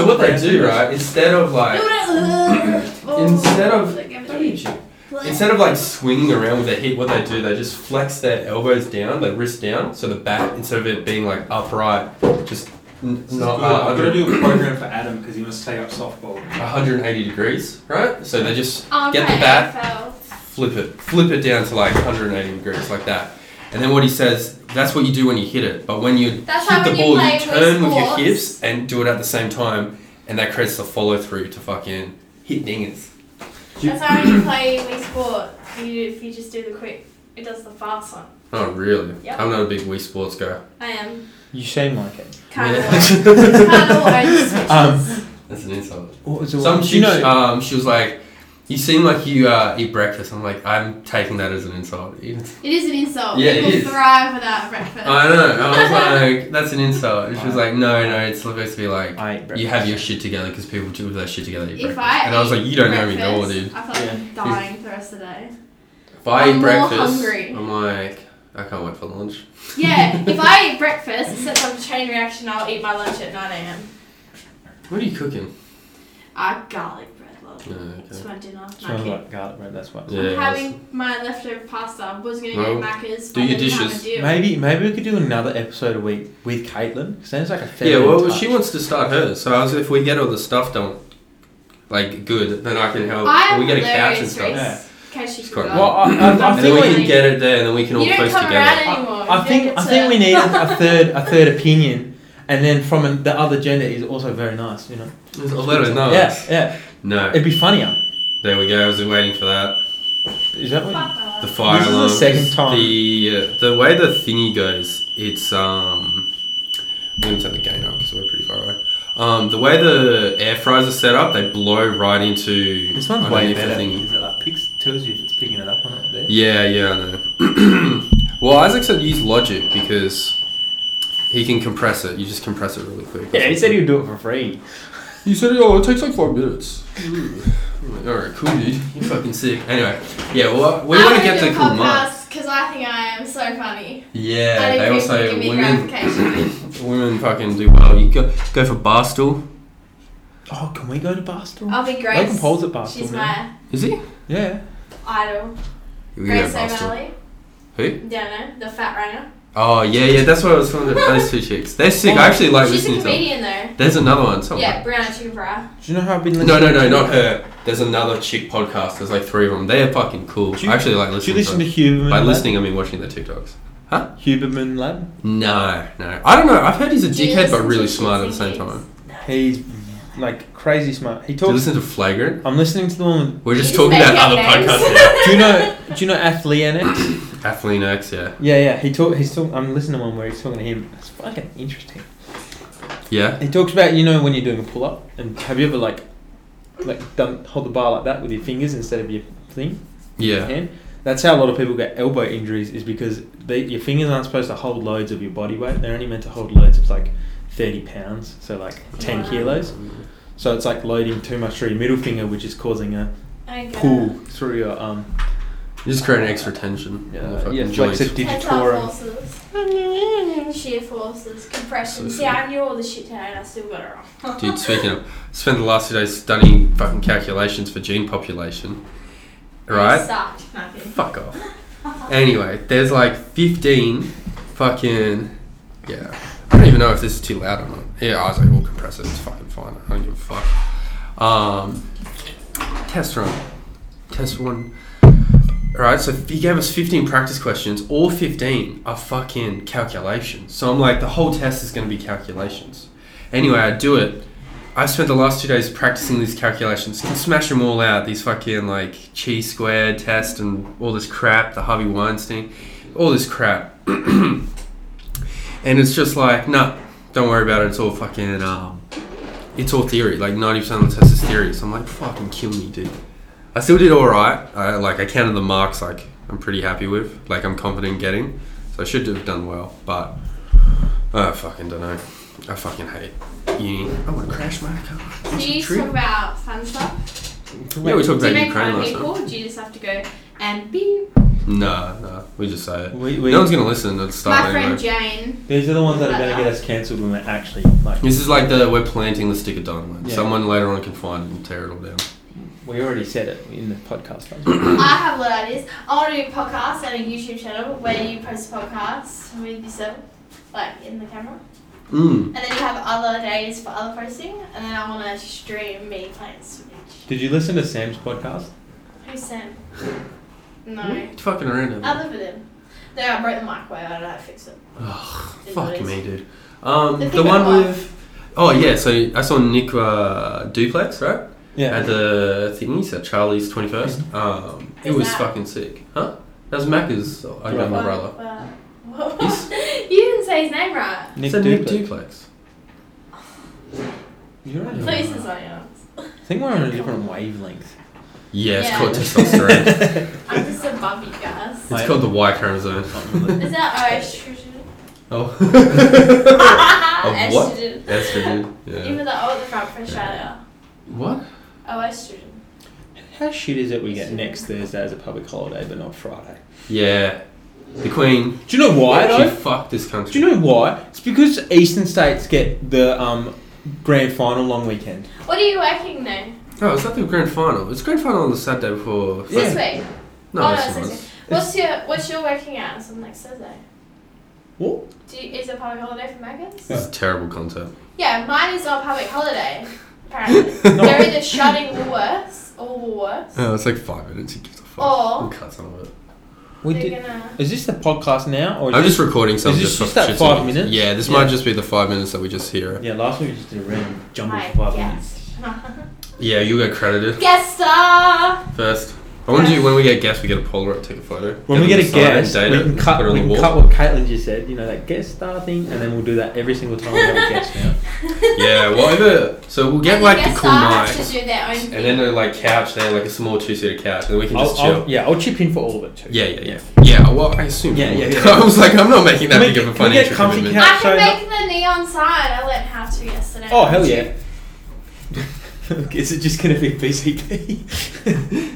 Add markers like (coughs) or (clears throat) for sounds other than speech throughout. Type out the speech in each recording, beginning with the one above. I do, right? Instead of like, instead of don't eat shit. instead of like swinging around with their heat, what they do, they just flex their elbows down, their wrists down, so the back instead of it being like upright, just n- This is not good. I'm gonna uh, do a program for Adam because he wants to take up softball. 180 degrees, right? So they just Oh, Get the right, bat. AFL. flip it, flip it down to like 180 degrees, like that. And then what he says, that's what you do when you hit it. But when you That's hit why the when you ball, you, play with turn with your sports- hips and do it at the same time, and that creates the follow through to fucking hit dingers. That's why when you play Wii Sport, you, if you just do the quick, it does the fast one. Oh, really? Yep. I'm not a big Wii Sports guy. I am You seem like it. kind (laughs) of Yeah. orange. kind of orange. Um, That's an insult. (laughs) what was the Some one? Do you chick, know, um, she was like, "You seem like you uh, eat breakfast." I'm like, "I'm taking that as an (laughs) insult." It is an insult. Yeah, it People is. thrive without breakfast. I know. I was like, "That's an insult." And she was like, "No, no, it's supposed to be like." I ate breakfast. You have your shit together because people do their shit together. eat (laughs) If breakfast. I and I was ate like, you don't breakfast, know me at all, dude. I feel like I'm dying for the rest of the day. If I I'm eat more breakfast, hungry. I'm like, I can't wait for lunch. Yeah, if I eat breakfast, it sets up a chain reaction. I'll eat my lunch at 9 a.m. What are you cooking? I garlic bread, love. Yeah, That's okay. my dinner. Smells Mackie. like garlic bread. That's what. Yeah, I'm that's- having my leftover pasta. I was gonna Well, get Macca's. do but I your didn't have dishes. a deal. Maybe maybe we could do another episode a week with Caitlin. 'cause Sounds like a fair yeah, bit of well, touch. she wants to start hers. So I was, if we get all the stuff done, like good, then I Oh, can help. I am we get a couch and hilarious, stuff. Reese. Yeah. Case you It's quite forgot. nice. Well, I, I, I And then we think Really? can we. get it there, and then we can all you don't post come together. around anymore. I You think don't I get think to- we (laughs) need a third a third opinion, and then from an, the other gender is also very nice. You know. Just Let her know. Yeah, yeah. No. It'd be funnier. There we go. I was waiting for that. Is that what? Fuck off. The fire This is the alarm. second time. The uh, the way the thingy goes, it's um. Let me turn the gain up because we're pretty far away. Um, the way the air fryers are set up, they blow right into. This one's way underneath the better. thingy. Is it like picks tells you if it's picking it up or not? There. Yeah, yeah, I know. (clears throat) well, Isaac said use Logic because he can compress it. You just compress it really quick. Yeah, he said he would do it for free. You said, oh, it takes like five minutes. All right, cool, dude. You're fucking sick. Anyway, yeah, well, we I want to wanna get do the a cool mic. podcast because I think I am so funny. I Yeah, think they people also give me women. (laughs) gratification. Women fucking do well. You go go for Barstool. Oh, can we go to Barstool? I'll be Oh, Grace. Logan Paul's at Barstool. She's man. my Is he? Yeah. idol. We Grace go Barstool. O'Malley. Who? Don't know. The fat runner. Oh yeah, yeah. That's what I was talking about. Those two chicks. They're sick. I actually like Oh, She's a listening to them. comedian though. There's another one. Somewhere. Yeah, Brianna Chicken Fry. Do you know how I've been listening? No, no, no, to- not her. There's another chick podcast. There's like three of them. They're fucking cool. Do you- I actually like Do you listening. listen to them. Huberman? By Lab? listening, I mean watching their TikToks. Huberman Lab. No, no. I don't know. I've heard he's a Do you dickhead, listen but to really Shits smart at and the same Gigs? time. He's like crazy smart. He Do you talks. listen to Flagrant? I'm listening to the one. We're just You just talking make about up other names. podcasts. now. Do you know? Do you know (coughs) Athleanx? Kathleen X, yeah, yeah, yeah. He talk. He's talking. I'm listening to one where he's talking to him. It's fucking interesting. yeah. He talks about you know when you're doing a pull up and have you ever like, like done hold the bar like that with your fingers instead of your thing yeah. hand. That's how a lot of people get elbow injuries is because they, your fingers aren't supposed to hold loads of your body weight. They're only meant to hold loads of like thirty pounds, so like ten Wow. kilos. So it's like loading too much through your middle finger, which is causing a (laughs) I go. pull through your um. Just creating extra tension. in the Uh, fucking yeah, joints. flexor Tensile digitorum. forces. Shear forces. Compression. So See, I knew all the shit today and I still got it wrong. Dude, (laughs) speaking of, spent the last few days studying fucking calculations for gene population. I Right? sucked, Mackie. Fuck off. (laughs) Anyway, there's like 15 fucking. Yeah. I don't even know if this is too loud or not. Yeah, I was like, we'll compress it. It's fucking fine. I don't give a fuck. Um, test run. Test one. Alright, so he gave us 15 practice questions. All 15 are fucking calculations. So I'm like, the whole test is going to be calculations. Anyway, I do it. I spent the last two days practicing these calculations. Can smash them all out. These fucking like chi squared test and all this crap. The Harvey Weinstein, all this crap. and it's just like, nah, don't worry about it. It's all fucking. Um, it's all theory. Like ninety percent of the test is theory. So I'm like, fucking kill me, dude. I still did all right. I, like I counted the marks. Like I'm pretty happy with. Like I'm confident in getting. So I should have done well, but I fucking don't know. I fucking hate uni. I want to crash my car. Do you talk about fun stuff? Yeah, we talked Do about you make Ukraine fun of last people? time. Do you just have to go and be? Nah, nah. We just say it. We, we, no one's gonna listen. It's My starting. friend Anyway. Jane. These are the ones that are going to get us cancelled when we're actually like. This is like the we're planting the stick of dynamite. Yeah. Someone later on can find it and tear it all down. We already said it in the podcast. I have a lot of ideas. I want to do a podcast and a YouTube channel where you post podcasts with yourself, like in the camera. Mm. And then you have other days for other posting. And then I want to stream me playing Switch. Did you listen to Sam's podcast? Who's Sam? No. It's fucking random. I live with him. No, I broke the microwave. I don't know how to fix it. Ugh, It fuck is. me, dude. Um, The the, thing one about- with. Oh yeah, so I saw Nick uh, Duplex right Yeah. Mm-hmm. at the thingies at Charlie's twenty first. Um, it Who's was that? fucking sick, huh? That was Macca's. I got my Brother. brother. Well, well, He's- (laughs) you didn't say his name right. Nick so Duplex. Nick Duplex. You're right. Yeah. Please, there's something else. I think we're on a different wavelength. Yeah, it's Yeah. called testosterone. (laughs) I'm just a bumpy guys. it's called the Y chromosome. (laughs) Is that estrogen? (laughs) Oh. (laughs) estrogen. Of what? Estrogen. Yeah. Even though I was the front for shout out. What? Oh, estrogen. How shit is it we get next Thursday as a public holiday but not Friday? Yeah. The Queen. Do you know why She though? fucked this country. Do you know why? It's because Eastern states get the um, grand final long weekend. What are you working now? Oh, it's not the grand final. It's grand final on the Saturday before. This week. No, Oh, no, it's it's not. this week. What's your What's your working hours on next Thursday? What? Do you, is it public holiday for Megas? This is terrible content. Yeah, mine is not a public holiday. Apparently, (laughs) No. they're either shutting Woolworths or Woolworths. Oh, it's like five minutes. He gives a fuck. Or- We'll cut some of it. We they're did. gonna. Is this the podcast now or? Is I'm this- just recording something. this just for that shits and five giggles. minutes? Yeah, this Yeah. might just be the five minutes that we just hear. Yeah, last week we just did a random jumble Hi, for five minutes. guest. Yeah, you get credited (laughs) guest star. first. I want to do when we get guests, we get a Polaroid, take a photo. When we it get a on the side and guest, date we it, can put cut, it on we the can wall. cut what Caitlin just said, you know, that guest star thing, and then we'll do that every single time we have a guest now. Yeah, (laughs) whatever. So we'll get And like guest the cool star has mics, to do their own and thing. then a like couch there, like a small two seater couch, and we can I'll- just I'll- chill. yeah, I'll chip in for all of it too. Yeah, yeah, yeah. Yeah, well, I assume. Yeah, you yeah, would. yeah. (laughs) I was like, I'm not making that Can we big of a get- can we get financial comfy commitment. couch? I So- can make the neon sign. I learned how to yesterday. Oh, hell yeah. (laughs) Is it just going to be PCP?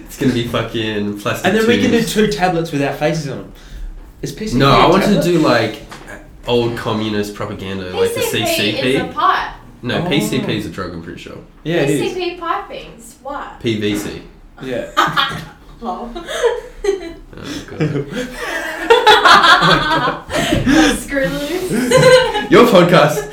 It's gonna be fucking plastic. and then we can do tubes. two tablets with our faces on them. Is PCP No, a I want to tablet? do like old communist propaganda, like the PCP is a CCP. pipe. No, Oh. PCP is a drug. I'm pretty sure. Yeah, it is. PCP pipings. What? PVC. Yeah. (laughs) (laughs) Lol. (laughs) Oh, (laughs) God. Screw loose. Your podcast.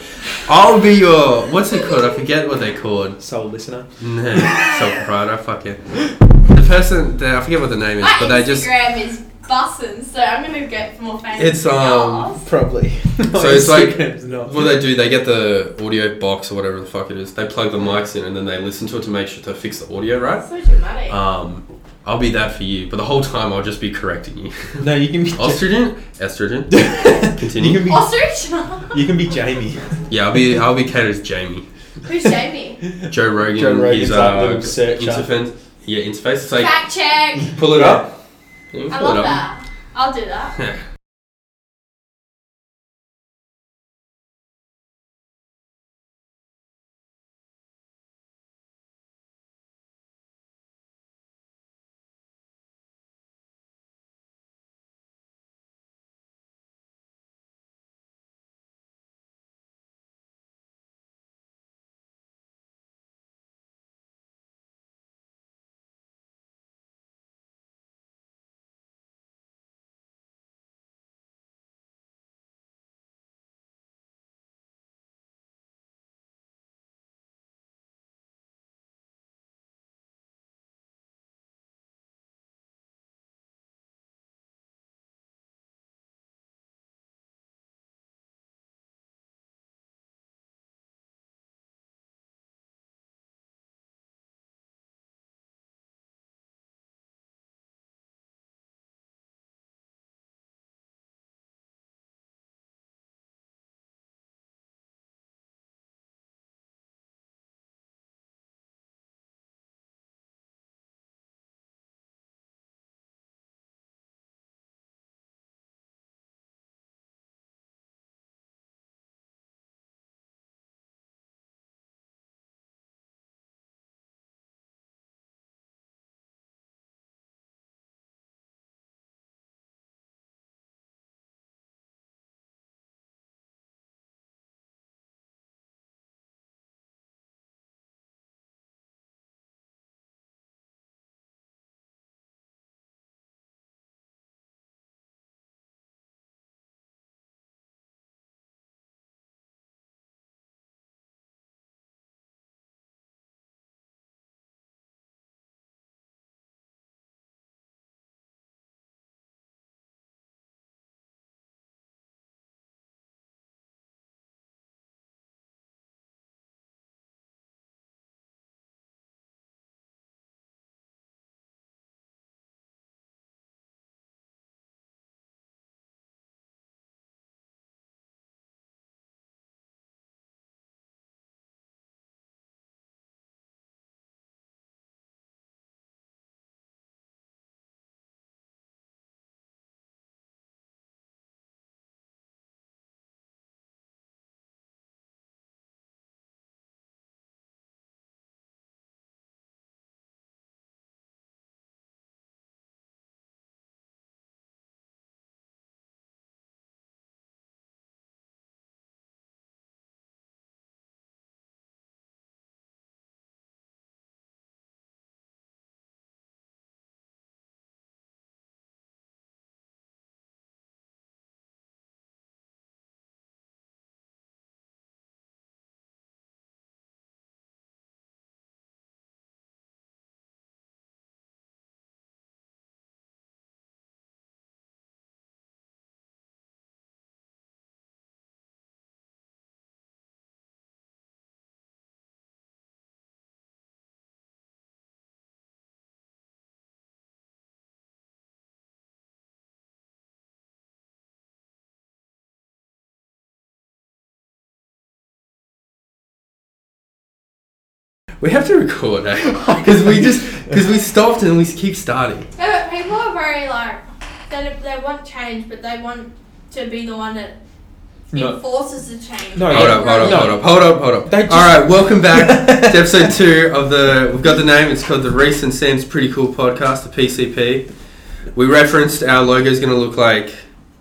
I'll be your. What's it called? I forget what they're called. Soul listener. No, (laughs) self-proprietor. Fuck it. The person. that I forget what the name is, My but Instagram they just. is bussin', so I'm gonna get more famous. It's, than um, yours. Probably. (laughs) So it's like- not. What they do, they get the audio box or whatever the fuck it is. They plug the mics in and then they listen to it to make sure to fix the audio, right? So dramatic. Um, I'll be that for you, but the whole time I'll just be correcting (laughs) you. No, you can be. (laughs) Estrogen, estrogen. (laughs) you Continue. can be. Ostrich? You can be Jamie. Yeah, I'll be I'll be catered as Jamie. Who's Jamie? Joe Rogan. Joe Rogan's his, like uh, little searcher. interface. Yeah, interface. It's (laughs) like Fact check. pull it up. Yeah, I pull love it up. that. I'll do that. We have to record, (laughs) eh? Because we (laughs) just because we stopped and we keep starting. No, but people are very like they, they want change, but they want to be the one that No. enforces the change. No, Hold yeah. up, hold up, No. hold up, hold up, hold up. They just- All right, welcome (laughs) back to episode two of the. We've got the name. It's called the Reese and Sam's Pretty Cool Podcast, the PCP. We referenced our logo is going to look like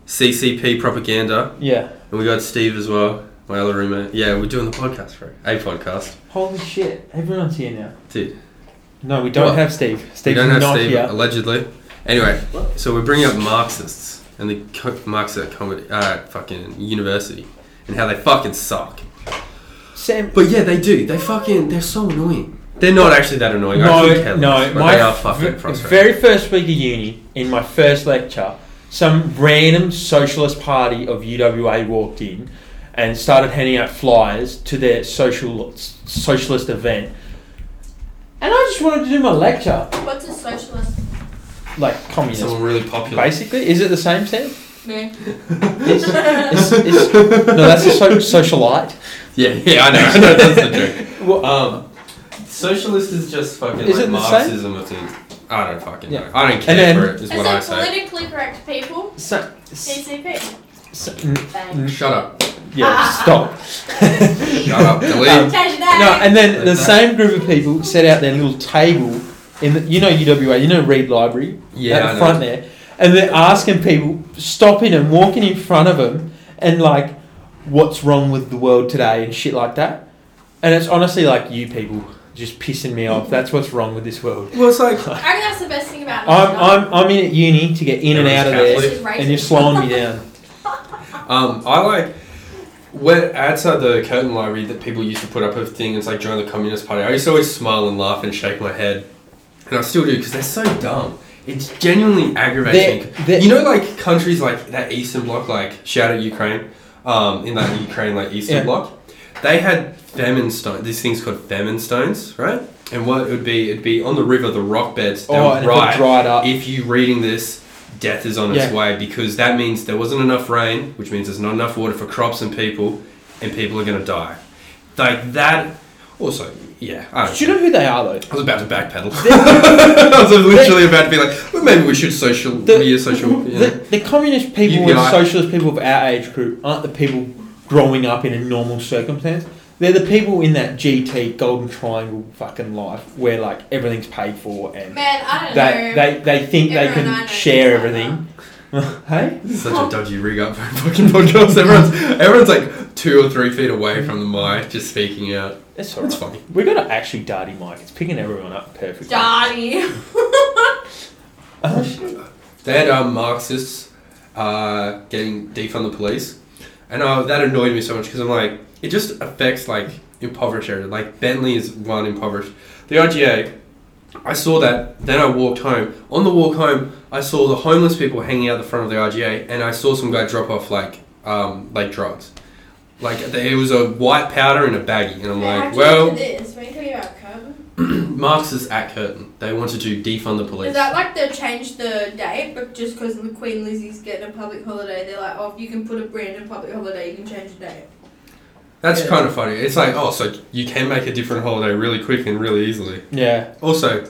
CCP propaganda, Yeah. and we got Steve as well, my other roommate. Yeah, we're doing the podcast for a podcast, Holy shit! Everyone's here now. dude. No, we don't What? have Steve. Steve's we don't have not Steve here. allegedly. Anyway, so we're bringing up Marxists and the co- Marxist comedy, uh, fucking university, and how they fucking suck. Sam. But yeah, they do. They fucking. They're so annoying. They're not actually that annoying. I no, couldn't care less, no. but My they are fucking v- frustrating. very first week of uni, in my first lecture, some random socialist party of UWA walked in and started handing out flyers to their social socialist event. And I just wanted to do my lecture, What's a socialist? like communism. Someone really popular. Basically, is it the same, Sam? (laughs) No. It's, it's, it's, no, that's a so- socialite. Yeah, yeah, I know. I know that's (laughs) the joke. Well- Um, socialist is just fucking Is like it the same? Marxism of things. I don't fucking Yeah. know. I don't care And then- for it. Is Is what I it say. politically correct people? So, s- PCP. s- n- Bang. Shut up. yeah, stop. Shut up. Delete. Um, No, Change that. and then the Like that. same group of people set out their little table in the, you know UWA, you know Reed Library Yeah, I at know. the front there, and they're asking people stopping and walking in front of them and like, what's wrong with the world today and shit like that, and it's honestly like you people just pissing me off. That's what's wrong with this world. Well, it's like I think that's the best thing about I'm I'm I'm in at uni to get in and out of Everyone's there, Catholic. and you're slowing me down. Um, I like when outside the curtain library that people used to put up a thing. It's like during the Communist Party. I used to always smile and laugh and shake my head, and I still do because they're so dumb. It's genuinely aggravating. They're- they're- you know, like countries like that Eastern Bloc, like shout out Ukraine, um, in that Ukraine like Eastern Yeah. Bloc, they had famine stones. These things called famine stones, right? And what it would be, it'd be on the river, the rock beds. they Oh, would and it got write, dried up. Uh, If you reading this, death is on its Yeah. way because that means there wasn't enough rain, which means there's not enough water for crops and people, and people are going to die. Like that. Also, yeah. I, don't Do you know who they are (laughs) though? I was about to backpedal. (laughs) I was literally about to be like, well, maybe we should social. The- be a social. Yeah. (laughs) The, the communist people and UBI. socialist people of our age group aren't the people growing up in a normal circumstance. They're the people in that GT golden triangle fucking life where like everything's paid for and Man, I don't they, know. they, they think they Everyone I know can share is like everything. (laughs) hey? This is such a dodgy rig up for a fucking podcast. Everyone's everyone's like two or three feet away from the mic, just speaking out. It's It's alright. funny. We got an actually dirty mic. It's picking everyone up (laughs) perfectly. Daddy. Oh, shit. They had um, Marxists uh, getting defund the police, and uh, that annoyed me so much because I'm like, it just affects like impoverished areas. Like Bentley is one impoverished. The IGA, I saw that. Then I walked home. On the walk home, I saw the homeless people hanging out the front of the IGA, and I saw some guy drop off like um, like drugs. Like there was a white powder in a baggie, and I'm like, well, This? When you talking about curb? (clears throat) Marxists at Curtin. They wanted to defund the police. Is that like they changed the date, but just because Queen Lizzie's getting a public holiday, they're like, oh, if you can put a random public holiday, you can change the date. That's Yeah. kind of funny. It's like, oh, so you can make a different holiday really quick and really easily. (laughs) Yeah. Also,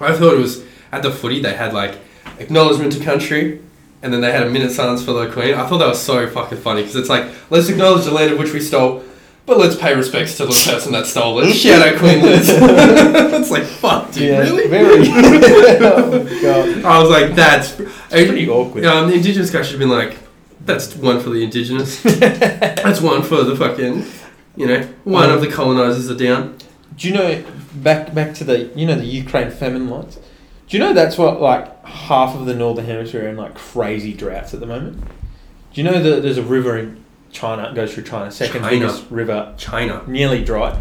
I thought it was at the footy they had like acknowledgement to country, and then they had a minute silence for the Queen. I thought that was so fucking funny because it's like let's acknowledge the land of which we stole, but let's pay respects to the person that stole it. Shout out Queen Liz. (laughs) it's like fuck, dude, yeah. really? (laughs) Very. (laughs) oh, my God. I was like, that's It's pretty awkward. um, the indigenous guy should have been like, that's one for the indigenous. (laughs) that's one for the fucking, you know, one of the colonizers are down. Do you know back back to the you know the Ukraine famine lights? Do you know that's what like half of the northern hemisphere are in like crazy droughts at the moment? Do you know that there's a river in China it goes through China, second China. biggest river, China. nearly dry,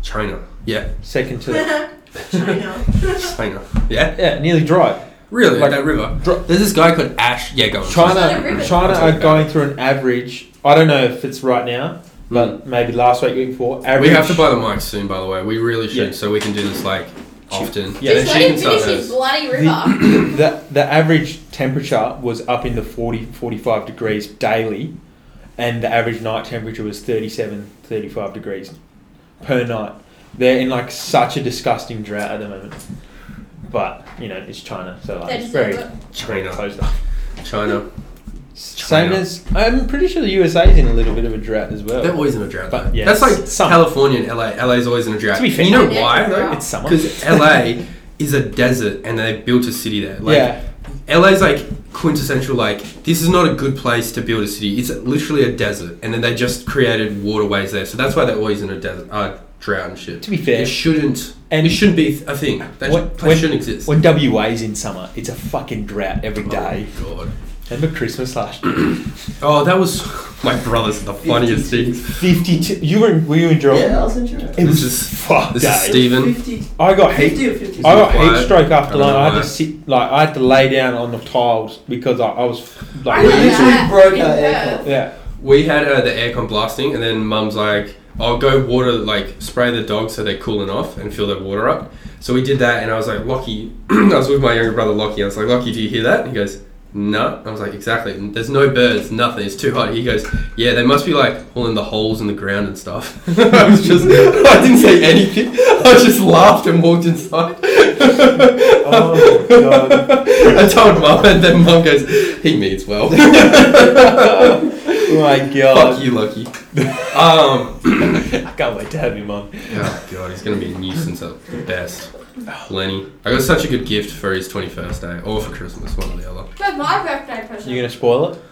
China. Yeah. second (laughs) to the, (laughs) China. China. Yeah. yeah, nearly (laughs) dry. Really? Like- that river. Dro- There's this guy called Ash. Yeah, go on. not a China river. China That's okay. are going through an average. I don't know if it's right now, but maybe last week, week before. We Average. have to buy the mics soon, by the way. We really should, Yeah. so we can do this like often. Yeah, then Just let him finish his bloody river. the, the average temperature was up in the 40 45 degrees daily and the average night temperature was 37 35 degrees per night They're in like such a disgusting drought at the moment. But you know, it's China, so like (coughs) They're it's just very not China. closed off. China. Same as I'm pretty sure the USA's in a little bit of a drought as well. They're always in a drought. But, though. yeah, That's like some. California and LA. LA's always in a drought. To be fair, you know Yeah, why it's though? drought. it's summer. Because (laughs) LA is a desert and they built a city there. Like yeah, LA's like quintessential like this is not a good place to build a city. It's literally a desert and then they just created waterways there. So that's why they're always in a desert uh, drought and shit. To be fair. It shouldn't And- and it shouldn't be a thing. That When- sh- place when- shouldn't exist. when WA's in summer, it's a fucking drought every day. Oh, God. Remember Christmas last year? Oh, that was (laughs) my brother's the funniest things. Fifty-two. You were in, were you in drill? Yeah, I was in Germany. It was This is fuck. This day. is Stephen. 50, I got heat. 50 or 50. I got Quiet. heat stroke after I don't lunch. I had know to sit, like, I had to lay down on the tiles because I, I was I like, know yeah. that. literally broke our We had uh, the aircon blasting, and then Mum's like, "I'll go water like spray the dogs so they're cooling off and fill their water up." So we did that, and I was like, "Lockie," (clears throat) I was with my younger brother Lockie. I was like, "Lockie, do you hear that?" And he goes, "No." I was like, "Exactly. There's no birds, nothing. It's too hot." He goes, "Yeah, they must be like all in the holes in the ground and stuff." (laughs) I was just, I didn't say anything. I just laughed and walked inside. (laughs) (laughs) Oh, God. I told Mum, and then Mum goes, "He means well." Oh my (laughs) Fuck god. you, Lucky. um, I can't wait to have him on. oh god, he's gonna be a nuisance at the best. Lenny, I got such a good gift for his twenty-first day, or for Christmas, one or the other. But my birthday present. You gonna spoil it?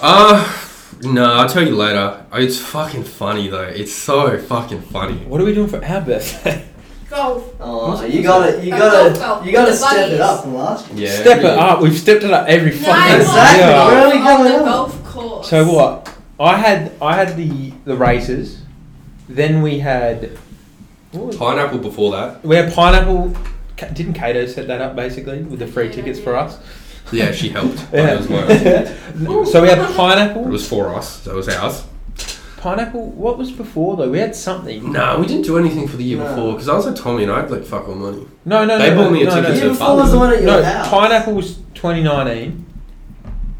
Uh no, I'll tell you later. Oh, It's fucking funny though. It's so fucking funny. What are we doing for our birthday? (laughs) golf. Oh, you gotta, you gotta, you gotta step it up from last year. Yeah. Step it up. We've stepped it up every No, fucking Exactly. year. We're only on going the up. golf course. So what? I had I had the the races. Then we had. What was Pineapple before that. We had pineapple. Ca- Didn't Kato set that up basically with the free Yeah, tickets yeah. for us? Yeah, she (laughs) helped. Yeah. Yeah. It was mine. (laughs) so we had It pineapple. was for us. That was ours. Pineapple. What was before though? We had something. No, we didn't do anything for the year No. before because I was at Tommy and I had like fuck all money. No, no, They no. bought me a no, ticket The That's year a before was the one at your No, no, house. pineapple was 2019,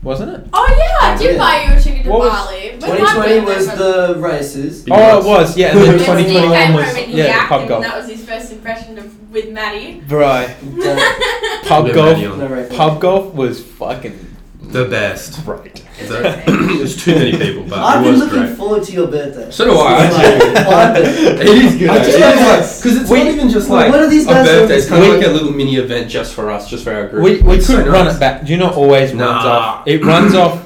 wasn't it? Oh yeah, I did Yeah. buy you a ticket to What was- Bali. When my birthday 2020 was present- the races. It oh, was. it was. Yeah, and then It When was Steve 2021 came was home and he yeah the acted, pub and golf. That was his first impression of with Maddie. (laughs) Right, Don't- pub Yeah, golf. Maddie. no record. Pub golf was fucking The (laughs) best. great. So, (clears throat) There's too many people, but I've it been was looking great. forward to your birthday. So do I. (laughs) It's like, my birthday. It is good. I just It like is that. like- 'cause it's We- not even just Well, like what are these a guys birthday. It's doing? kind of like a little mini event just for us, just for our group. We, we could It's so run nice. it back. Do you know it always runs Nah. off? It runs off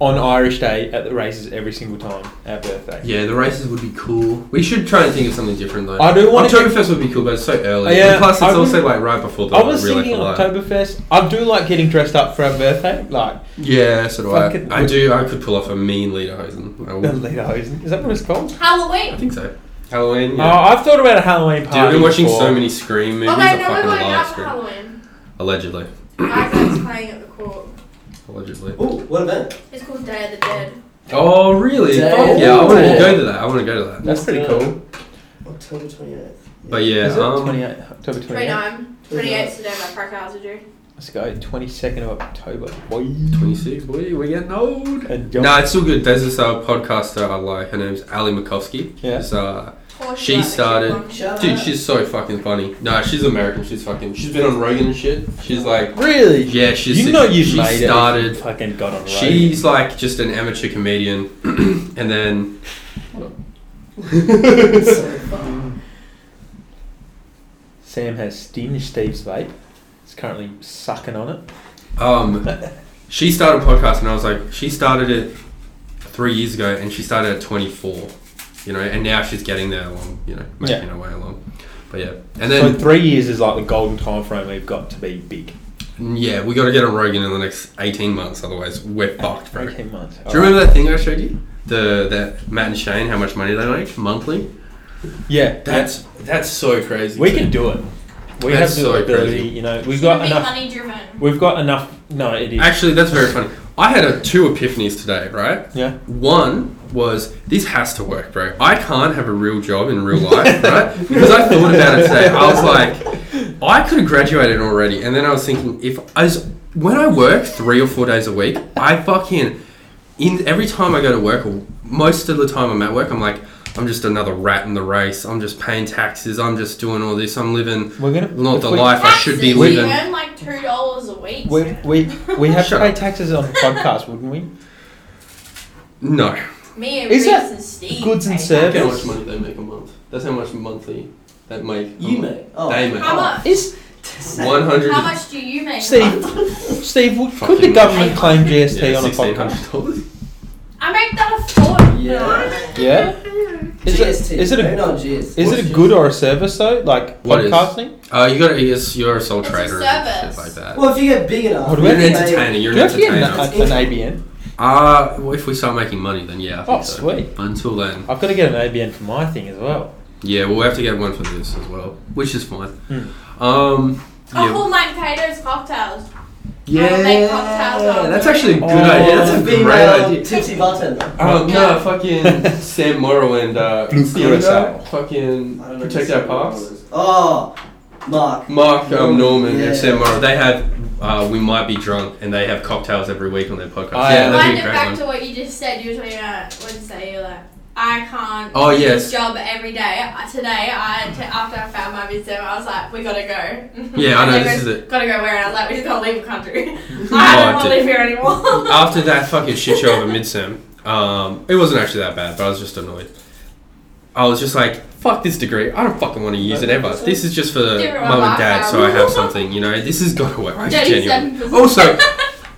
on Irish Day at the races every single time our birthday. Yeah, the races would be cool. We should try and think of something different though. I do wanna Oktoberfest would be cool, but it's so early. Oh, yeah, And plus, it's I would- also like right before the I was real thinking Life Alive. Oktoberfest. I do like getting dressed up for our birthday, like Yeah, so do I. Fucking- I do. I could pull off a mean Lederhosen. I, the would. lederhosen. Is that what it's called? I Halloween. think so. Halloween. Oh, Yeah. I've thought about a Halloween Dude, party. I've been watching before. so many Scream movies. Oh I no, no, we're fucking going love out for Scream. Halloween. Allegedly. Isaac's playing at the court. Allegedly. Ooh, what event? It's called Day of the Dead. Oh, really? Damn. Fuck yeah, I want to Damn. go to that. I want to go to that. That's pretty cool. October 28th. But yeah, Is it um, 28, October 28th? 29. 28th today, my park hours are due. Let's go 22nd of October. Boy. 26, boy, we're getting old. And No, it's all good. There's this uh, podcaster I like. Her name's Ali Makovsky. Yeah. It's, uh, Poor She shit, I think started- won. Shout dude, out. she's so fucking funny. No, she's American. She's fucking. She's been on Rogan and shit. She's like, Really? yeah, she's. you know you've she made it if you started. Fucking got on. road. She's like just an amateur comedian, (clears throat) and (laughs) then. (laughs) So fun. Sam has stinged Steve's vape. It's currently sucking on it. Um, she started a podcast, and I was like, she started it three years ago, and she started at 24, you know, and now she's getting there along, you know, making Yeah. her way along. But yeah, and then so three years is like the golden time frame we've got to be big. yeah, we got to get on Rogan in the next 18 months, otherwise we're fucked, bro. Eighteen months. Do you remember that thing I showed you? The that Matt and Shane, how much money they make monthly? Yeah, That's that's so crazy. we can do it. We That's have the so ability. crazy. You know, we've She's got gonna be enough. money driven. We've got enough. No, it is. Actually, that's very funny. I had a, two epiphanies today, right? yeah. One was this has to work, bro. I can't have a real job in real life, (laughs) right? Because I thought about it today. I was like, I could have graduated already. And then I was thinking, if I was, when I work three or four days a week, I fucking in every time I go to work, or most of the time I'm at work, I'm like, I'm just another rat in the race. I'm just paying taxes. I'm just doing all this. I'm living We're gonna not if the we- life I should be Taxes, you living. earn like two dollars a week. We so- (laughs) we we have to Shut pay up. taxes on the podcast, wouldn't we? No. Me and Is Reese that and Steve. goods and pay service? taxes. money they make a month. That's how much monthly that make. You make. Oh. They make. How much? Is One hundred. How much do you make? a Steve month? Steve w- could the Fucking- government claim GST on a sixteen podcast? hundred dollars. I make that a four. Yeah. Yeah. Is GST. it is it They're a not GST. is it a good or a service though? Like What is- podcasting? (laughs) Uh, you got to. You're a sole It's a trader and service. shit like that. Well, if you get big enough, What do you're we you an have can to- make- entertainer. You're an Do you have to get an, entertainer. an ABN? Uh, well, if we start making money, then yeah. I think Oh, so. sweet. Until then, I've got to get an ABN for my thing as well. yeah, we'll have to get one for this as well, which is fine. Hmm. Um, I yeah, call mine Cato's cocktails. yeah, I'll make cocktails out of that's it. actually a good Oh, idea. That's a That's a great female idea. tipsy bartender. Um, no, fucking (laughs) Sam Morrow and uh, Blue Theo, Curacao. fucking I don't know protect who our Sam parks. Morrow is. Oh, Mark. Mark um, Norman Yeah. and Sam Morrow, they had uh, we might be drunk, and they have cocktails every week on their podcast. Oh, yeah. yeah, Wind that'd be it a great back one. to what you just said. You were talking about Wednesday. You're like, I can't. Oh, do yes. This job every day. Uh, Today, I t- after I found my visa, I was like, we gotta go. Yeah, (laughs) I know, this And they is went, it. Gotta go where? And I was like, we just gotta leave the (laughs) country. (laughs) Oh, I I don't want to did. live here anymore. (laughs) after (laughs) that fucking shit show of a midsem, um, it wasn't actually that bad, but I was just annoyed. I was just like, fuck this degree. I don't fucking want to use it ever. This is just for mum Give her a and dad, laugh. so I have something, you know? This has got to work. Like, genuine. 37%. Also,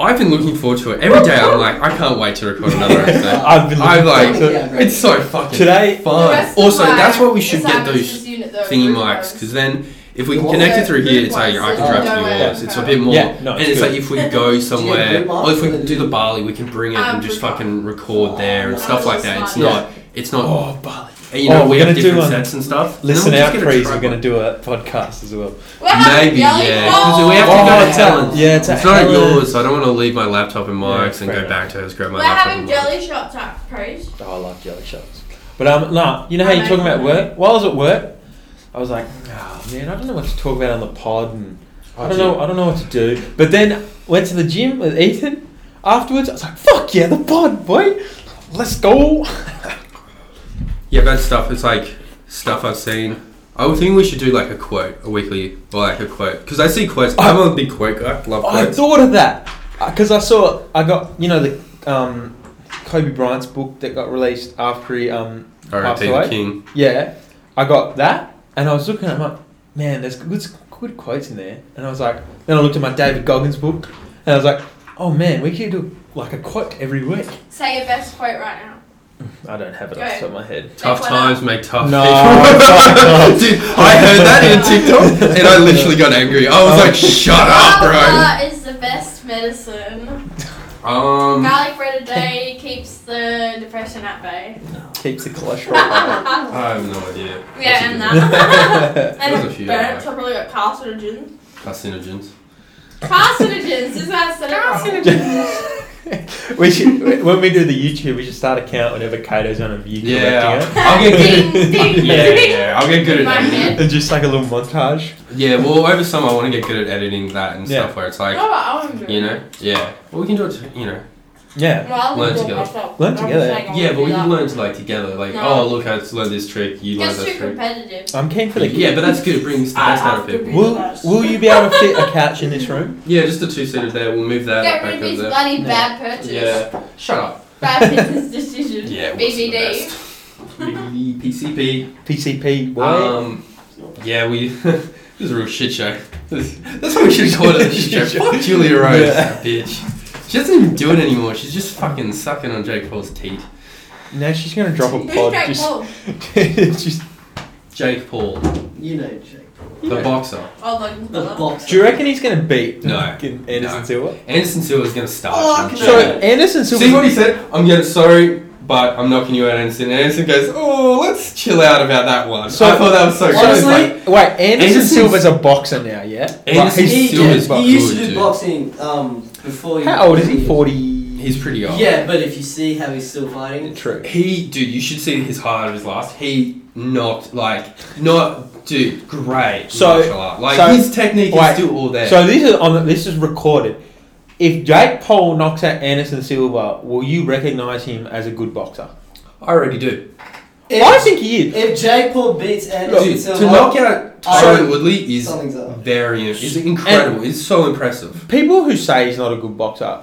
I've been looking forward to it. Every day I'm like, I can't wait to record another (laughs) episode. I've been I'm like, forward to it. it's so fucking Today- The fun. rest of uh, Also, my that's why we should get assignments those is unit though, thingy group mics, ones. because then if we can Well, connect yeah, it through here, group it's like, ones, I can drive there's no to way yours. around It's a that. bit more. Yeah, no, and it's it's good. like if we go somewhere, group or if we mics? do the Bali, we can bring it Um, and just group fucking record there and Oh, stuff like that. It's that's smart. not, it's not, Oh, Bali. You know, Oh, we we're have gonna do different one. sets and stuff. and then Listen we'll just out, get a please. try We're one. going to do a podcast as well. We're having Maybe, yelling yeah. balls. 'cause we have to Oh, go to it's Helen. a- yeah, it's a It's not Helen. yours. I don't want to leave my laptop in Yeah, Mike's and fair go enough. back to hers, grab my We're laptop. having and jelly shots at Crows. Oh, I like jelly shots. But um, nah, you know how I you're know. talking about work. While I was at work, I was like, oh, man, I don't know what to talk about on the pod, and I don't know, I don't know what to do. But then went to the gym with Ethan. Afterwards, I was like, fuck yeah, the pod, boy, let's go. Yeah, bad stuff. It's like stuff I've seen. I would think we should do like a quote, a weekly, or like a quote, because I see quotes. I'm a big quote guy. Love I quotes. thought of that because I saw I got you know the um, Kobe Bryant's book that got released after he um, passed R.I.P. away. the King. Yeah, I got that, and I was looking at my man. There's good, good quotes in there, and I was like, then I looked at my David Goggins book, and I was like, oh man, we could do like a quote every week. Say your best quote right now. I don't have it off the top of my head. Tough one times up. make tough (laughs) No, people. no, Dude, I heard that in TikTok, and I literally got angry. I was like, "Shut up, bro." Lava is the best medicine. Um, Garlic bread a day keeps the depression (laughs) at bay. Keeps the cholesterol. high. I have no idea. Yeah, and That's a (laughs) that. There's and a few, burnt, yeah. I probably got carcinogens. good- Carcinogens. Carcinogens, isn't that (laughs) synonym? we should when we do the YouTube, we should start a count whenever Kato's on a YouTube Yeah, acting I'll get good. ding, ding, At, (laughs) yeah, ding. yeah, I'll get good My at head. editing. it, and just like a little montage. Yeah, well, over summer I want to get good at editing that and stuff where it's like, No, I won't do it. you know, yeah. Well, we can do it. To, you know. Yeah, No, I'll Learn do it together. myself. Learn I'm just together. saying I Yeah, won't but do we that. can learn to like together. Like, No. oh, look, I just learned this trick. You learned Gets that too trick. competitive. I'm keen for the Yeah, but that's good. It brings the I best out of have to people. be- Will Will you be able to fit a couch in this room? Yeah, just a two seater there. We'll move that Get back rid of over these there. bloody Yeah. bad purchase. Yeah. Shut up. Bad business decision. Yeah. what's the BBD. best? BBD, PCP. PCP. Boy. Um, yeah, we. (laughs) this is a real shit show. This- That's what we should call it. a shit show. (laughs) Fuck Julia Rose, Yeah. that bitch. She doesn't even do it anymore. She's just fucking sucking on Jake Paul's teeth. Now she's gonna drop (laughs) a Who's pod. Jake Just, Paul? (laughs) just, Jake Paul, You know, Jake. the Yeah. boxer. Oh, Logan The Paul. boxer. do you reckon he's gonna beat No. fucking Anderson No. Silva? Anderson Silva's gonna Oh, start. I can So No. Anderson Silva. See what he said? I'm getting sorry, but I'm knocking you out, Anderson. And Anderson goes, oh, let's chill out about that one. So So- I thought that was so good. It's Honestly, like, Wait, Anderson Anderson's- Silva's a boxer now, yeah. Anderson he's He, still yeah, is he used to good, do dude. boxing um, before he. How old is he? Forty. he's pretty old. Yeah, but if you see how he's still fighting, True. He, dude, you should see his highlight of his last. He knocked, like, not, dude, great. So- martial art. like, so- his technique wait, is still all there. So this is on. The, this is recorded. If Jake Paul knocks out Anderson Silva, will you recognise him as a good boxer? I already do. If, I think he is. if Jay Paul beats Anderson Dude, Silva, to knock out I- Tyron Woodley is something's up. very is incredible. it's so impressive. People who say he's not a good boxer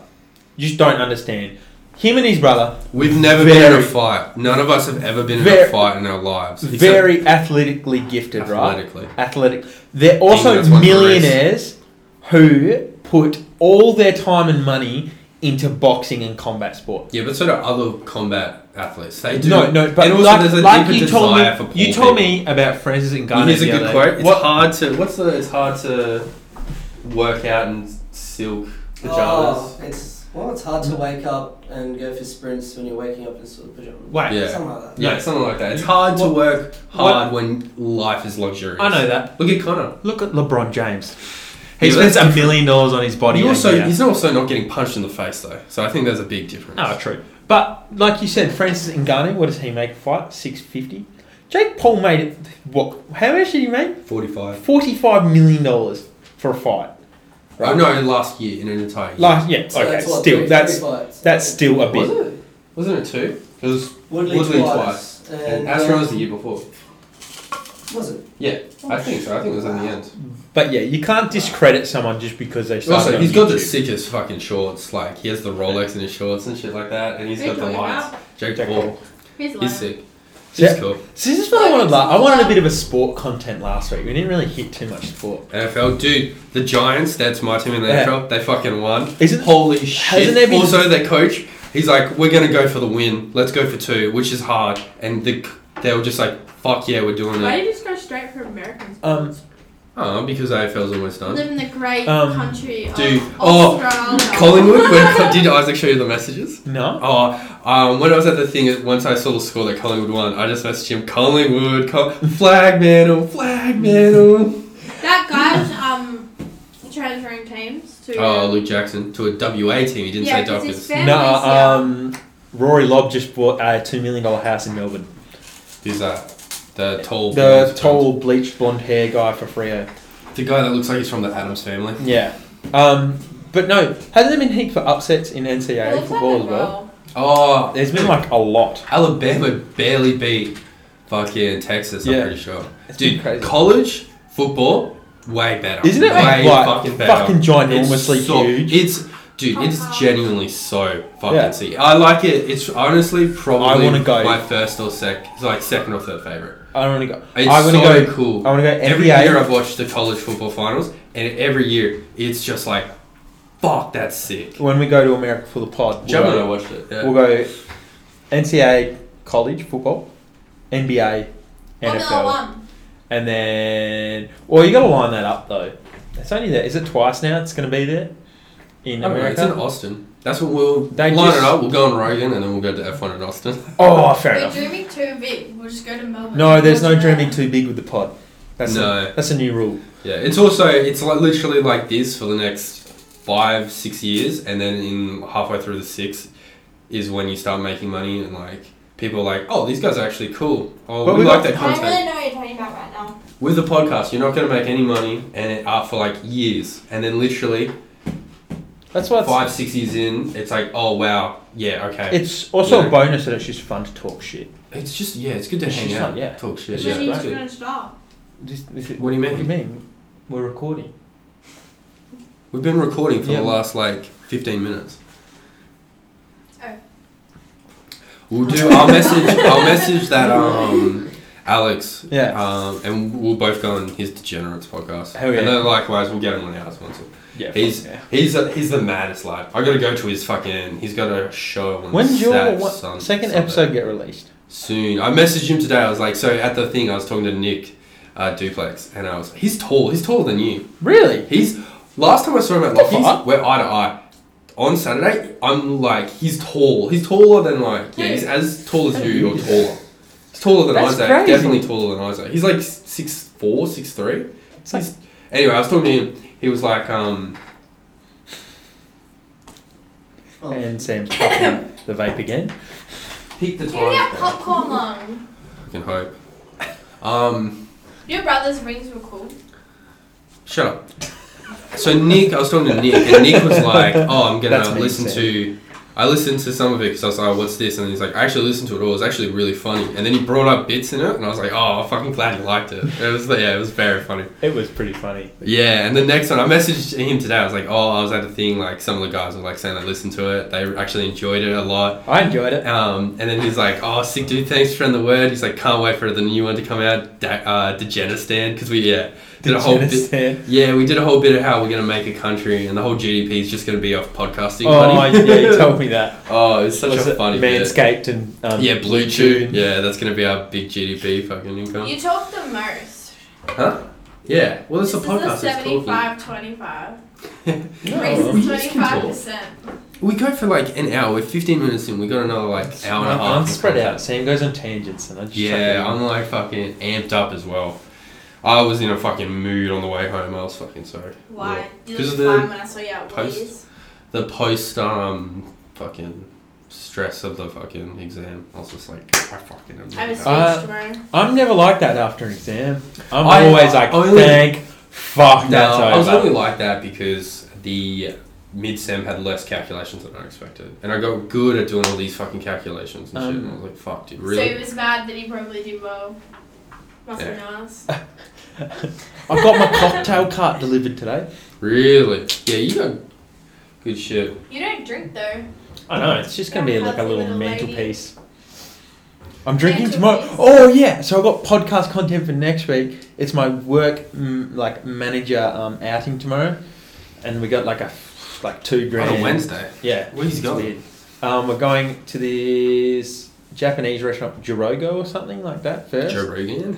just don't understand. Him and his brother, We've never been in a Very- fight. None of us have ever been in a Very- fight in our lives. except very athletically gifted, right? athletically. athletic. They're Ding, also that's one for millionaires who put all their time and money into boxing and combat sport. Yeah, but so do other combat athletes. They do. No, no, but and also like, there's a like deeper you told desire me, for poor you told people. me about Francis and Garner. Here's a the good other quote. day. It's What- hard to. What's the? It's hard to work out in silk pajamas. Oh, it's well, it's hard to wake up and go for sprints when you're waking up in sort of pajamas. Wait, Yeah. Something like that. Yeah, something like that. It's hard to What- work hard when life is luxurious. I know that. Look at Connor. Look at LeBron James. He Yeah, spends that's a million dollars on his body. He a also, year. he's also not getting punched in the face though, so I think there's a big difference. Oh, true. But like you said, Francis Ngannou, what does he make a fight? Six fifty. Jake Paul made it. What? How much did he make? Forty-five. Forty-five million dollars for a fight. Oh, no, last year in an entire year. Like yeah, So okay, that's what, still three- that's three fights. that's still a was bit. it? Wasn't it two? It was Woodley, Woodley twice. and And, Astro was the um, year before. Was it? Yeah, I think so. I think it was in the end. But yeah, you can't discredit someone just because they started. Also, on he's got the YouTube. sickest fucking shorts. Like he has the Rolex in his shorts and shit like that, and he's Who got the you talking lights. Jake Jack Paul, Here's the he's line. sick. He's Yeah. cool. So this is what I wanted. Last. I wanted a bit of a sport content last week. We didn't really hit too much sport. NFL, dude, the Giants. That's my team in the Yeah. NFL. They fucking won. Isn't- holy shit? hasn't there been- also, their coach, he's like, we're gonna go for the win. Let's go for two, which is hard. And the, they were just like, fuck yeah, we're doing Why it. do you just go straight for Americans? Um, Oh, because AFL's almost done. Live in the great Um, country of dude, oh, Australia. Collingwood. (laughs) When, did Isaac show you the messages? No. Oh, um, when I was at the thing, once I saw the score that Collingwood won, I just messaged him, Collingwood, Col- flag mantle, flag (laughs) mantle. that guy's um transferring teams to. Oh, Luke Jackson to a WA team. He didn't Yeah, say 'cause his Dockers. fam- No. Families, yeah. Um, Rory Lobb just bought a two million dollar house in Melbourne. Who's that? The tall, The tall, bleached blonde hair guy for Frio. the guy that looks like he's from the Adams family. Yeah. Um, but no, hasn't there been heaps of upsets in NCAA Well, it's like football a as well? role. Oh, There's been like a lot. Alabama barely beat fucking Texas. I'm Yeah. pretty sure. It's been Dude, crazy. college football way better. Isn't it way like fucking better? fucking ginormously it's so, huge? It's dude, it's genuinely so fucking Yeah. sick. I like it. It's honestly probably wanna go. my first or sec, it's like second or third favorite. I want to go. It's I want to so go. cool. I want to go Every NBA. year I've watched the college football finals, and every year it's just like, fuck, that's sick. when we go to America for the pod, we'll Jumbo and I go, watched it. Yeah. we'll go NCAA college football, Oh, NBA, Formula NFL, One. and then well, you got to line that up though. It's only there. Is it twice now? It's going to be there in I don't know, it's in America. Austin. That's what we'll They line just- it up. We'll go on Rogan, and then we'll go to F1 in Austin. (laughs) Oh, fair We're enough. dreaming too big. We'll just go to Melbourne. No, there's no Watch that. dreaming too big with the pod. That's No. A, that's a new rule. Yeah, it's also it's like literally like this for the next five six years, and then in halfway through the six is when you start making money and like people are like, oh, these guys are actually cool. Oh, But we, we like got- their I content. don't really know what you're talking about right now. With the podcast, you're not going to make any money, and it, uh, for like years, and then literally That's why it's, five six years in, it's like, oh wow, yeah, okay. it's also Yeah. a bonus that it's just fun to talk shit. it's just yeah, it's good to It's hang just out, like, yeah. talk shit. It's Yeah, When are you it's that's just good. gonna stop? This- this is- What do you mean? What do you mean? We're recording. We've been recording for Yeah. the last like 15 minutes. Oh. We'll do. I'll message. (laughs) I'll message that um Alex. Yeah. Um, and we'll both go on his Degenerates podcast. Hell yeah. And then likewise, we'll get him on ours once. Yeah. He's fuck he's a, he's the maddest lad. I gotta go to his fucking. He's got a show yeah. on. When's your Sat- what- Sun- second Sunday. episode get released? Soon. I messaged him today. I was like, so at the thing, I was talking to Nick, uh, Duplex, and I was. He's tall. He's taller than you. Really? He's last time I saw him at The Lockheed's, fuck? we're eye to eye. On Saturday, I'm like, he's tall. He's taller than like, yeah, he's as tall as you or taller. He's taller than That's Isaac. crazy. Definitely taller than Isaac. He's like six four, six three. It's like- He's- anyway, I was talking to him. He was like, um, Oh. And Sam's popping the vape again. peak the You can get time. popcorn lung. I can hope. Um, Your brother's rings were cool. shut (laughs) up. So Nick, I was talking to Nick, and Nick was like, oh, I'm gonna That's me, listen Sam. to. I listened to some of it because I was like, oh, what's this? And he's like, I actually listened to it all. It was actually really funny. And then he brought up bits in it, and I was like, oh, I'm fucking glad he liked it. It was, yeah, it was very funny. It was pretty funny. Yeah, and the next one, I messaged him today. I was like, oh, I was at a thing, like, some of the guys were, like, saying they listened to it. They actually enjoyed it a lot. I enjoyed it. Um, and then he's like, oh, sick dude, thanks for spreading the word. He's like, can't wait for the new one to come out, da- uh, Degenistan, because we, yeah, did a whole bit. Degenistan. Yeah, we did a whole bit of how we're going to make a country, and the whole GDP is just going to be off podcasting Oh, money. yeah, you told me that. (laughs) Oh, it's such Was a it funny bit. Manscaped and um, Yeah, Blue Chew. Yeah, that's going to be our big GDP fucking income. You talk the most. Huh? Yeah. Well, it's this a podcast. Is a it's talking. 75 25. well, we Race just can talk. 25%. (laughs) We go for like an hour. We're 15 minutes in. We got another like hour and a half. I'm of spread content. out. Sam goes on tangents, and I just Yeah, I'm like fucking amped up as well. I was in a fucking mood on the way home. I was fucking sorry. Why? You Because looked of fine the when I saw you at post. Woolies. the post um fucking stress of the fucking exam. I was just like, I fucking am. I have a speech really Uh, tomorrow. I'm never like that after an exam. I'm I- always like, only- thank fuck, No, that's over. I was only like that because the mid sem had less calculations than I expected, and I got good at doing all these fucking calculations and shit. Um, And I was like, fuck, dude, So really? he was mad that he probably did well. Must Yeah. be nice. (laughs) I got my cocktail cart delivered today. really? Yeah, you got good shit. You don't drink though. I know it's just gonna be like a little Little lady. mantelpiece. I'm drinking tomorrow. Mantelpiece. Oh yeah, so I got podcast content for next week. It's my work mm, like manager um, outing tomorrow, and we got like a like two grand. On a Wednesday. Yeah, Where's it's he going? weird. Um, we're going to this Japanese restaurant Jirogo or something like that first, Joe Rogan.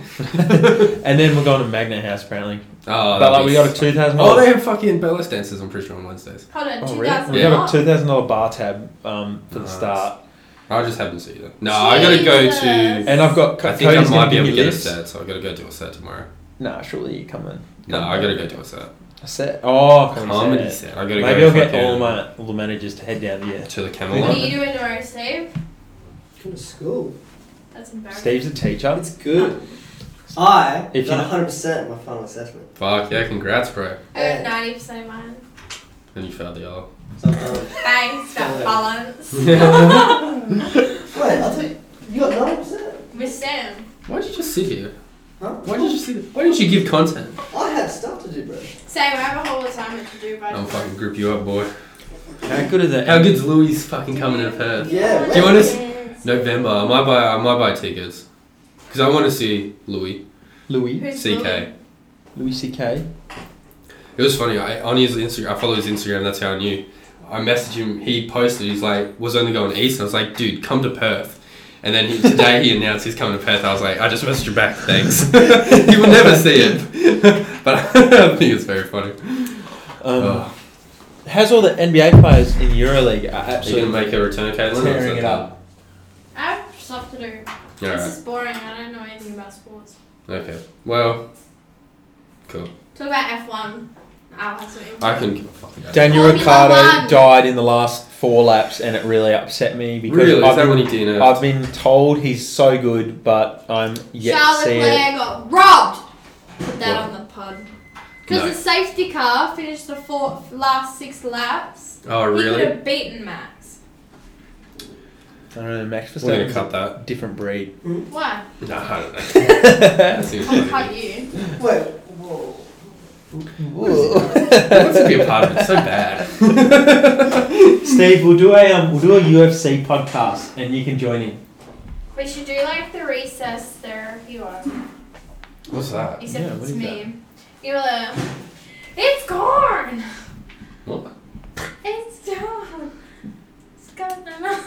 and then we're going to Magnet House apparently. Oh, but that'd like be we got a sick. two thousand. Oh, they have fucking burlesque dances. I'm pretty sure on Wednesdays. Hold on, Oh, two really? thousand. We Yeah. have a two thousand dollar bar tab um, for the Nice. start, I just haven't seen them. No, I gotta go Jesus. to. and I've got. I think I Cody's gonna might be give able me to get a lists. set, so I gotta go do a set tomorrow. Nah, surely you come in. No, I gotta go do a set. A set. Oh, comedy, Comedy set. set. I gotta Maybe go. I'll get fucking all my all the managers to head down here. to the What Camelot. are you doing tomorrow, Steve? Come to school. That's embarrassing. Steve's a teacher. It's good. I If got you- 100% in my final assessment. Fuck yeah, congrats, bro. I got ninety percent of mine. And you failed the other. So, um, Thanks, got Yeah. balance. (laughs) wait, I thought you, you got 90%? Miss Sam. Why did you just sit here? Huh? Why did you sit? Why didn't you give content? I had stuff to do, bro. Sam, I have a whole assignment to do by I'll fucking grip you up, boy. How good is that? How good's Louis fucking coming to Perth? Yeah. Do you want November. I might buy. I might buy tickets. Cause I want to see Louis Louis Who's CK. Louis? Louis C.K. It was funny. I on his Instagram, I follow his Instagram. That's how I knew. I messaged him. He posted. He's like, was only going east. And I was like, dude, come to Perth. And then he, today he announced he's coming to Perth. I was like, I just messaged you back. Thanks. (laughs) you will never see it, (laughs) but I think it's very funny. Um, Oh, How's all the NBA players in Euroleague? Are are you absolutely gonna make a return, Caitlin? or is tearing that it up. I have stuff to do. done? All This right. is boring. I don't know anything about sports. Okay. Well, cool. Talk about F one. Ah, I'll have something. I couldn't give a fuck. About it. Daniel Formula Ricciardo One. died in the last four laps, and it really upset me because Really? Is I've, that when been, he did it? I've been told he's so good, but I'm yet to Charlotte see it. Flair got robbed. Put that What? on the pod. Because No. the safety car finished the four, last six laps. Oh He could really? have beaten Max. I don't know. Max We're gonna Verstappen's cut that. a different breed. Why? No, I (laughs) don't know. That Whoa. (laughs) seems (laughs) I'll funny. cut you. Wait, whoa. He wants to be a part of it so bad. (laughs) Steve, we'll do a um, we'll do a UFC podcast, and you can (laughs) join in. We should do like the recess therapy one. What's that? Except Yeah, what it's is me. You were like, it's corn! What? It's gone! It's gone.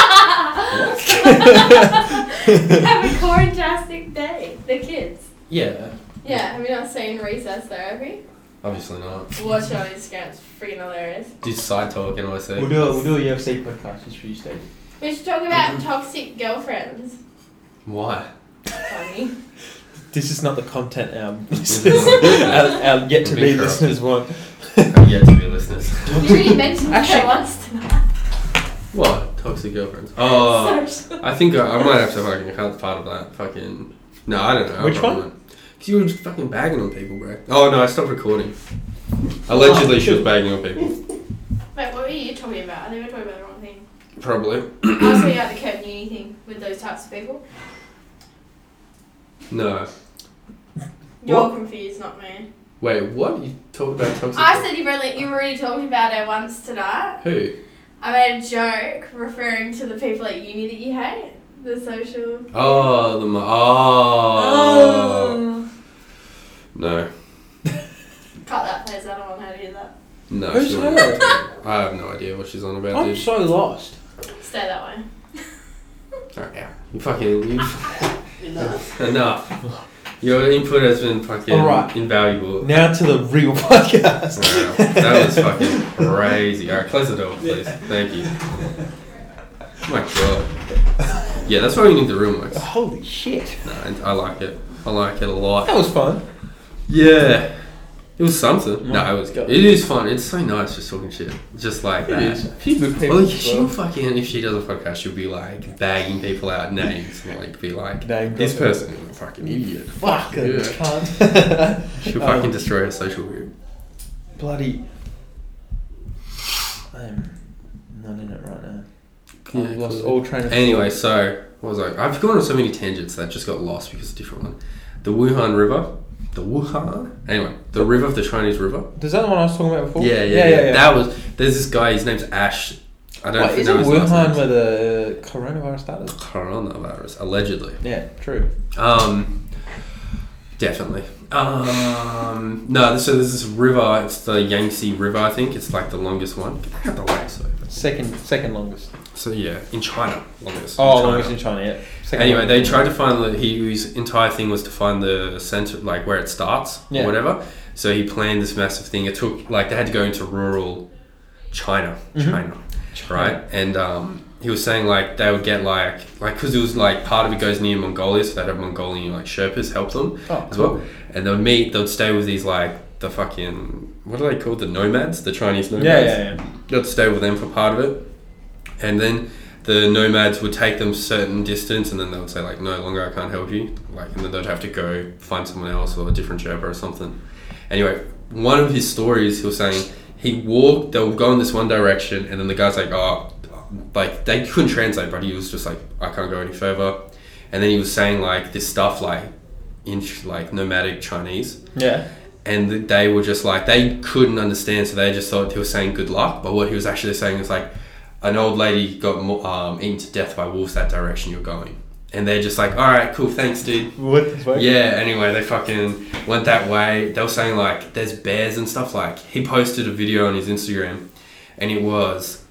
(laughs) (laughs) Have a corntastic day. The kids. Yeah. Yeah, have you not seen recess therapy? Obviously not. Watch it on Instagram, it's freaking hilarious. Do side talk and I say. We'll do a, we'll do a UFC podcast just for you, Steve. We should talk about Mm-hmm. toxic girlfriends. Why? (laughs) Funny. This is not the content (laughs) our listeners, listeners- (laughs) our, our- yet to be Be corrupted. listeners want. I'm yet to be listeners. You really mentioned Actually- (laughs) that once tonight. What? Toxic girlfriends. (laughs) Oh. I think I, I might have to fucking cut part of that. Fucking. No, I don't know. Which one? Because you were just fucking bagging on people, bro. Oh no, I stopped recording. Allegedly, she was bagging on people. Wait, what were you talking about? I think we were talking about the wrong thing. (clears throat) probably. also, you either curb uni thing with those types of people. No. You're What? confused, not me. Wait, what? You talked about toxic. I said you really, you already talked about it once tonight. Who? I made a joke referring to the people at uni that you hate. The social. Oh, the. Mo- Um. oh. No. Cut that, please. I don't want her to hear that. No. Who's she her? wouldn't. I have no idea what she's on about, I'm dude. so lost. Stay that way. Alright, yeah. You fucking. You, enough. Your input has been fucking Alright. invaluable. Now to the real podcast. Wow, that was fucking crazy. All right, close the door, please. Thank you. Oh My God. Yeah, that's why we need the room lights. (laughs) Holy shit. No, I- I like it. I like it a lot. That was fun. Yeah. It was something. No, it was God. good. It is fun. It's so nice just talking shit. Just like It that. is. Few good people. Well, as she'll well. fucking, if she does a podcast, she'll be like bagging people out names and like be like, Name this dropping. person is a fucking idiot. Fuck Yeah. it. Cunt. She'll (laughs) Um, fucking destroy her social group. Bloody. I'm not in it right now. I've Yeah, lost cool. all train of Anyway, so what was I? I've gone on so many tangents that just got lost because of a different one. The Wuhan River, the Wuhan. Anyway, the river of the Chinese River. thought. Is that the one I was talking about before? Yeah, yeah, yeah. That was. There's this guy. His name's Ash. I don't Wait, think isn't know his last Wuhan name. where the uh, coronavirus started? coronavirus allegedly. Yeah, true. Um, definitely. Um, no. So there's this river. It's the Yangtze River. I think it's like the longest one. Get out the way. So, Second, second longest. so yeah, in China, longest. in Oh, China. longest in China. Yeah. Second anyway, they longest. tried to find the he, his entire thing was to find the center, like where it starts Yeah. or whatever. So he planned this massive thing. It took like they had to go into rural China, Mhm. China, right? And um, he was saying like they would get like like because it was like part of it goes near Mongolia, so they'd have Mongolian like Sherpas help them Oh, as well, and they'd meet. They'd stay with these like the fucking what are they called? The nomads, the Chinese nomads Yeah, yeah, yeah. they'd stay with them for part of it, and then the nomads would take them certain distance, and then they would say like, "No longer, I can't help you," like, and then they'd have to go find someone else or a different Sherpa or something. Anyway, one of his stories, he was saying he walked. They would go in this one direction, and then the guy's like, "Oh, like they couldn't translate," but he was just like, "I can't go any further," and then he was saying like this stuff like in like nomadic Chinese Yeah. and th- they were just like they couldn't understand, so they just thought he was saying good luck. But what he was actually saying is like an old lady got mo- um, eaten to death by wolves that direction you're going, and they're just like, all right, cool, thanks, dude. What the fuck? Yeah. Anyway, they fucking went that way. They were saying like there's bears and stuff. Like he posted a video on his Instagram, and it was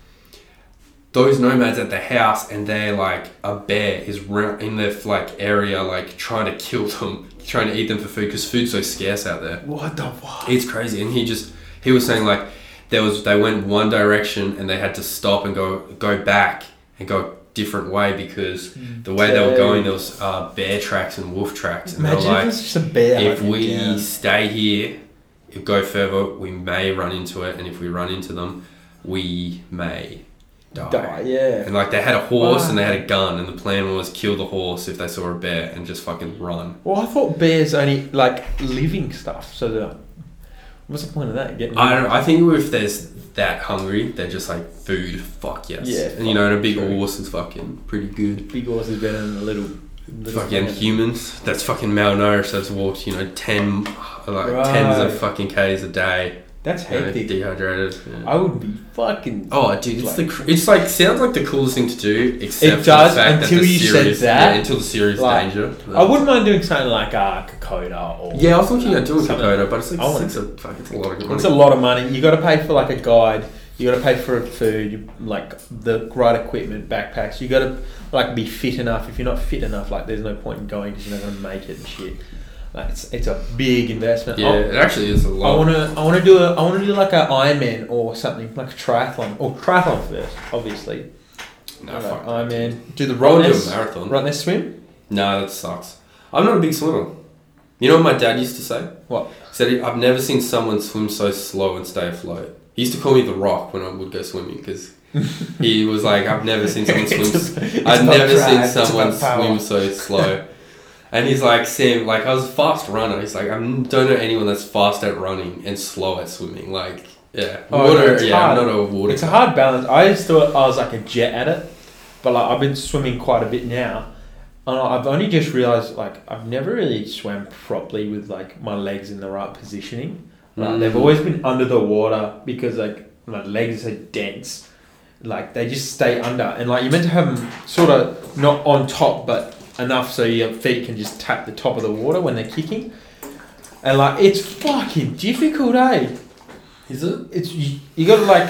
those nomads at the house, and they're like a bear is ra- in their like area, like trying to kill them, trying to eat them for food because food's so scarce out there. What the fuck? It's crazy, and he just he was saying like there was they went one direction and they had to stop and go go back and go a different way because Mm. the way they were going there was uh, bear tracks and wolf tracks and Imagine they were like if it's just a bear. if we stay here if go further we may run into it and if we run into them we may die, die. Yeah. and like they had a horse Wow. and they had a gun and the plan was kill the horse if they saw a bear and just fucking run Well, I thought bears only like living stuff. So they're like, what's the point of that? Getting I don't. I think if there's that hungry, they're just like food. Fuck yes. Yeah, And you know, and a big true. horse is fucking pretty good. big horse is better than a little. little Fucking thing. humans. That's fucking malnourished. That's walked. You know, ten like tens Right. of fucking k's a day. That's you know, hectic. dehydrated. yeah. I would be fucking. Oh, dude, it's the cr- it's like sounds like the coolest thing to do, except for does, the fact until that the you said serious, that. Yeah, until the serious Like, danger. I wouldn't mind doing something like uh, Kokoda or. Yeah, I was thinking about doing Something- Kokoda, but it's I like want six. A, fuck, it's a lot of money. It's a lot of money. You got to pay for like a guide. You got to pay for food, you, like the right equipment, backpacks. You got to like be fit enough. If you're not fit enough, like there's no point in going because you're not gonna make it and shit. Like it's, it's a big investment. yeah, it actually is a I, I lot. wanna I wanna do a I wanna do like an Ironman or something like a triathlon or triathlon first, obviously. no, Like fuck. Ironman. Do I wanna do a the rottenness marathon. rottenness swim. No, that sucks. I'm not a big swimmer. You know what my dad used to say? What? He said, he- I've never seen someone swim so slow and stay afloat. He used to call me the rock when I would go swimming (laughs) because he was like, I've never seen someone swim. It's s- about- it's I've about never drive, seen it's about someone power. swim so slow. And he's like, Sam, like I was a fast runner. He's like, I don't know anyone that's fast at running and slow at swimming. Like Yeah. Oh, Water. it's yeah. hard. I'm not a water. It's a guy. hard balance. I just thought I was like a jet at it, but like I've been swimming quite a bit now, and I- I've only just realized like I've never really swam properly with like my legs in the right positioning. Like they've Mm. always been under the water because like my legs are dense, like they just stay under, and like you're meant to have them sort of not on top but enough so your feet can just tap the top of the water when they're kicking. And like it's fucking difficult, eh? Is it? It's you, you gotta like. (laughs)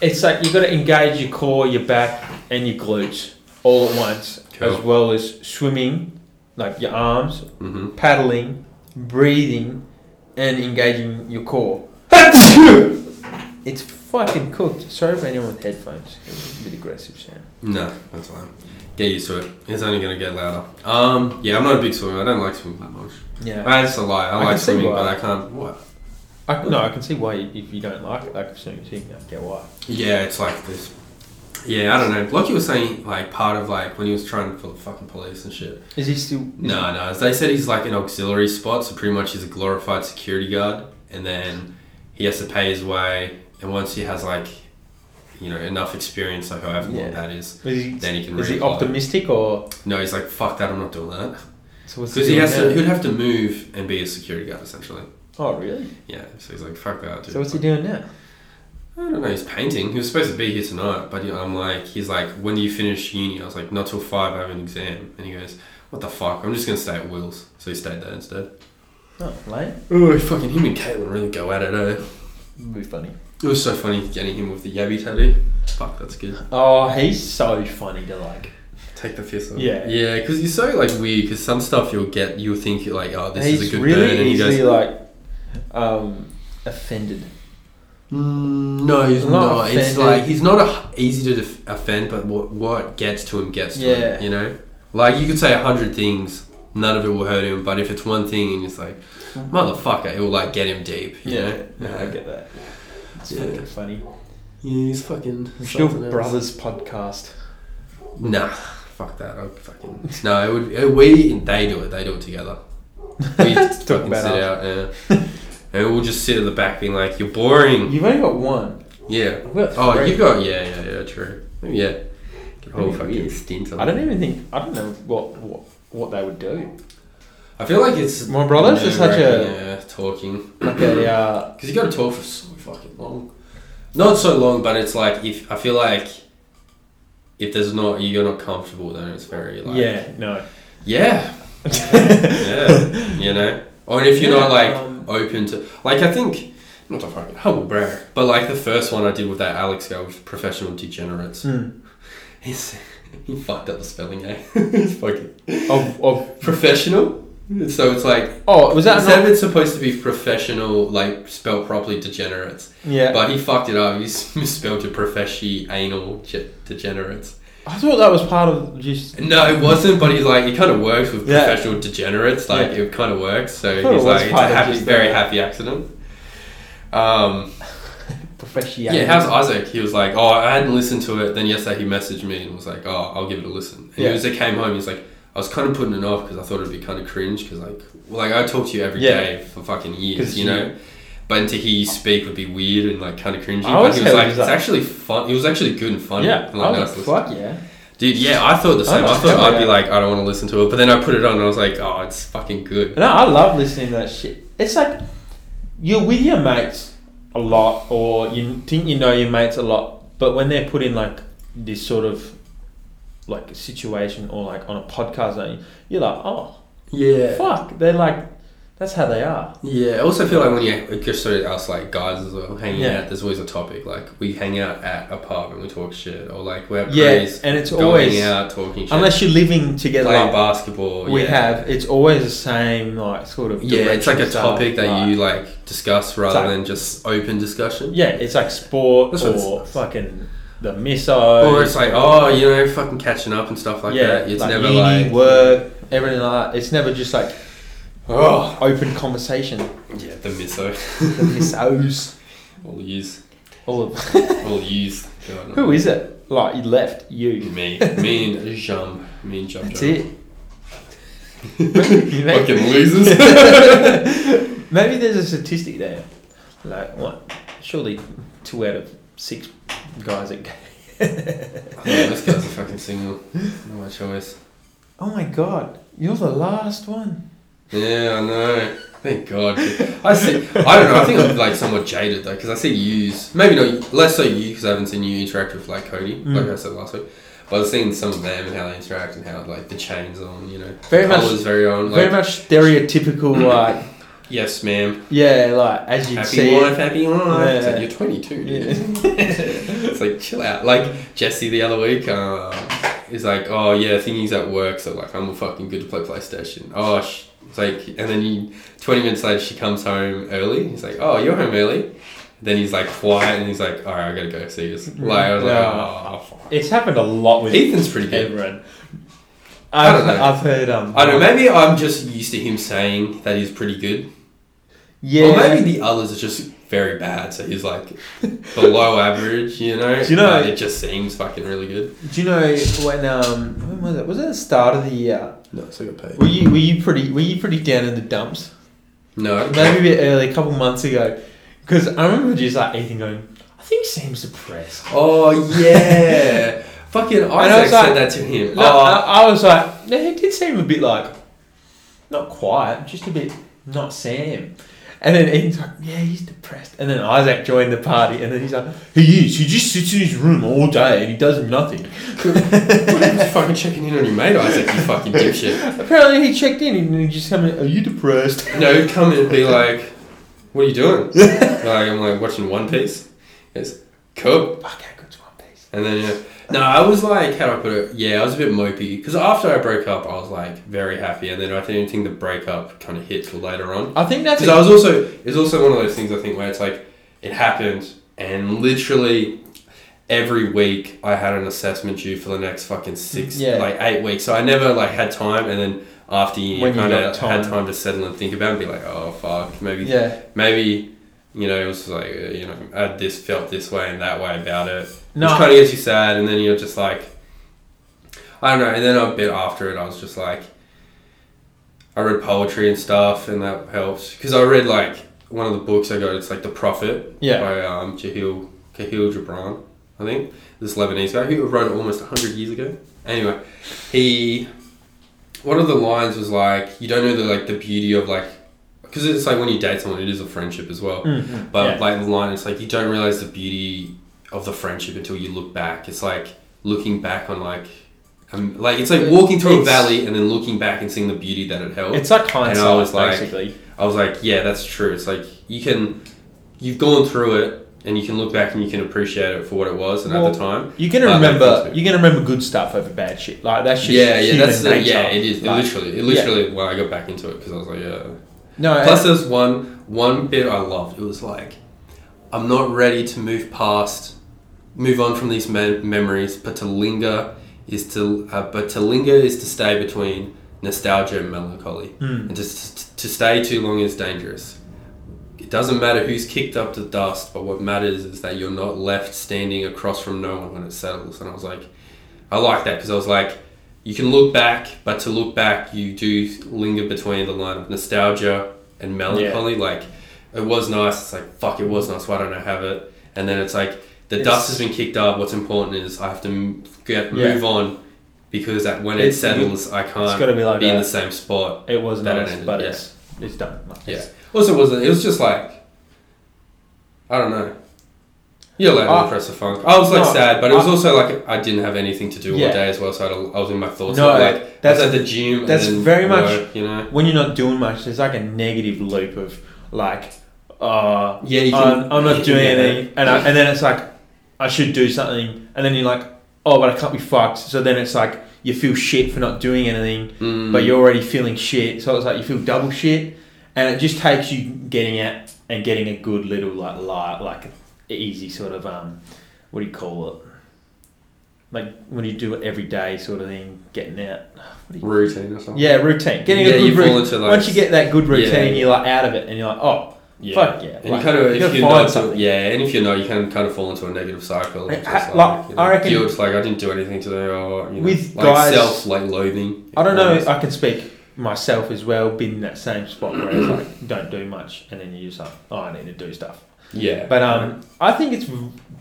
it's like you gotta engage your core, your back, and your glutes all at once, Cool. as well as swimming, like your arms, Mm-hmm. paddling, breathing, and engaging your core. it's fucking cooked. Sorry for anyone with headphones. It was a bit aggressive, Sam. No, that's fine. Get used to it. It's only gonna get louder. Um. Yeah. I'm not a big swimmer. I don't like swimming that much. Yeah. That's a lie. I, I can like see swimming, why. but I can't. What? I, no, I can see why you, if you don't like it. Like, soon as you can get why. Yeah, it's like this. Yeah, I don't know. Like you were saying, like part of like when he was trying for the fucking police and shit. Is he still? No, no. As they said, he's like an auxiliary spot, so pretty much he's a glorified security guard, and then he has to pay his way. And once he has like, you know, enough experience, like however long Yeah. that is, Is he, then he can. is he reapply. optimistic or? No, he's like, fuck that. I'm not doing that So what's because he doing has to. now? He'd have to move and be a security guard essentially. (laughs) Oh, really? Yeah. So he's like, fuck that. Dude. So what's he doing now? I don't know. He's painting. He was supposed to be here tonight, but you know, I'm like, he's like, when do you finish uni? I was like, not till five. I have an exam. And he goes, what the fuck? I'm just gonna stay at Will's. So he stayed there instead. Oh, late. Oh, fucking him and Caitlin really go at it. Eh? Would be funny. It was so funny getting him with the yabby tattoo. Fuck, that's good. Oh, he's so funny to like. Take the piss off. Yeah. yeah, because you're so like weird. Because some stuff you'll get, you'll think you're like, oh, this he's is a good really burn, and he easily goes, like um, offended. mm, no, he's Not not. It's offended. like he's not a, easy to def- offend, but what what gets to him gets to Yeah. him. You know, like you could say a hundred things, none of it will hurt him, but if it's one thing and it's like, motherfucker, it will like get him deep. You know? yeah, I get that. It's Yeah. fucking funny. Yeah, he's fucking. We should do something a else. brothers podcast. Nah, fuck that. I'll fucking no. It would uh, we and they do it. They do it (laughs) together. (laughs) We Talk fucking about sit it. out, yeah. (laughs) and we'll just sit at the back, being like, "You're boring." You've only got one. Yeah. I've got Oh, three. you got yeah, yeah, yeah. True. Yeah. Get a whole Maybe fucking stint on I don't even think I don't know what what what they (coughs) would do. I feel like it's My brothers are such a- nerve-wracking, yeah talking Like a (clears throat) uh, because you got to talk for so fucking long. Not so long, but it's like if I feel like if there's not you're not comfortable, then it's very like yeah no. yeah (laughs) yeah, you know, or if you're not like Um, open to, like I think, not to fucking humble brag, but like the first one I did with that Alex guy was professional degenerates. mm, He's (laughs) he fucked up the spelling, eh? (laughs) He's fucking of, of, professional. So it's like oh, was that instead not, of it's supposed to be professional, like spelled properly degenerates, yeah? but he fucked it up. He s- (laughs) misspelled it professional anal ge- degenerates. I thought that was part of just No, it wasn't. But he's like, it kind of works with Yeah. professional degenerates. Like it kind of works. So I thought it he's was like, it's part a of happy, just very the- happy accident. Um, yeah. professional. how's Isaac? He was like, oh, I hadn't listened to it. Then yesterday he messaged me and was like, oh, I'll give it a listen. And Yeah. he was, he came home. He's like, I was kind of putting it off because I thought it'd be kind of cringe because like, like I talk to you every day Yeah. for fucking 'Cause years, you you- know. But to hear you speak would be weird and like kind of cringy. I But always he was heard like, it it's was like- actually fun. It was actually good and funny. Yeah, Oh, And, like, I nice was to like, listen fuck yeah. Dude, yeah, I thought the same. Oh, I thought I'd be yeah. like, I don't want to listen to it, but then I put it on and I was like, oh, it's fucking good. No, I love listening to that shit. It's like you're with your mates a lot, or you think you know your mates a lot, but when they're put in like this sort of like situation or like on a podcast, and you're like, oh Yeah, fuck, they're like, that's how they are. yeah. I also feel like when you just sort of us like guys as well hanging Yeah. out, there's always a topic. Like we hang out at a pub and we talk shit, or like we're at Yeah, parties, and it's going always- out talking shit, Unless you're living together, playing like basketball. we Oh, yeah. have, it's always the same like sort of. Yeah, it's like a direction stuff, topic that like- you like discuss rather like- than just open discussion. Yeah, it's like sport That's what it's- or fucking the missile. Or it's like, oh, you know, fucking catching up and stuff like that. It's never uni, like work, everything like that. It's never just like Oh, open conversation. yeah, the miso, (laughs) The missos, all used, all of (laughs) all used. God, who is it? Like you left you. (laughs) Me, me and Jump, me and Jump. That's it. (laughs) (laughs) Fucking losers. Maybe there's a statistic there. Like, what? Surely two out of six guys are gay. (laughs) yeah, this guy's a fucking single. No choice. oh my god, you're the last one. Yeah, I know. Thank God. I see. I don't know. I think (laughs) I'm like somewhat jaded though, because I see yous. Maybe not less so you, because I haven't seen you interact with like Cody, Mm. like I said last week. But I've seen some of them and how they interact and how like the chains on, you know, Very much- colors very on. Like, Very much stereotypical, like, Yes, ma'am. yeah, like, as you'd Happy see. it. life, happy life. It's like, Yeah. you're 22. dude. Yeah. (laughs) It's like chill out. Like Jesse the other week, uh, is like, oh yeah, thingy's at work, so like I'm fucking good to play PlayStation. Oh, sh-. it's like, and then you, twenty minutes later, she comes home early. He's like, oh, you're home early. Then he's like quiet, and he's like, all right, I gotta go see this. Like I was Yeah. like, oh, fuck. it's happened a lot with Ethan's pretty good. everyone. I I've, don't know. I've heard, um, I don't know. Maybe I'm just used to him saying that he's pretty good, yeah. or maybe the others are just very bad. So he's like below average, you know. Do you know- But it just seems fucking really good. (laughs) Do you know when um when was it? Was it the start of the year? No, so I got paid. Were you were you pretty were you pretty down in the dumps? No, (laughs) Maybe a bit early, a couple months ago. Because I remember just like Ethan going, I think Sam's depressed. Oh yeah, fucking Isaac I was like- said that to him. No, uh, (laughs) oh, I, I was like, no, he did seem a bit like not quiet, just a bit not Sam. And then Ethan's like, yeah, he's depressed. And then Isaac joined the party, and then he's like, he is. He just sits in his room all day and he does nothing. He's fucking checking in on your mate, Isaac. You fucking dipshit. Apparently, he checked in and he just came in, Are you depressed? No, he'd come in and be like, "What are you doing?" like I'm like watching One Piece. It's cool. (laughs) Fuck, how good's One Piece? And then you know, no, I was like, how do I put it? Yeah, I was a bit mopey because after I broke up, I was like very happy, and then I didn't think the breakup kind of hit till later on. I think that's Because I was also it was also one of those things I think where it's like it happened and literally every week I had an assessment due for the next fucking six Yeah. like eight weeks. So I never like had time and then after you When you kind got of time. had time to settle and think about it and be like, oh fuck, maybe yeah. maybe you know it was like uh, you know I this felt this way and that way about it. No. Which kind of gets you sad, and then you're just like, I don't know. And then a bit after it, I was just like, I read poetry and stuff, and that helps because I read like one of the books I got. It's like The Prophet Yeah. by um, Jahil Kahil Gibran, I think. This Lebanese guy who wrote it almost hundred years ago. Anyway, he one of the lines was like, "You don't know the like the beauty of like." Because it's like when you date someone, it is a friendship as well. Mhm. But Yeah. like the line, it's like you don't realize the beauty of the friendship until you look back. It's like looking back on like, um, like it's like walking through a It's- valley and then looking back and seeing the beauty that it held. It's like I hindsight, was like- basically. I was like, yeah, that's true. It's like you can, you've gone through it and you can look back and you can appreciate it for what it was and Well, at the time. You're gonna But that remember. makes me- You're gonna remember good stuff over bad shit. Like that's just Yeah, yeah, human that's the, nature. yeah. It is it Like, literally, it literally. When I got back into it, because I was like, yeah. no. Plus, there's one one bit I loved. It was like, I'm not ready to move past, move on from these mem- memories, but to linger is to, uh, but to linger is to stay between nostalgia and melancholy, Mm. and just to stay too long is dangerous. It doesn't matter who's kicked up to dust, but what matters is that you're not left standing across from no one when it settles. And I was like, I like that because I was like, you can look back, but to look back, you do linger between the line of nostalgia and melancholy. Like, it was nice. It's like, fuck, it was nice. Why don't I have it? And then it's like, the It's- dust has been kicked up. What's important is I have to m- get, Yeah. move on because that when it It's- settles, I can't gotta be like be in that. the same spot. it was That nice, ended, but yeah. it's it's done. Like, Yeah. it's- Also, it wasn't. It was just like, I don't know. Yeah, like I- uh, impressive funk. I was like No, sad, but it was I- also like I didn't have anything to do all Yeah. day as well, so I, had a- I was in my thoughts. No, No, like that's that's- at the gym. and that's then very much- work, you know. When you're not doing much, there's like a negative loop of like, uh, Yeah, you can- I'm, I'm not you can doing get anything, and I, and then it's like, I should do something, and then you're like, oh, but I can't be fucked. So then it's like you feel shit for not doing anything, Mm. but you're already feeling shit. So it's like you feel double shit, and it just takes you getting out and getting a good little like light, like easy sort of um, what do you call it? Like when you do it every day, sort of thing, getting out. What do you- routine or something. yeah, routine. Getting Yeah, a you good fall routine. into like Once you get that good routine, Yeah. you're like out of it, and you're like, oh, yeah. fuck yeah. And like, you kind of, if gotta you find know, something. yeah, and if you know, you can kind of fall into a negative cycle. Like, Of ha- just like, like, you know, I reckon- guilt, like I didn't do anything today, or you know, With like guys- self, like loathing. I don't know. I can speak myself as well been in that same spot where it's like don't do much and then you just like oh I need to do stuff Yeah. but um I think it's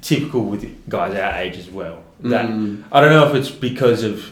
typical with guys our age as well that Mm. I don't know if it's because of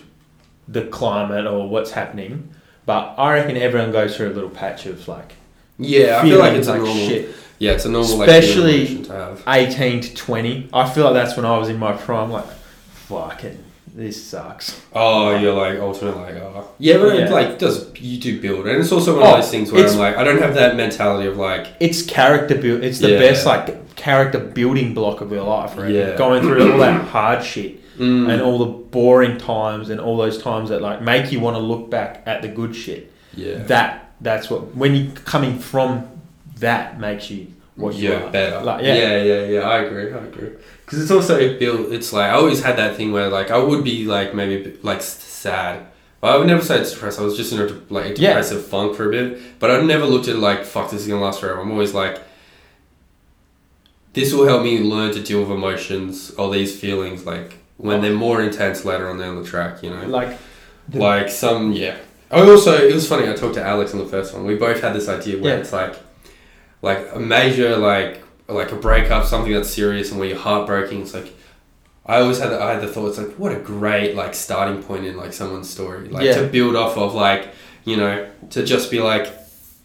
the climate or what's happening but I reckon everyone goes through a little patch of like yeah, I feel like it's a normal. shit Yeah, it's a normal Especially- like, human emotion to have. 18 to 20 I feel like that's when I was in my prime like fucking this sucks Oh, you're like ultimately like oh. Yeah, but it Yeah. like does you do build it. And it's also one Oh, of those things where it's- I'm like I don't have that mentality of like it's character build. It's the Yeah. best like character building block of your life, right? Yeah. Going through (clears throat) all that hard shit mm, and all the boring times and all those times that like make you want to look back at the good shit. yeah. That that's what when you coming from that makes you what you yeah, are. better. Like, yeah. yeah. yeah, yeah, I agree, I agree. Because it's also it built. It's like I always had that thing where like I would be like maybe a bit, like s- sad. But I would never say it's depressed. I was just in a de- like a Yeah. depressive funk for a bit. But I've never looked at it like fuck, this is gonna last forever. I'm always like, this will help me learn to deal with emotions or these feelings like when they're more intense later on down the track. You know, Like The- like some yeah. I also it was funny. I talked to Alex on the first one. We both had this idea where Yeah. it's like, like a major like like a breakup, something that's serious and where you're heartbreaking. It's like I always had the, I had the thoughts like, what a great like starting point in like someone's story, like Yeah. to build off of like you know to just be like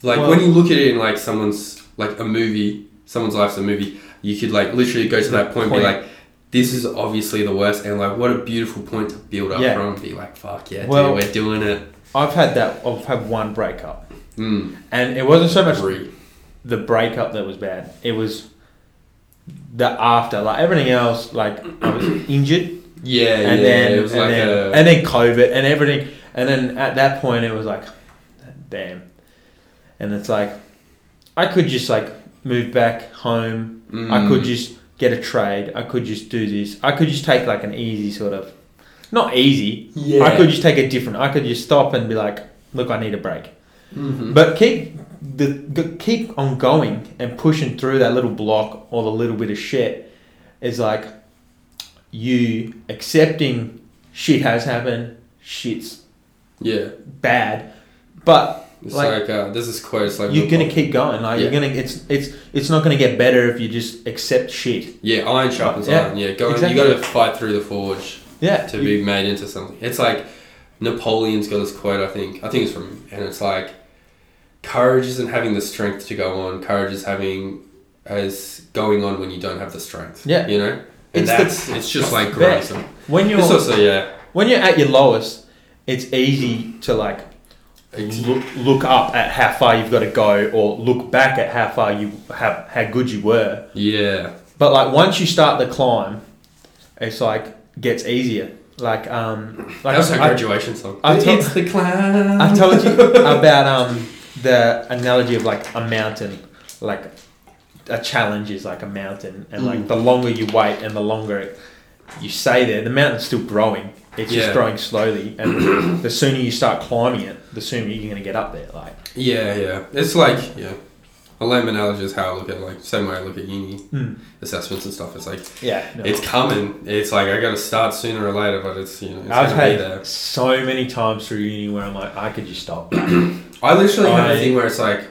like Well- when you look at it in like someone's like a movie, someone's life's a movie. You could like literally go to that point, point. Point. and be like. This is obviously the worst, and like, what a beautiful point to build up Yeah. from. Be like, fuck yeah, Well- dude, we're doing it. I've had that. I've had one breakup, Mm. and it wasn't so much Agree. the breakup that was bad. It was the after, like everything else. Like I (clears throat) was injured. Yeah, and yeah. then it was and like then, a and then COVID and everything, and then at that point it was like, damn, and it's like, I could just like move back home. mm, I could just get a trade. I could just do this. I could just take like an easy sort of, not easy. yeah. I could just take a different. I could just stop and be like, look, I need a break. Mhm. But keep the g- keep on going and pushing through that little block or the little bit of shit is like you accepting shit has happened, shit's yeah. bad, but It's like- like, uh, there's this quote. It's like oh, you're gonna keep going. Like you're Yeah. gonna it's it's it's not gonna get better if you just accept shit. yeah, iron sharpens Yeah, iron. Yeah, go exactly. you got to fight through the forge Yeah. to you- be made into something. It's like Napoleon's got this quote. I think I think it's from him, and it's like courage isn't having the strength to go on. Courage is having as going on when you don't have the strength. Yeah. you know. And It's the- that's it's just like Yeah. growth. and- when you're It's also yeah. when you're at your lowest, it's easy to like Ex- look, look up at how far you've got to go or look back at how far you have how good you were. Yeah. But like once you start the climb, it's like gets easier. Like um, like that was her I, graduation song. I told- it's the clown. I (laughs) told you about um the analogy of like a mountain, like a challenge is like a mountain, and like Mm. the longer you wait and the longer you stay there, the mountain's still growing. It's Yeah. just growing slowly, (clears throat) and the sooner you start climbing it, the sooner you're gonna get up there. Like Yeah, yeah. It's like yeah. A lamb analogy is how I look at like same way I look at uni Mm. assessments and stuff. It's like yeah, no. it's coming. It's like I got to start sooner or later, but it's you know it's I've gonna be had there. so many times through uni where I'm like, I could (clears throat) just stop. I literally have I- a thing where it's like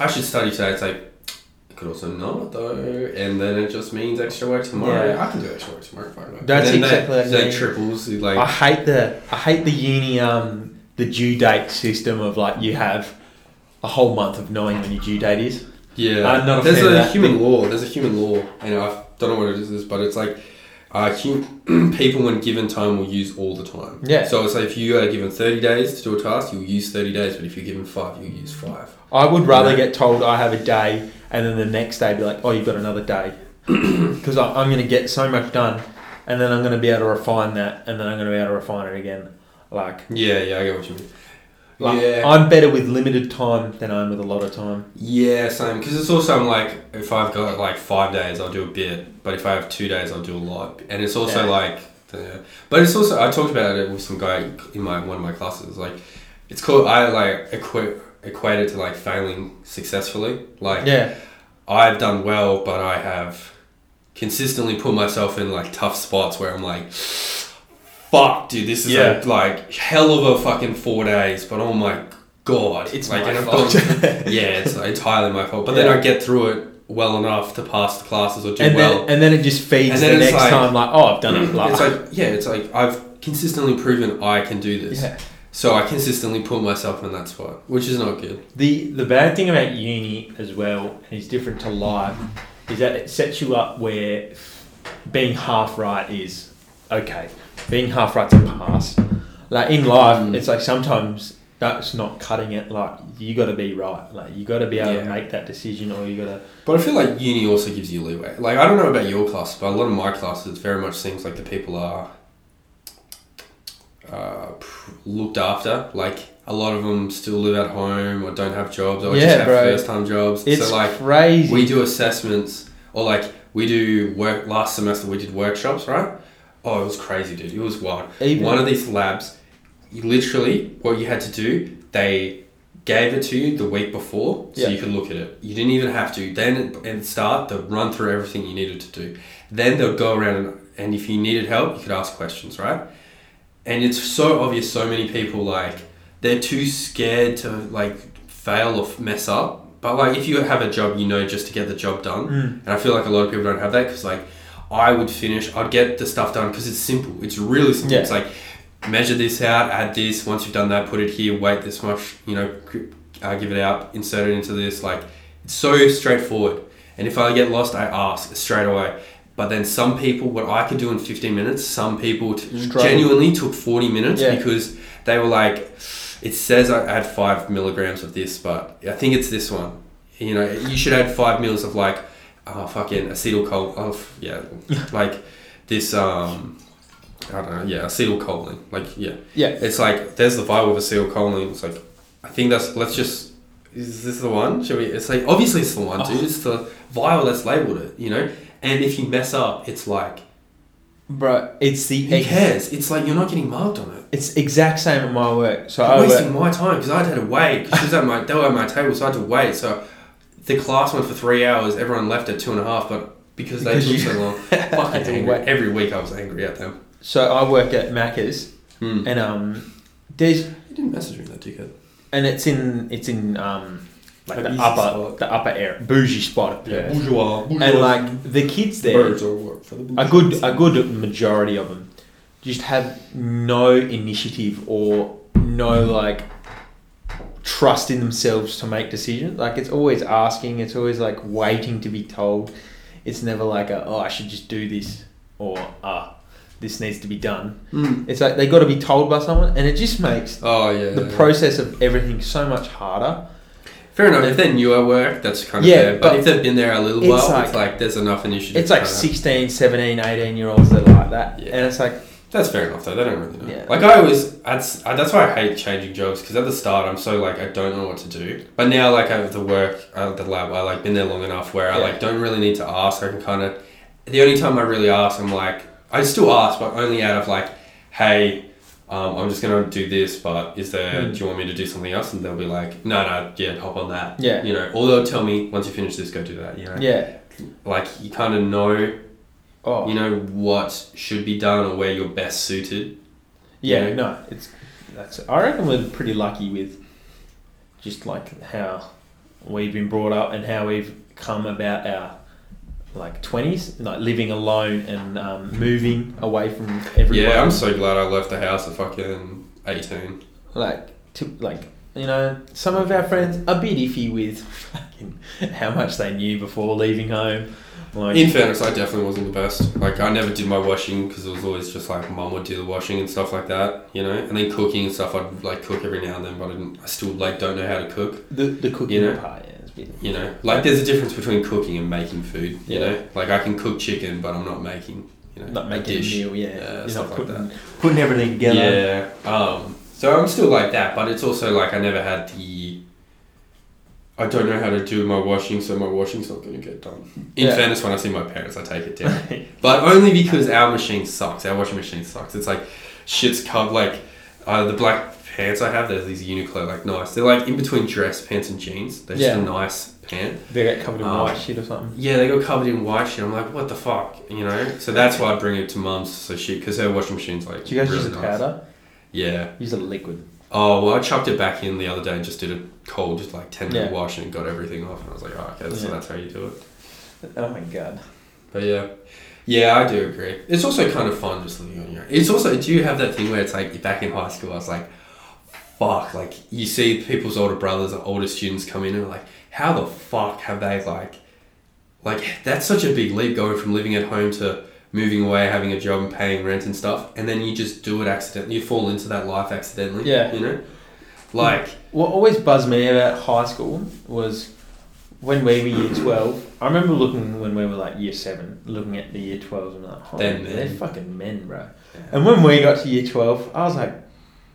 I should study today. It's like I could also not though, and then it just means extra work tomorrow. Yeah. I can do extra work tomorrow. If I want. That's And then exactly that, what I that mean. triples. you I Like hate the I hate the uni um the due date system of like you have a whole month of knowing when your due date is. yeah, I'm not a there's fan a of that. human law. There's a human law, and I don't know what it is, but it's like uh, hum- (clears throat) people when given time will use all the time. Yeah. So it's like if you are given 30 days to do a task, you'll use 30 days, but if you're given five, you'll use five. I would rather Yeah. get told I have a day and then the next day be like, oh, you've got another day (clears throat) because I'm going to get so much done and then I'm going to be able to refine that and then I'm going to be able to refine it again. Like, Yeah, yeah, I get what you mean. like yeah, I'm better with limited time than I am with a lot of time. yeah, same. Because it's also I'm like, if I've got like five days, I'll do a bit, but if I have two days, I'll do a lot. And it's also Yeah. like, the, but it's also I talked about it with some guy in my one of my classes. Like, it's called I like equate equate it to like failing successfully. Like, Yeah, I've done well, but I have consistently put myself in like tough spots where I'm like, fuck, dude, this is Yeah. a, like hell of a fucking four days, but oh my god. It's like, my and I've fault. gone- (laughs) yeah, it's entirely my fault. But then Yeah. I get through it well enough to pass the classes or do and well. then and then it just feeds And then the it's next like- time like oh I've done (clears throat) it. Like, it's (laughs) like yeah, it's like I've consistently proven I can do this. yeah. So I consistently put myself in that spot, which is not good. The the bad thing about uni as well and is different to life is that it sets you up where being half right is okay. Being half right's a pass. Like in life, Mm. it's like sometimes that's not cutting it. Like you got to be right. Like you got to be able to Yeah. make that decision, or you got to. But I feel like uni also gives you leeway. Like I don't know about your class, but a lot of my classes very much seems like the people are uh, pr- looked after. Like a lot of them still live at home or don't have jobs or Yeah, just have bro. first time jobs. It's so like crazy. we do assessments or like we do work last semester we did workshops right oh it was crazy dude it was wild Even- one of these labs you literally what you had to do they gave it to you the week before so Yeah. you could look at it you didn't even have to then at the start they'll run through everything you needed to do then they'll go around and, and if you needed help you could ask questions right and it's so obvious so many people like they're too scared to like fail or f- mess up but like if you have a job you know just to get the job done Mm. and i feel like a lot of people don't have that because like i would finish i'd get the stuff done because it's simple it's really simple Yeah. it's like measure this out add this once you've done that put it here wait this much you know cr- uh, give it out insert it into this like it's so straightforward and if i get lost i ask straight away but then some people what i could do in 15 minutes some people t- Struggle. genuinely took 40 minutes Yeah. because they were like it says i add five milligrams of this but i think it's this one you know you should add five mils of like uh, fucking acetylcholine of yeah like this um i don't know yeah acetylcholine like yeah yeah. it's like there's the vibe of acetylcholine it's like i think that's let's just is this the one should we it's like obviously it's the one dude it's the vial that's labeled it you know and if you mess up it's like Bro, it's the who ex- cares? It's like you're not getting marked on it. It's exact same at my work. So You're I wasting work, my time because I had to wait. 'cause she was at my they were at my table, so I had to wait. So the class went for three hours. Everyone left at two and a half, but because they Because took you- so (laughs) long, I fucking had to angry. wait. Every week I was angry at them. so I work at Macca's, Mm. and um, there's You didn't message me that dickhead. and it's in it's in um like An the easy upper spot. the upper air bougie spot of Perth. bourgeois, and like the kids there, birds or work for the a good a good majority of them just have no initiative or no like trust in themselves to make decisions. Like it's always asking, it's always like waiting to be told. It's never like a, oh I should just do this or ah this needs to be done. Mm. It's like they got to be told by someone, and it just makes Oh yeah. the yeah. process of everything so much harder. Fair enough. If they're new at work, that's kind of Yeah, fair. But, but if they've been there a little it's while, like- it's like there's enough initiative. it's like kinda- 16 17 18 year olds that are like that Yeah. and it's like That's fair enough though. They don't really know. Yeah. Like I always, that's I- that's why I hate changing jobs because at the start I'm so like I don't know what to do. But now like I have the work at the lab, I like been there long enough where I Yeah. like don't really need to ask. I can kind of. The only time I really ask, I'm like I still ask, but only out of like, hey, um, I'm just gonna do this. But is there? Hmm. Do you want me to do something else? And they'll be like, no, no, yeah, hop on that. Yeah. You know, or they'll tell me once you finish this, go do that. You know. yeah Like you kind of know, oh you know what should be done or where you're best suited. yeah you no it's that's i reckon we're pretty lucky with just like how we've been brought up and how we've come about our like 20s like living alone and um, moving away from everyone Yeah, I'm so glad I left the house at fucking 18. like to like you know some of our friends a bit iffy with fucking (laughs) how much they knew before leaving home like In fairness, I definitely wasn't the best. Like, I never did my washing because it was always just like mum would do the washing and stuff like that, you know? And then cooking and stuff, I'd like cook every now and then, but I, didn't, I still like don't know how to cook, the, the cooking You know? part yeah, it's a bit you know? Like, there's a difference between cooking and making food, you Yeah. know? Like, I can cook chicken, but I'm not making, you know, not a making a dish. meal, yeah. You're stuff not like putting, that. putting everything together. Yeah. Um, so I'm still like that, but it's also like I never had the. I don't know how to do my washing, so my washing's not going to get done. In Yeah. fairness, when I see my parents, I take it down. But only because our machine sucks. Our washing machine sucks. It's like shit's covered. Like uh, the black pants I have, there's these Uniqlo, like nice. They're like in between dress pants and jeans. They're just Yeah. a nice pant. (laughs) They get covered in Oh. white shit or something. Yeah, they got covered in white shit. I'm like, what the fuck, you know? So that's why I bring it to mum's so she, because her washing machine's like. Do you guys really use a nice. powder? Yeah. Use a liquid. Oh well, I chucked it back in the other day and just did a cold, just like ten minute Yeah. wash and got everything off. And I was like, oh, okay, so Yeah. that's how you do it. Oh my god. But yeah, yeah, I do agree. It's also kind of fun just living on your own. It's also do you have that thing where it's like back in high school, I was like, fuck, like you see people's older brothers or older students come in and like, how the fuck have they like, like that's such a big leap going from living at home to moving away, having a job and paying rent and stuff, and then you just do it accidentally. You fall into that life accidentally. Yeah. you know, like What always buzzed me about high school was when we were year 12. I remember looking when we were like year 7, looking at the year 12s and like, oh, They're they're, men. fucking men, bro. Yeah. And when we got to year 12, I was like,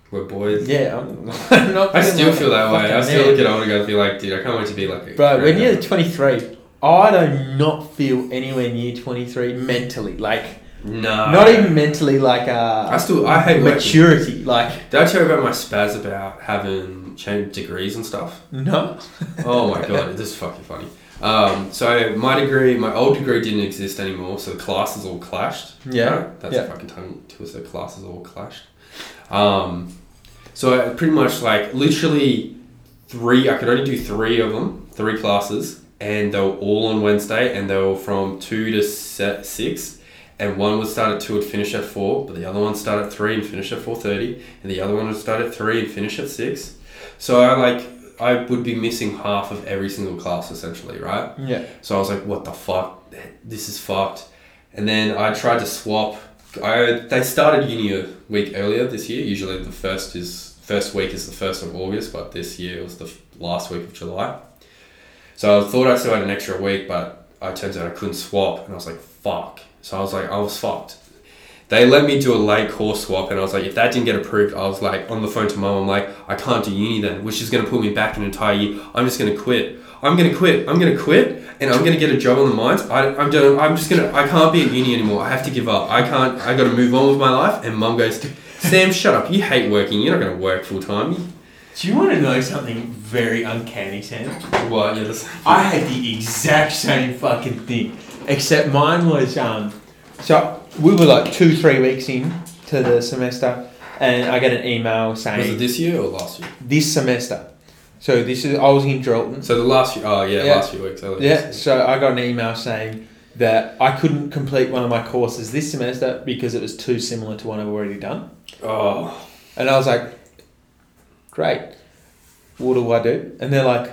we're boys. yeah, I'm (laughs) I'm not. I still fucking feel that way. I fucking still man. look at older guys and be like, dude, I can't wait to be like. a Bro, when grown-up. you're 23, I do not feel anywhere near 23 mentally. Like, No. not even mentally, like, uh, Uh, I still I hate working. maturity. Like, Did I tell you about my spaz about having changed degrees and stuff? no. Oh my god, this is fucking funny. Um, so my degree, my old degree didn't exist anymore, so the classes all clashed. Yeah, Right? That's yeah. a fucking tongue twister. Classes all clashed. Um, so I pretty much like literally three. I could only do three of them, three classes, and they were all on Wednesday, and they were from two to se- six. And one would start at two and finish at four, but the other one started at three and finish at four thirty, and the other one would start at three and finish at six. So I like I would be missing half of every single class essentially, right? (laughs) Yeah. So I was like, what the fuck? This is fucked. And then I tried to swap. I they started uni a week earlier this year. Usually the first is first week is the first of August, but this year it was the f- last week of July. So I thought I still had an extra week, but it turns out I couldn't swap, and I was like, fuck. So I was like, I was fucked. They let me do a late course swap, and I was like, if that didn't get approved, I was like, on the phone to mum, I'm like, I can't do uni then, which is going to put me back an entire year. I'm just going to quit. I'm going to quit. I'm going to quit, and I'm going to get a job on the mines. I, I'm done. I'm just going to, I can't be at uni anymore. I have to give up. I can't, I got to move on with my life. And mum goes, Sam, shut up. You hate working. You're not going to work full time. Do you want to know something very uncanny, Sam? What? Yeah, that's, I had the exact same fucking thing, except mine was um. So we were like two, three weeks in to the semester, and I get an email (laughs) was it saying this year or last year? this semester. So this is I was in Drelton. So the last few, oh yeah, Yeah. last few weeks. I was- Yeah. So I got an email saying that I couldn't complete one of my courses this semester because it was too similar to one I've already done, Oh, and I was like, great. What do I do? And they're like,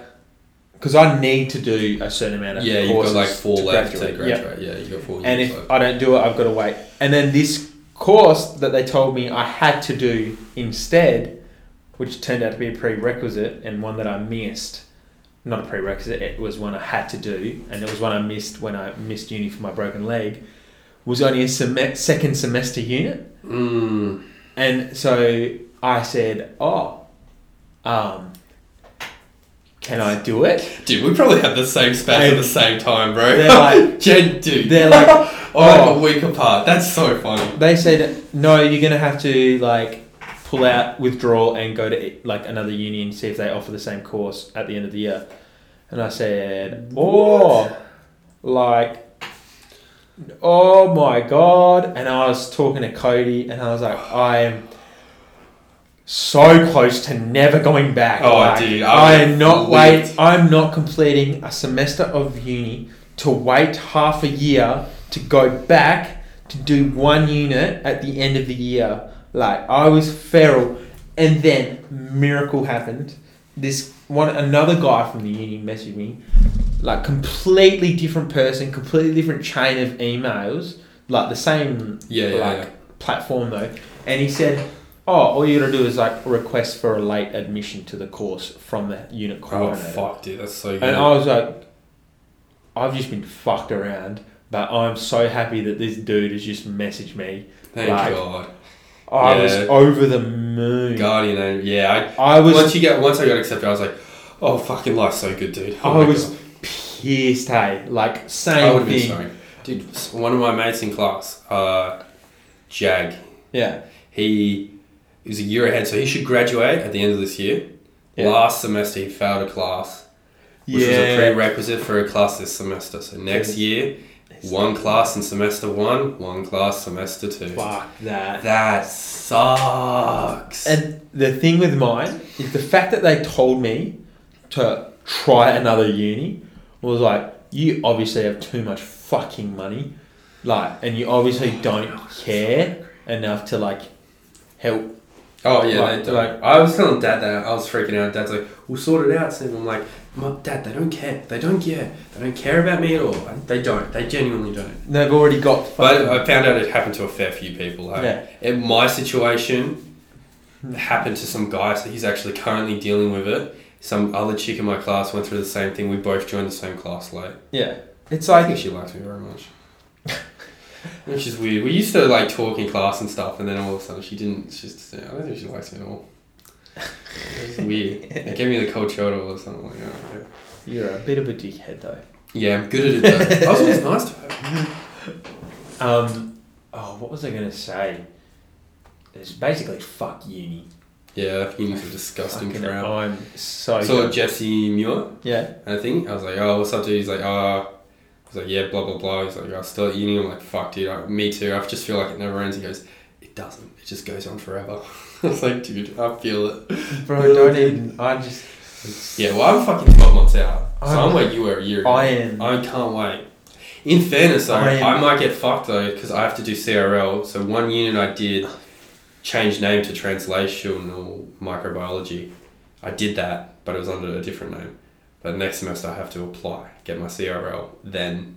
because I need to do a certain amount of yeah. You've got courses like four to left graduate. to Yeah. graduate. Yeah, you got four. and years if left. I don't do it, I've got to wait. And then this course that they told me I had to do instead, which turned out to be a prerequisite and one that I missed. Not a prerequisite, it was one I had to do, and it was one I missed when I missed uni for my broken leg, was only a sem- second semester unit. Mm, And so I said, Oh, um, can I do it? dude, we probably had the same spat at the same time, bro. (laughs) They're like- Jen, dude, They're like, oh, like a oh. week apart. That's so funny. they said no you're gonna have to like pull out withdraw and go to like another uni and see if they offer the same course at the end of the year and i said oh like oh my god and i was talking to cody and i was like i am so close to never going back Oh, Like, dude, i I am not would've wait i'm not completing a semester of uni to wait half a year to go back to do one unit at the end of the year. Like I was feral, and then miracle happened. This one, another guy from the uni messaged me, like completely different person, completely different chain of emails, like the same Yeah, yeah, like yeah. platform though, and he said. Oh, all you gotta do is like request for a late admission to the course from the unit Oh coordinator. fuck, dude, that's so good. And I was like, I've just been fucked around, but I'm so happy that this dude has just messaged me. Thank like- God, I was Yeah. over the moon. Guardian. and- Yeah, I I, was once you get once I got accepted, I was like, oh fucking life's so good, dude. Oh I my was God. pissed, hey. Like I same would be thing. sorry, dude. One of my mates in class, uh, Jag, Yeah. he is a year ahead, so he should graduate at the end of this year. Yeah. Last semester, he failed a class, which was a Yeah. prerequisite for a class this semester. So next year, One class in semester one, one class semester two. Fuck that. That sucks. And the thing with mine is the fact that they told me to try another uni was like, you obviously have too much fucking money, like, and you obviously Oh, don't care enough to like help. oh yeah, Like- they, like- like I was telling dad that I was freaking out. Dad's like, "We'll sort it out soon." I'm like, "My dad, they don't care. They don't care. They don't care about me at all. They don't. They genuinely don't." They've already got. But fucking- I found out it happened to a fair few people. Like, Yeah. In my situation, it happened to some guy, so he's actually currently dealing with it. Some other chick in my class went through the same thing. We both joined the same class late. yeah, it's I think like she likes me very much. Which is weird. We used to like talk in class and stuff, and then all of a sudden she didn't. She just, I don't think she likes me at all. It's weird. It gave me the cold shoulder all of a sudden. I'm like, oh, okay. you're a bit of a dickhead though. Yeah, I'm good at it though. I was always nice to her. Um, oh, what was I gonna say? It's basically fuck uni. Yeah, uni's a disgusting Fucking- crowd. I'm so. So done. Jesse Muir. yeah, And I think I was like, oh, what's up, dude? He's like, ah. I was like, yeah, blah, blah, blah. He's like, I'm still at uni. I'm like, fuck, dude. I, me too. I just feel like it never ends. He goes, it doesn't. It just goes on forever. (laughs) I was like, dude, I feel it. bro. Don't even. I just. Yeah, well, I'm fucking 12 months out. So I'm, I'm- where you were a year ago. I am. I can't wait. In fairness, though, I am. I, might get fucked, though, because I have to do CRL. So one unit I did change name to Translational Microbiology. I did that, but it was under a different name. But next semester, I have to apply, get my CRL, then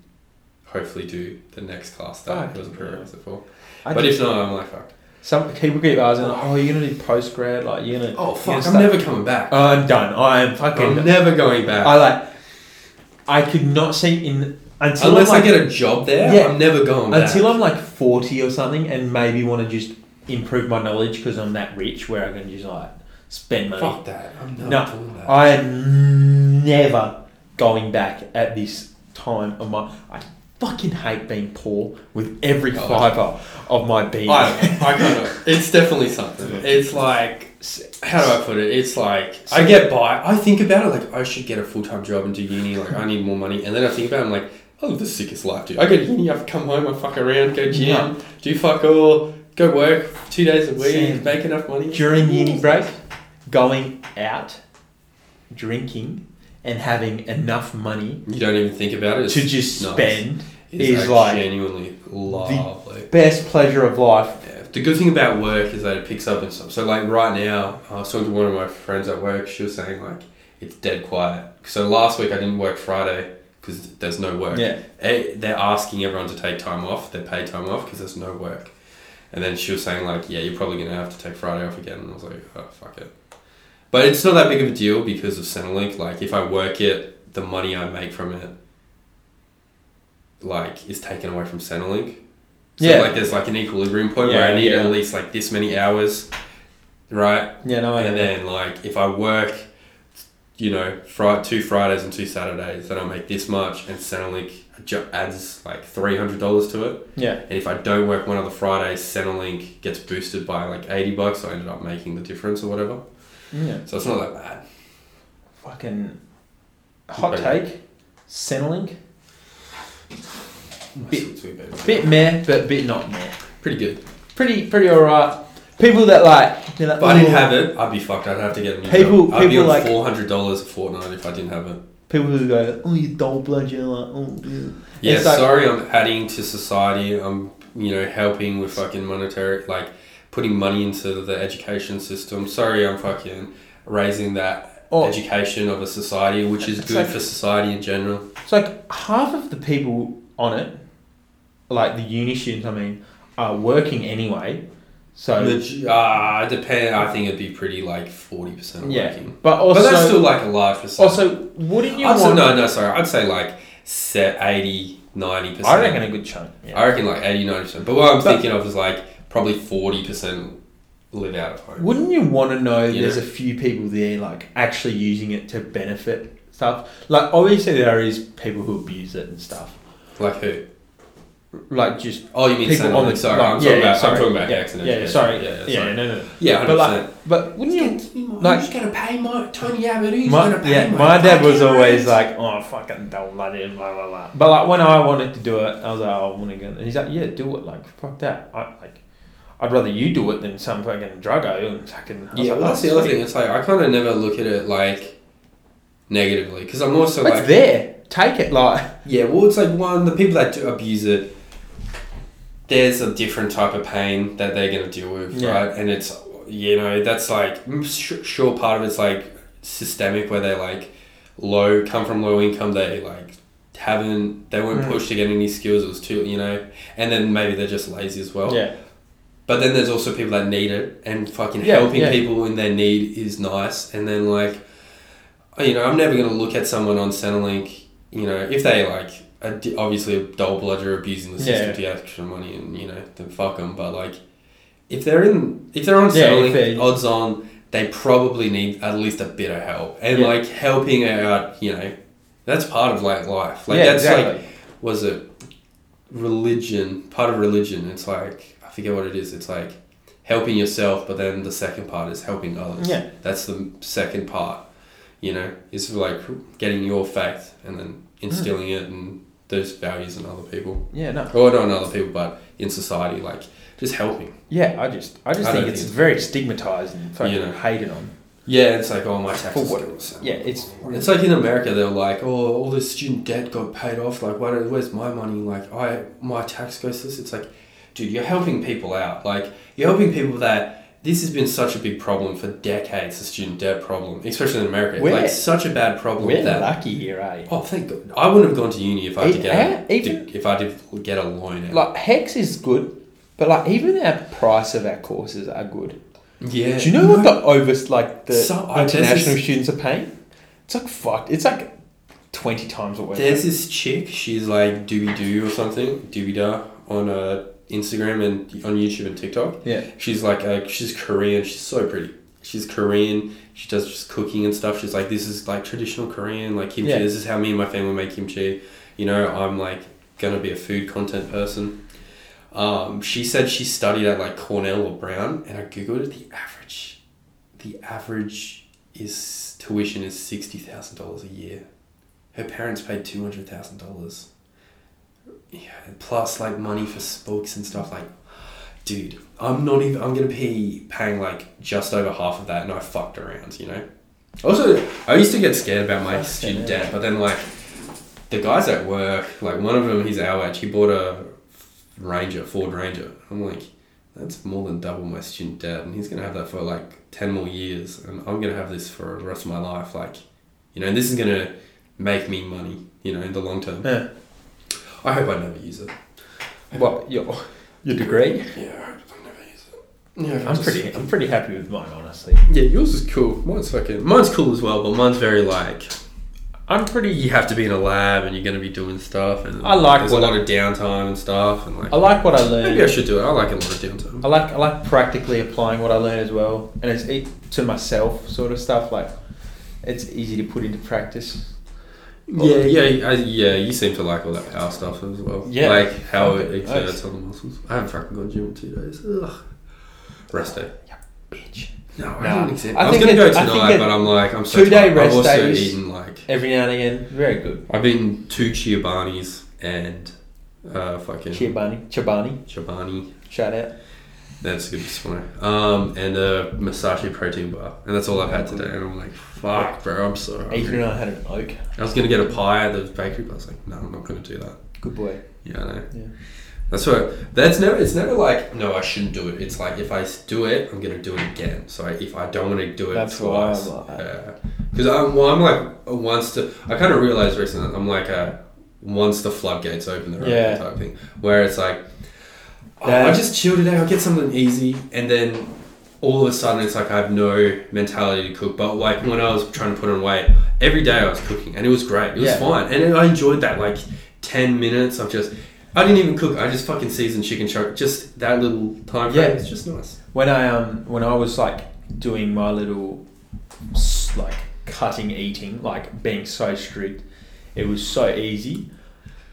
hopefully do the next class that Fuck, it was a yeah. prerequisite for. I but just, if not, I'm like, fuck. some people keep asking, like, "Oh, you're gonna do post grad? Like, you're gonna?" Oh, you're fuck. I'm gonna never coming back. start- I'm done. I am I'm fucking. never going back. I like. I could not see in until Unless I'm like, I get a job there, Yeah. I'm never going back. until I'm like forty or something, and maybe want to just improve my knowledge because I'm that rich where I can just like spend money. Fuck that. I'm not No, doing that. I am never going back at this time of my. I fucking hate being poor with every Oh, fiber of my being. I, I kind of. It's definitely something. It's like. How do I put it? It's like. I get by. I think about it like I should get a full time job and do uni. Like I need more money. And then I think about it, I'm like, I live the sickest life, dude. I go to uni, I come home, I fuck around, go gym, Yeah. do fuck all, go work two days a week, Same. make enough money. (laughs) during uni break, going out, drinking, and having enough money You don't even think about it. It's to just nice. spend It's is like genuinely lovely. best pleasure of life. Yeah, the good thing about work is that it picks up and stuff. So like right now, I was talking to one of my friends at work. She was saying like it's dead quiet. So last week I didn't work Friday because there's no work. Yeah. Eh, They're asking everyone to take time off. They're paid time off because there's no work. And then she was saying like, yeah, you're probably gonna have to take Friday off again. And I was like, oh fuck it. But it's not that big of a deal because of Centrelink. Like if I work it, the money I make from it, like is taken away from Centrelink. So Yeah. like there's like an equilibrium point where Yeah, I need yeah. at least like this many hours, right? Oh, Yeah, no, I and then like if I work, you know, fri- two Fridays and two Saturdays, then I make this much, and Centrelink ju- adds like three hundred dollars to it. yeah, And if I don't work one of the Fridays, Centrelink gets boosted by like eighty bucks. So I ended up making the difference or whatever. yeah. So it's not that bad. Fucking hot take, Centrelink. Bit, bit meh, but bit not meh. Pretty good. Pretty, pretty alright. People that like, they're like, If I didn't "Ooh." have it, I'd be fucked. I'd have to get a new People- job. I'd be people on like- four hundred dollars a fortnight if I didn't have it. people who go, oh, you dull blood, you're like, oh, yeah." Yeah, It's like- sorry, I'm adding to society. I'm, you know, helping with fucking monetary, like putting money into the education system. Sorry, I'm fucking raising that Oh. education of a society, which is It's good like- for society in general. It's like half of the people on it, like the uni students, I mean, are working anyway. So The, uh, depend. I think it'd be pretty like forty percent Yeah. working, but also, but that's still like a large percentage. also, wouldn't you I'd say, want? no, no, sorry. I'd say like set 80 90 percent. I reckon a good chunk. Yeah. I reckon like 80 90 percent. But what I'm But- thinking of is like probably forty percent live out of home. Wouldn't you want to know Yeah. there's a few people there like actually using it to benefit stuff? Like obviously there is people who abuse it and stuff. Like who? like just Oh, you mean people sentiment. on the sorry, I'm like, talking yeah, about, yeah, I'm sorry. talking about yeah, accidents. Yeah, yeah, sorry. Yeah, yeah, yeah, sorry. no, no. yeah, 100%. But like, but wouldn't you? like- who's gonna pay my Tony Abbott? Who's My, gonna pay yeah, my, my dad was fucking always rent? like, "Oh, I fucking don't let him," blah blah blah. But like when I wanted to do it, I was like, "Oh, "I want to go," and he's like, "Yeah, do it." Like fuck that. I like, I'd rather you do it than some fucking druggo and fucking. I was Yeah, like, well, that's "Oh, the other sweet." thing. It's like I kind of never look at it like negatively because I'm also It's like, there. Take (laughs) it. Like yeah, well, it's like one the people that do abuse it. There's a different type of pain that they're gonna deal with, Yeah. right? And it's you know that's like mm, su- sure part of it's like systemic where they like low come from low income they like haven't they weren't Mm. pushed to get any skills it was too you know and then maybe they're just lazy as well yeah, But then there's also people that need it, and fucking Yeah, helping yeah. people in their need is nice. And then like, you know, I'm never gonna look at someone on Centrelink, you know, if they like are d- obviously a dull bludger abusing the system Yeah. to get extra money, and you know, then fuck them. But like, if they're in, if they're on Yeah, if Centrelink, they- odds on they probably need at least a bit of help, and Yeah. like helping out, you know, that's part of like life. Like yeah, that's like exactly. was it religion part of religion it's like i forget what it is it's like helping yourself but then the second part is helping others Yeah. that's the second part you know it's like getting your faith and then instilling it and those values in other people yeah, no, or not in other people but in society like just helping yeah. I just, I just I think don't it's think- very stigmatized and fucking You know. hated on. yeah it's like oh my taxes what- go to Sam. Yeah, it's It's like in America, they're like, "Oh, all this student debt got paid off. Like, why? don't- Where's my money? Like, I my tax goes to this." It's like, dude, you're helping people out. Like, you're helping people that this has been such a big problem for decades. The student debt problem, especially in America, It's, We're- like such a bad problem we're that. lucky here, eh? Oh, thank God! I wouldn't have gone to uni if I had to Even- get a, E- eh, even- if I did get a loan. Out. Like hex is good, but like even our price of our courses are good. yeah, Do you know what the over like the So- I- there's international this- students are paying? It's like fucked. It's like twenty times what we're There's paying. this chick, she's like Doobie Doo or something, Doobie Da, on uh, Instagram and on YouTube and TikTok. Yeah. She's like, uh, she's Korean. She's so pretty. She's Korean. She does just cooking and stuff. She's like, this is like traditional Korean, like kimchi. Yeah. This is how me and my family make kimchi. You know, I'm like gonna be a food content person. Um, she said she studied at like Cornell or Brown, and I googled it. The average, the average is tuition is sixty thousand dollars a year. Her parents paid two hundred thousand dollars. Yeah, plus like money for books and stuff like dude, I'm not even. I'm gonna be paying like just over half of that, and I fucked around, you know. Also, I used to get scared about my student debt, but then like the guys at work, like one of them, he's our age. He bought a Ranger, Ford Ranger. I'm like, that's more than double my student debt, and he's gonna have that for like ten more years, and I'm gonna have this for the rest of my life. Like, you know, and this is gonna make me money, you know, in the long term. Yeah. I hope I never use it. What your your degree? Yeah, I hope I never use it. Yeah, if I I'm just- pretty I'm pretty happy with mine, honestly. Yeah, yours is cool. Mine's fucking. Mine's cool as well, but mine's very like. I'm pretty. You have to be in a lab and you're going to be doing stuff, and I like there's what a lot of downtime and stuff, and like. I like what I learned. maybe I should do it. I like a lot of downtime. I like I like practically applying what I learn as well, and it's it to myself sort of stuff. Like it's easy to put into practice. Yeah, yeah, I, yeah. You seem to like all that power stuff as well. Yeah. like how it Fucking exerts nice. on the muscles. I haven't fucking gone gym in two days. Ugh. Rest day. Bitch. No, I Nah. haven't exam. I I, was think gonna go it- I think tonight, it- but I'm like, I'm so two day tired. rest I've also days. eaten like. Every now and again, very good. I've eaten two Chiabanis and uh, fucking Chibani, Chibani, Chobani. shout out. That's good this morning. Um, and a Masashi protein bar, and that's all I've had today. And I'm like, fuck, bro, I'm so Ethan hungry. and I had an oak. I was gonna get a pie at the bakery, but I was like, no, I'm not gonna do that. Good boy. Yeah, I know. Yeah. That's what. That's never. It's never like, no, I shouldn't do it. It's like if I s- do it, I'm gonna do it again. So I, if I don't want to do it That's why I'm twice, like that. because I'm well, I'm like a once to. I kind of realized recently that I'm like a once the floodgates open, they're Yeah. open type thing. Where it's like, oh, I That- just chill today. I'll get something easy, and then all of a sudden it's like I have no mentality to cook. But like when I was trying to put on weight, every day I was cooking, and it was great. It was Yeah. fine, and I enjoyed that like ten minutes of just. I didn't even cook. I just fucking seasoned chicken chop. Just that little time frame. Yeah. It's just nice. when I um when I was like doing my little s- like cutting eating like being so strict, it was so easy,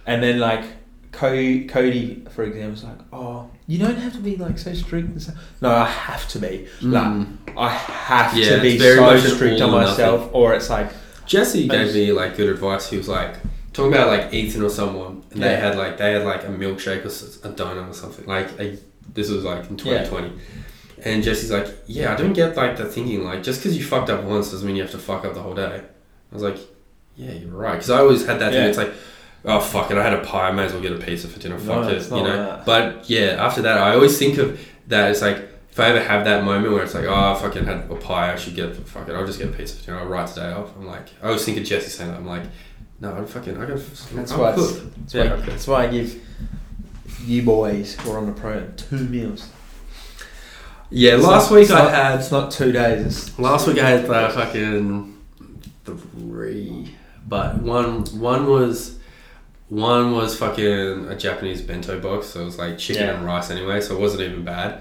and then like Cody, Cody, for example, was like, "Oh, you don't have to be like so strict." And stuff. No, I have to be. Nah, Mm. I have Yeah, to be it's very so much an strict on all or nothing. myself, or it's like, Jesse Thanks. gave me like good advice. He was like talking about like Ethan or someone, and they Yeah. had like they had like a milkshake or s- a donut or something. Like a, this was like in Yeah. 2020, and Jesse's like, yeah, I don't get like the thinking. Like just because you fucked up once doesn't mean you have to fuck up the whole day. I was like, yeah, you're right. Because I always had that Yeah. thing. It's like. Oh fuck it! I had a pie. I may as well get a pizza for dinner. Fuck No, it, it's you not know. that. But yeah, after that, I always think of that. It's like if I ever have that moment where it's like, oh, I fucking had a pie, I should get fuck it, I'll just get a pizza. You know, I'll write today off. I'm like, I always think of Jesse saying that. I'm like, no, I'm fucking, I got. that's I'm why, it's, cooked. that's, Yeah, why okay. that's why I give you boys who are on the program two meals. Yeah, It's last not- week it's I not- had. It's not two days. It's Last week I had uh, fucking three, but one one was one was fucking a Japanese bento box, so it was like chicken Yeah. and rice anyway, so it wasn't even bad.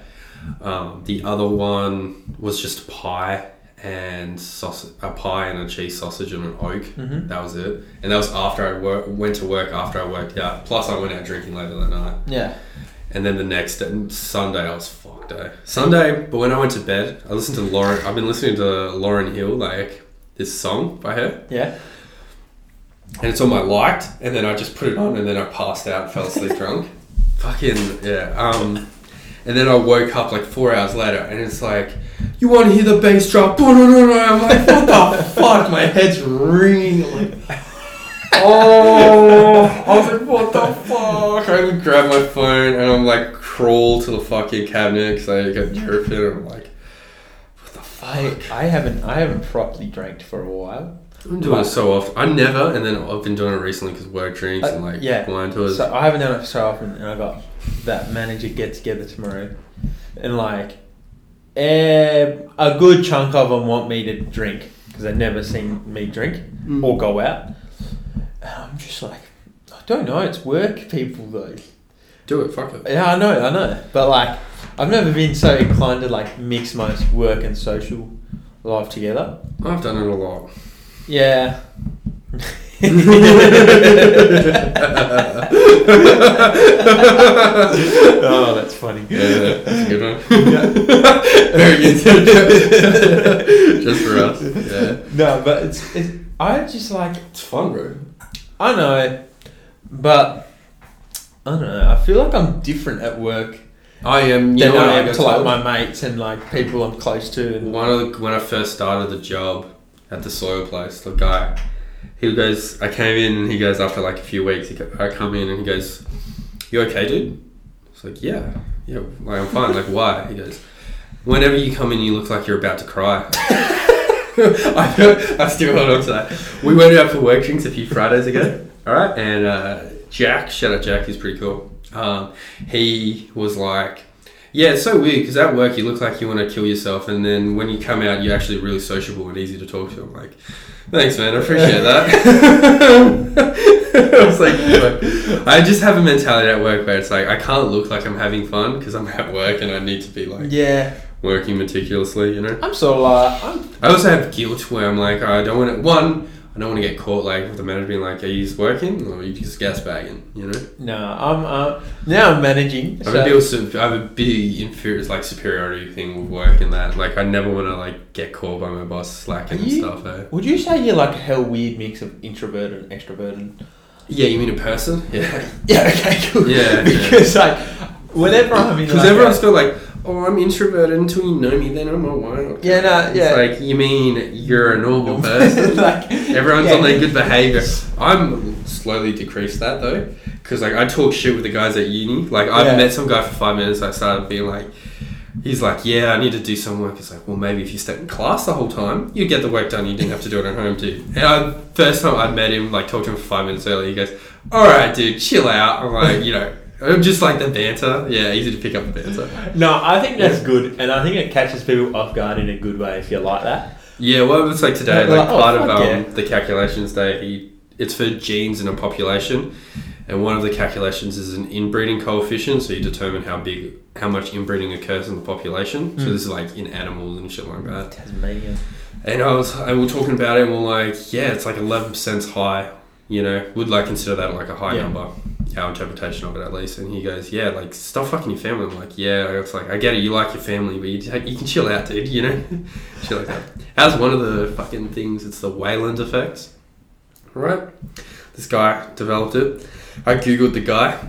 Um, the other one was just pie and sausage, a pie and a cheese sausage and an oak. Mhm. That was it, and that was after I wor- went to work after I worked out. Plus, I went out drinking later that night. yeah. And then the next day, Sunday, I was fucked. Eh? Sunday, but when I went to bed, I listened to Lauren. I've been listening to Lauren Hill, like this song by her, Yeah. and it's all I liked. And then I just put it on, and then I passed out, and fell asleep drunk. Fucking yeah. Um, and then I woke up like four hours later, and it's like, you want to hear the bass drop? (laughs) I'm like, what the fuck? My head's ringing. (laughs) Like, oh, I was like, what (laughs) the fuck? I even grabbed my phone and I'm like, crawl to the fucking cabinet because I got jerked in. And I'm like, what the I, fuck? I haven't I haven't properly drank for a while. I'm doing it so often. I never, and then I've been doing it recently because work drinks and like yeah. wine tours. So I haven't done it so often, and I got that manager get together tomorrow, and like, eh, a good chunk of them want me to drink because they've never seen me drink Mm. or go out. And I'm just like, I don't know. It's work people though. Do it, fuck it. Yeah, I know, I know. But like, I've never been so inclined to like mix my work and social life together. I've done it a lot. (laughs) Yeah. oh, that's funny. Yeah, that's a (laughs) good one. Very good. Just for us. Yeah. No, but it's, it's I just like It's fun, bro. I know, but I don't know. I feel like I'm different at work I am. You than know what I I am got to like told? my mates and like people I'm close (laughs) to. (laughs) And One of the, when I first started the job at the soil place, the guy, he goes, I came in and he goes after like a few weeks, he go, I come in and he goes, "You okay, dude?" It's like, "Yeah, yeah, like, I'm fine." like, why? He goes, "Whenever you come in, you look like you're about to cry." (laughs) I, I still hold on to that. We went out for work drinks a few Fridays ago. (laughs) All right, and uh, Jack, shout out Jack, he's pretty cool. Um, he was like, yeah, it's so weird because at work you look like you want to kill yourself, and then when you come out, you're actually really sociable and easy to talk to. I'm like, thanks, man, I (laughs) appreciate that. (laughs) I was like, "Fuck." I just have a mentality at work where it's like I can't look like I'm having fun because I'm at work and I need to be like yeah, working meticulously, you know. I'm sort of like I'm, I also have guilt where I'm like, I don't want to. One, I don't want to get caught like with the manager being like, are you just working or are you just gas bagging, you know. no, I'm uh, now I'm managing. I have, a so- big, sup- I have a big inferior, like superiority thing with work and that. Like I never want to like get caught by my boss slacking Are and you- stuff. Eh? Would you say you're like a hell weird mix of introvert and extrovert? And Yeah, you mean a person? (laughs) (laughs) Yeah, yeah, okay, cool. Yeah, yeah. because like whenever I'm in, because like, everyone's (laughs) a- feel like, oh, I'm introverted until you know me, then I'm a wild. Yeah, no, yeah. It's like you mean you're a (laughs) normal person. like Everyone's yeah. on their good behavior. I'm slowly decreased that though, because like I talk shit with the guys at uni. Like I've Yeah. met some guy for five minutes. I started being like, he's like, yeah, I need to do some work. It's like, well, maybe if you stayed in class the whole time, you'd get the work done. You didn't have to do it at home, dude. And I, first time I met him, like talked to him for five minutes earlier. He goes, all right, dude, chill out. I'm like, you know, I'm just like the banter. Yeah, easy to pick up the banter. No, I think that's Yeah. good, and I think it catches people off guard in a good way if you like that. Yeah, well, it's like today, Yeah, like well, part oh, of fuck um, yeah. the calculations day, he, it's for genes in a population, and one of the calculations is an inbreeding coefficient, so you determine how big, how much inbreeding occurs in the population. So Mm. this is like in animals and shit like that. Tasmania. And I was, and we were talking about it, and we're like, yeah, it's like eleven percent high. You know, would like consider that like a high Yeah. number. our interpretation of it at least. And he goes, "Yeah, like stop fucking your family." I'm like, "Yeah." It's like I get it. You like your family, but you, you can chill out, dude. You know, (laughs) shit like that. How's one of the fucking things? It's the Wayland effect, right? This guy developed it. I googled the guy.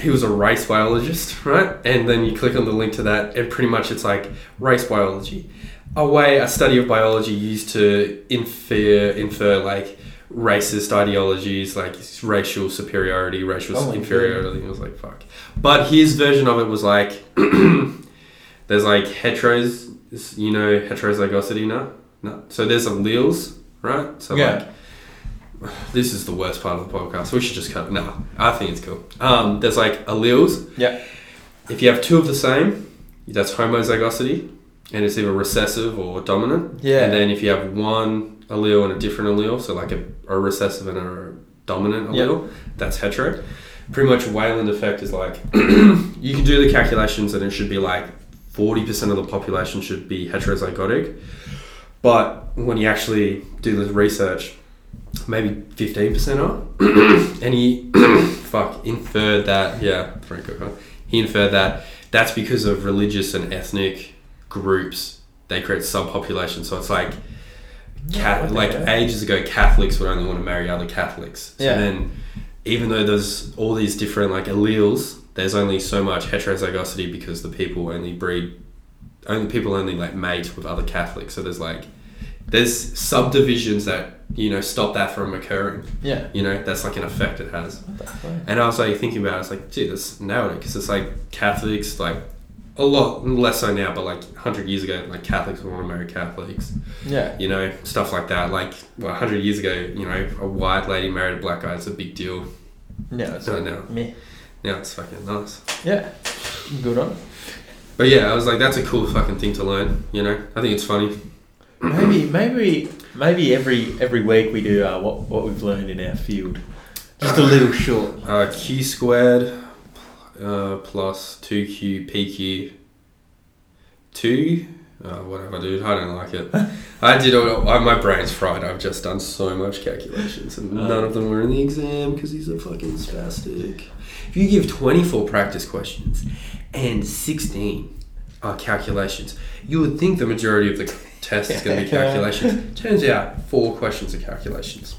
(clears throat) he was a race biologist, right? And then you click on the link to that, and pretty much it's like race biology, a way a study of biology used to infer infer like racist ideologies, like racial superiority, racial Oh my inferiority. I was like, fuck. But his version of it was like, there's like heteros, you know, heterozygosity now. No, so there's alleles, right? So Yeah. like (sighs) this is the worst part of the podcast. We should just cut. No, I think it's cool. Um, there's like alleles. Yeah. If you have two of the same, that's homozygosity, and it's either recessive or dominant. Yeah. And then if you have one allele and a different allele, so like a, a recessive and a dominant Yeah. allele, that's hetero. Pretty much Wayland effect is like (clears throat) you can do the calculations, and it should be like forty percent of the population should be heterozygotic, but when you actually do the research maybe fifteen percent on, (coughs) and he (coughs) fuck inferred that yeah, Frank Coco. He inferred that that's because of religious and ethnic groups they create subpopulations. So it's like, what cat, the like hell? ages ago, Catholics would only want to marry other Catholics. So Yeah. then, even though there's all these different like alleles, there's only so much heterozygosity because the people only breed, only people only like mate with other Catholics. So there's like, there's subdivisions that you know stop that from occurring. Yeah. You know, that's like an effect it has. And I was like thinking about it, I was like, dude, that's nailed it. Because it's like Catholics, like a lot less so now, but like 100 years ago, like Catholics would want to marry Catholics, Yeah. you know, stuff like that. Like well, 100 years ago, you know, a white lady married a black guy, it's a big deal. No, it's So now, me. now it's fucking nice. Yeah. Good on. But yeah, I was like, that's a cool fucking thing to learn, you know? I think it's funny. Maybe, maybe, maybe every every week we do uh, what what we've learned in our field. Just a little short. Uh, Q squared uh, plus 2Q PQ 2. Uh, whatever, dude. I don't like it. (laughs) I did all. I, my brain's fried. I've just done so much calculations, and Uh. none of them were in the exam because he's a fucking spastic. If you give 24 practice questions and 16 are calculations, you would think the majority of the test is (laughs) going to be calculations. Turns out four questions are calculations.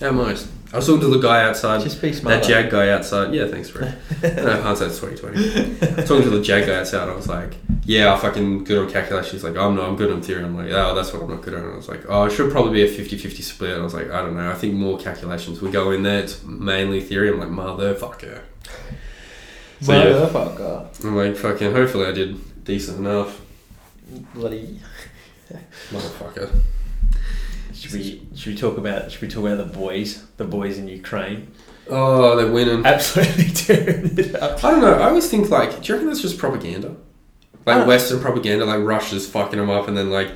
At most. I was talking to the guy outside. Just be That smart. Jag guy outside, yeah, thanks, (laughs) bro. no, hindsight's twenty twenty. Talking to the Jag guy outside, I was like, "Yeah, I'm fucking good on calculations." He's like, "I'm not. I'm good on theory." I'm like, "Oh, that's what I'm not good on." I was like, "Oh, it should probably be a 50-50 split." I was like, "I don't know. I think more calculations would go in there. It's mainly theory." I'm like, "Motherfucker." So, yeah. Motherfucker. I'm like, "Fucking. Hopefully, I did decent enough." Bloody. Motherfucker. Should we should we talk about should we talk about the boys the boys in Ukraine (laughs) Oh, they're winning. I absolutely tearing it up. don't know. I always think like, do you reckon that's just propaganda? I Like don't- Western propaganda, like Russia's fucking them up, and then like,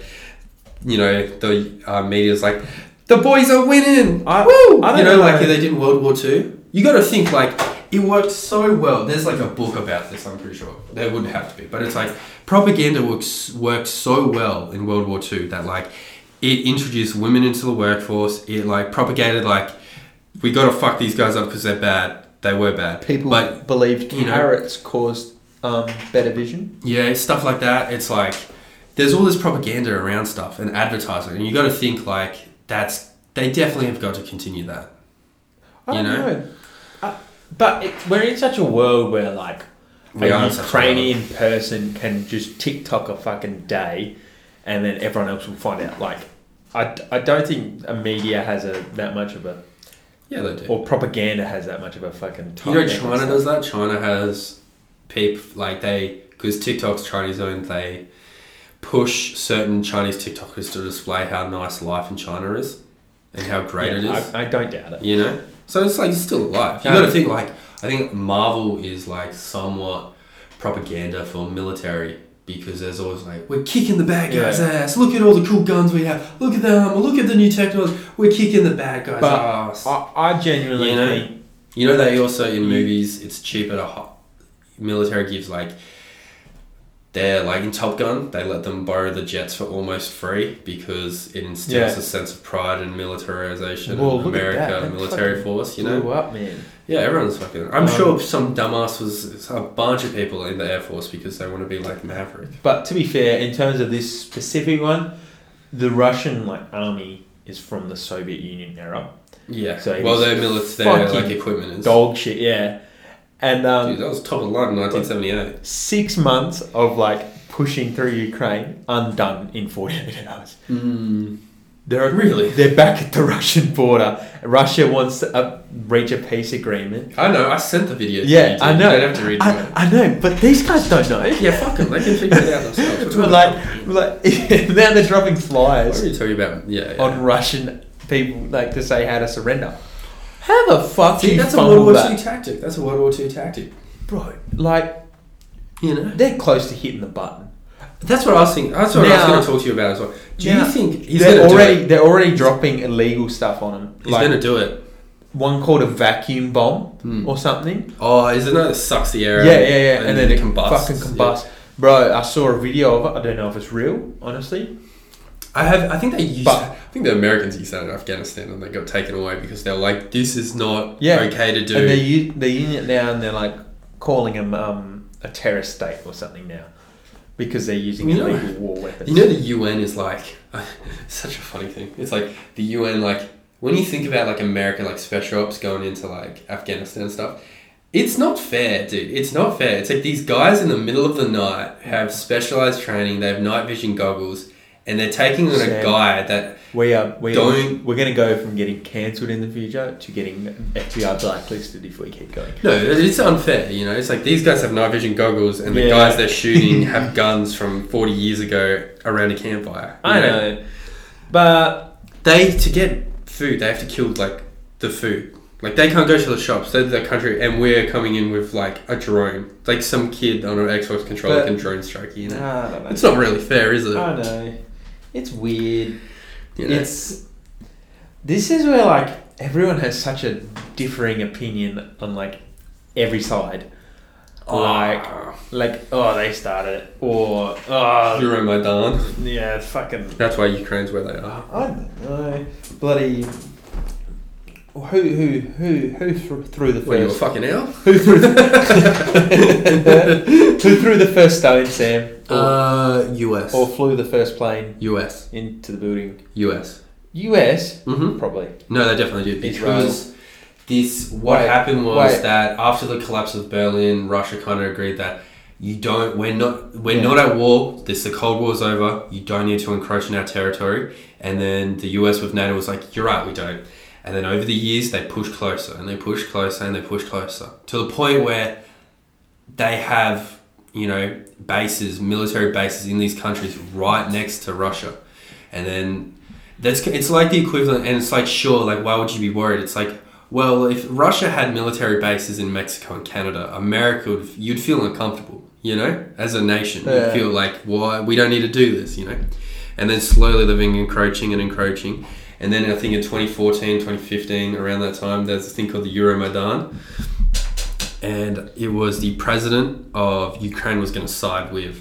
you know, the uh, media's like, the boys are winning. I- Woo! I don't you know, know. like they did in World War Two. You got to think like it worked so well. There's like a book about this. I'm pretty sure there would have to be, but it's like propaganda works worked so well in World War Two that like it introduced women into the workforce. It like propagated like we got to fuck these guys up because they're bad. They were bad. People but believed you know- carrots caused um, better vision. yeah, stuff like that. It's like there's all this propaganda around stuff and advertising, and you got to think like that's they definitely have got to continue that. I don't You know? know. Uh, but it, we're in such a world where like We are a in such a Ukrainian person can just TikTok a fucking day, and then everyone else will find out. Like, I, I don't think a media has a that much of a Yeah, they do. or propaganda has that much of a fucking. You know, target. China does that. China has peep like they because TikTok's Chinese owned. They push certain Chinese TikTokers to display how nice life in China is and how great it is. Yeah, I, I don't doubt it. You know? So it's like it's still alive. You Yeah. gotta think like I think Marvel is like somewhat propaganda for military because there's always like we're kicking the bad guys' Yeah. ass. Look at all the cool guns we have. Look at the armor. Look at the new technology. We're kicking the bad guys' But ass. I, I genuinely You know? think You know they also in movies it's cheaper to hi- military gives like they're like in Top Gun, they let them borrow the jets for almost free because it instills Yeah. a sense of pride and militarization Well, in look at that. America, That military force, you know? Blew up, man. Yeah, everyone's fucking. I'm Um, sure some dumbass was a bunch of people in the Air Force because they want to be like Maverick. But to be fair, in terms of this specific one, the Russian like army is from the Soviet Union era. Yeah. So he well, was their military like fucking equipment is. Dog shit, yeah. And um, Dude, that was top of the line in 1978. six months of like pushing through Ukraine undone in 48 (laughs) hours. Mm. They're Really? they're back at the (laughs) Russian border. Russia wants to uh, reach a peace agreement. I know. I sent the video. to you, Yeah, dude. I know. You don't have to read I, it. I know, but these guys don't know. Yeah, fuck them. They can figure it out (laughs) themselves. But like, (laughs) like (laughs) now they're dropping What flyers are you talking about? Yeah. yeah. on Russian people, like to say how to surrender. How the fuck do See, you that's a World fumble War that, II tactic. That's a World War II tactic. bro? Like You know. they're close to hitting the button. That's what I was thinking. That's what I was Now- going to talk to you about as well. Do Now- you think he's they're going to already do it? they're already dropping illegal stuff on them. He's going to do it. one called a vacuum bomb Hmm. or something. Oh, isn't that it sucks the air? Yeah, out yeah, yeah. And, then it combusts. fucking Yeah. combusts. Bro, I saw a video of it. I don't know if it's real, honestly. I have. I think they used. But- I think the Americans used that in Afghanistan, and they got taken away because they're like, "This is not Yeah. okay to do." And they're, u- they're using it now and they're like calling them um, a terrorist state or something now because they're using You know- illegal war weapons. you know, the UN is like (laughs) such a funny thing. It's like the UN, like when you think about like America, like special ops going into like Afghanistan and stuff. It's not fair, dude. It's not fair. It's like these guys in the middle of the night have specialized training. They have night vision goggles, and they're taking on a Sam. guy that we are we Don't- we're going to go from getting cancelled in the future to getting FBI blacklisted if we keep going. No, it's unfair, you know. It's like these guys have night vision goggles, and the Yeah. guys they're (laughs) shooting have guns from 40 years ago around a campfire. you I know, but They, to get food, they have to kill, like, the food. Like, they can't go to the shops, they're the country, and we're coming in with, like, a drone. Like, some kid on an Xbox controller But- can drone strike, you know. I don't know. It's not really fair, is it? I know. It's weird. You know? It's this is where like everyone has such a differing opinion on like every side. Like Ah, like oh they started it or oh Euro Maidan. yeah fucking That's why Ukraine's where they are. I don't know bloody who who who who thr- threw the Where you're first fucking out? (laughs) who threw (laughs) the, (laughs) who threw the first stone Sam or, Uh, US. or flew the first plane US. into the building US. U.S. Mm-hmm. probably No, they definitely did Israel. because this. What Wait, happened was wait. that after the collapse of Berlin, Russia kind of agreed that you don't. We're not. We're Yeah. not at war. This the Cold War's over. You don't need to encroach in our territory. And then the U.S. with NATO was like, "You're right, we don't." And then over the years, they pushed closer and they pushed closer and they pushed closer to the point where they have, you know, bases, military bases in these countries right next to Russia. And then that's it's like the equivalent, and it's like sure, like why would you be worried? It's like well, if Russia had military bases in Mexico and Canada, America would you'd feel uncomfortable, you know, as a nation, Yeah. you'd feel like why we don't need to do this, you know, and then slowly living encroaching and encroaching. And then I think in 2014, 2015, around that time, there's a thing called the Euromaidan. And it was the president of Ukraine was going to side with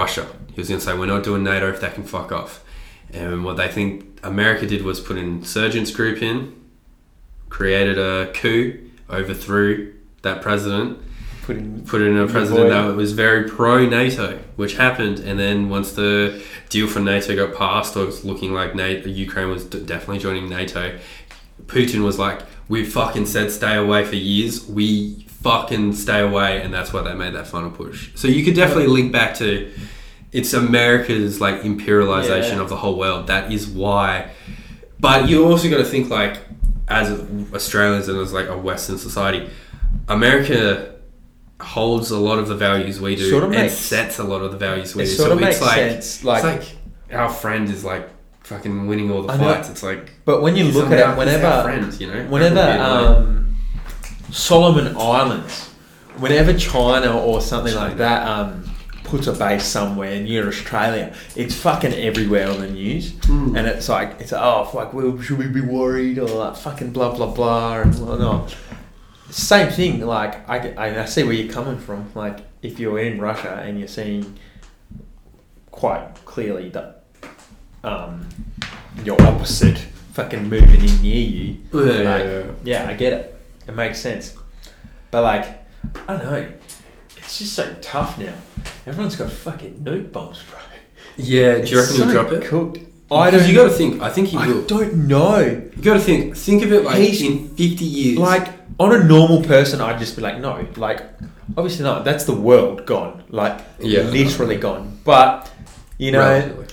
Russia. He was going to say, we're not doing NATO if that can fuck off. And what they think America did was put an insurgents group in, created a coup, overthrew that president, put in put in a Good president boy. that was very pro NATO, which happened. And then once the deal for NATO got passed, or it was looking like NATO, Ukraine was d- definitely joining NATO, Putin was like, "We fucking said stay away for years. We fucking stay away," and that's why they made that final push. So you could definitely link back to it's America's like imperialization Yeah. of the whole world. That is why. But you also got to think like as Australians and as like a Western society, America holds a lot of the values we do Sort of and makes- sets a lot of the values we It do. sort so of makes it's like, sense, it's like- like our friend is like fucking winning all the I know. fights. It's like But when you He's look our- at he's our it, whenever friend, you know? whenever That would be annoying. um, Solomon Islands, whenever China or something China. like that um, puts a base somewhere near Australia, it's fucking everywhere on the news, Mm. and it's like it's oh fuck, well, should we be worried or like fucking blah blah blah and whatnot. Same thing, like I, I I see where you're coming from. Like if you're in Russia and you're seeing quite clearly that um, your opposite fucking moving in near you. Yeah, yeah, Like, yeah. yeah, I get it. It makes sense. But like, I don't know. It's just so tough now. Everyone's got fucking nuke bombs, bro. Yeah, do you It's reckon he'll so drop it? Cooked. I I don't. You got to think. I think he I will. don't know. You got to think. Think of it like He's- in fifty years. Like on a normal person, I'd just be like, no. Like, obviously not. That's the world gone. Like, Yeah. literally gone. But you know, Relatively.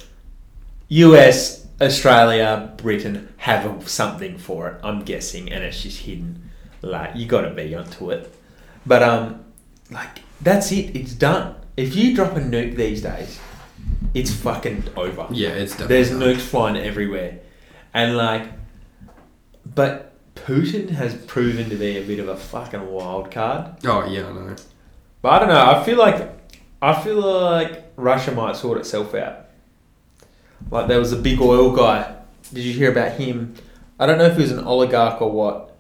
U.S., Australia, Britain have a- something for it. I'm guessing, and it's just hidden. Like you got to be onto it, but um, like that's it. It's done. If you drop a nuke these days, it's fucking over. yeah, it's definitely. There's not. nukes flying everywhere, and like, but Putin has proven to be a bit of a fucking wild card. Oh yeah, I know. But I don't know. I feel like I feel like Russia might sort itself out. Like there was a big oil guy. Did you hear about him? I don't know if he was an oligarch or what,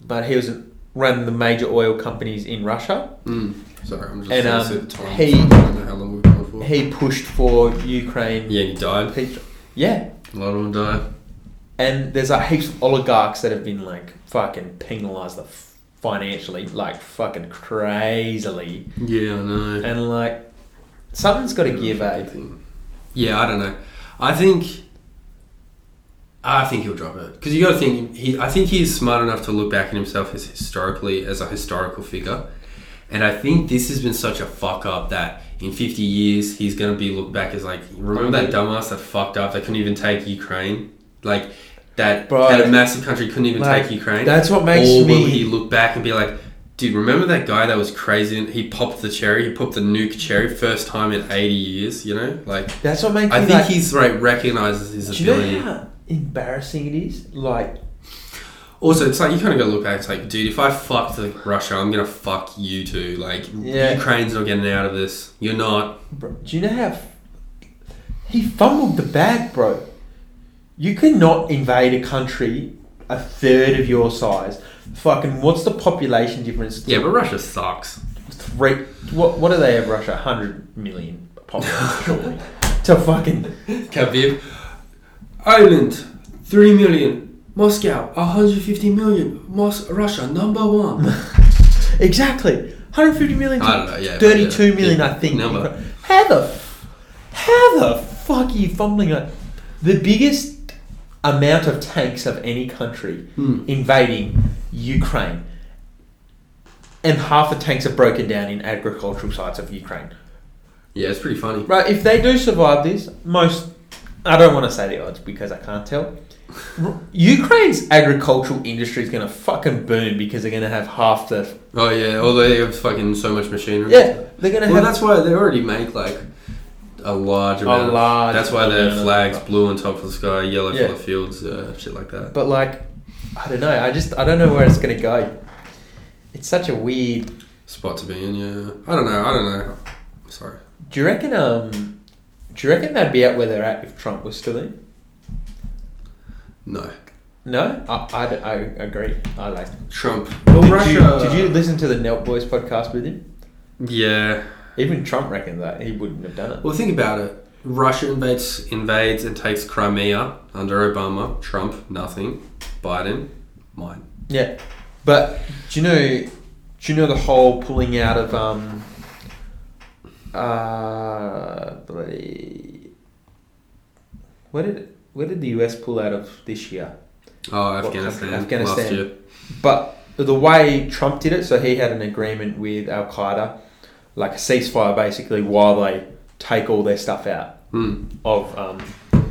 but he was ran the major oil companies in Russia. Mm. Sorry, I'm just. And, gonna um, sit time. he- I don't know how long we've gone for. He pushed for Ukraine. yeah, he died. Petro- Yeah. A lot of them died. And there's like heaps of oligarchs that have been like fucking penalised the f- financially, like fucking crazily, Yeah, I know. and like something's got to give, eh? Yeah, I don't know. I think. I think he'll drop it because you got to think. He, I think he's smart enough to look back at himself as historically as a historical figure, and I think this has been such a fuck up that in fifty years he's going to be looked back as like remember that dumbass that fucked up that couldn't even take Ukraine, like that Bro, that a massive country couldn't even like, take Ukraine. that's what makes or will me- he look back and be like, dude, remember that guy that was crazy and he popped the cherry, he popped the nuke cherry first time in eighty years, you know, like. That's what makes I me think like, he's right recognizes his Do you ability. know how embarrassing it is? Like, Also, it's like you kind of got to look back. It's like, dude, if I fucked like, Russia, I'm gonna fuck you too. Like, Yeah. Ukraine's not getting out of this. You're not. bro, do you know how f- he fumbled the bag, bro? You cannot invade a country a third of your size. Fucking, what's the population difference? Yeah, but Russia (laughs) sucks. Three. What? What do they have? Russia, hundred million population, surely. (laughs) To fucking Khabib, Ireland, three million. Moscow, 150 million. Mos- Russia, number (laughs) one. exactly 150 million. I don't know, yeah, Thirty-two yeah, million, yeah, I think. number. How the, f- how the fuck are you fumbling it? The biggest amount of tanks of any country Hmm. invading Ukraine, and half the tanks are broken down in agricultural sites of Ukraine. Yeah, it's pretty funny. Right, if they do survive this, most I don't want to say the odds because I (laughs) can't tell. R- Ukraine's agricultural industry is going to fucking boom because they're going to have half the Oh yeah, although they have fucking so much machinery. yeah they're going to Well, have that's why they already make like a large amount. of- large That's why their amount of- flags blue on top of the sky, yellow Yeah. for the fields, uh, shit like that. But like, I don't know. I just I don't know where it's gonna go. It's such a weird. Spot to be in, yeah. I don't know. I don't know. Sorry. Do you reckon? Um, do you reckon they'd be out where they're at if Trump was still in? No. No, I, I, I agree. I like. Trump. did You, uh, did you listen to the Nelt Boys podcast with him? Yeah. Even Trump reckoned that he wouldn't have done it. Well, think about it. Russia invades, invades and takes Crimea under Obama. Trump, nothing. Biden, mine. Yeah, but do you know? Do you know the whole pulling out of um. Uh, bloody. Where did where did the US pull out of this year? Oh, What Afghanistan. country? Afghanistan. Last year. But the way Trump did it, so he had an agreement with Al Qaeda, like a ceasefire basically, while they take all their stuff out Hmm. of um,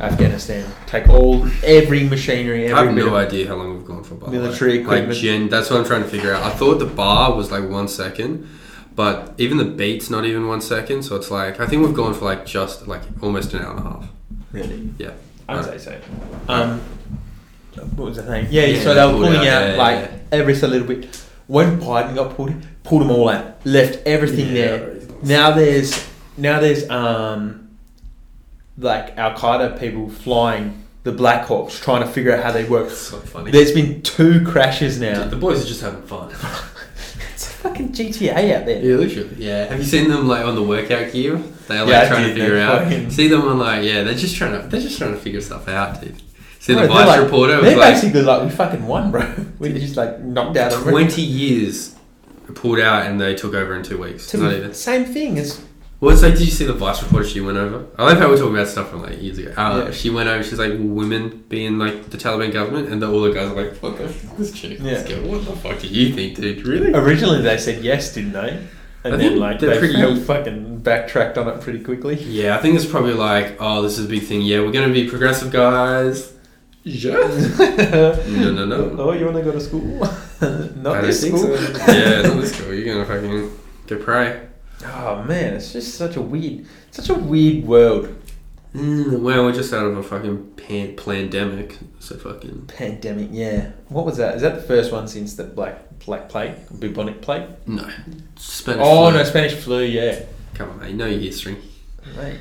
Afghanistan, take all every machinery, I every have bit no of- idea how long we've gone for. By the way. Military Like equipment. gen, that's what I'm trying to figure out. I thought the bar was like one second, but even the beat's not even one second. So it's like I think we've gone for like just like almost an hour and a half. really. Yeah. Uh, I'd say so. Um, what was the thing? Yeah, Yeah, so they they were pulled pulling out, out, yeah, yeah, like yeah. every so little bit. When Biden got pulled, pulled them all out, left everything there. Now there's now there's um like Al Qaeda people flying the Black Hawks, trying to figure out how they work. So funny. There's been two crashes now. (laughs) the boys are just having fun. (laughs) It's fucking GTA out there. Yeah, literally. Yeah. Have you seen them like on the workout gear? They're like Yeah, I trying to did. figure They're out. fucking- See them on like yeah, they're just trying to they're just trying to figure stuff out, dude. See Bro, the they're vice like- reporter was They're like basically like, we fucking won, bro. (laughs) We just like knocked out a twenty years pulled out and they took over in two weeks. To Not be- even. Same thing as Well, it's like, did you see the Vice reporter? She went over. I love how we talk about stuff from like years ago. Uh, Yeah. She went over. She's like women being like the Taliban government, and the, all the guys are like, (laughs) "What the fuck, this chick? Yeah. This girl, what the fuck do you think, dude? Really? originally they said yes, didn't they? And I then think like they're they pretty- felt fucking backtracked on it pretty quickly. Yeah, I think it's probably like, oh, this is a big thing. Yeah, we're gonna be progressive guys. (laughs) Yeah. No, no, no. Oh, you want to go to school? (laughs) Not I this don't school. think so. (laughs) yeah, not this girl. You're gonna fucking get prey. Oh man, it's just such a weird, such a weird world. Mm, well, we're just out of a fucking pan- pandemic, so fucking Pandemic, yeah. What was that? Is that the first one since the black black plague, bubonic plague? no. Spanish. Oh flu. no, Spanish flu, yeah. Come on, mate. No your history. Mate,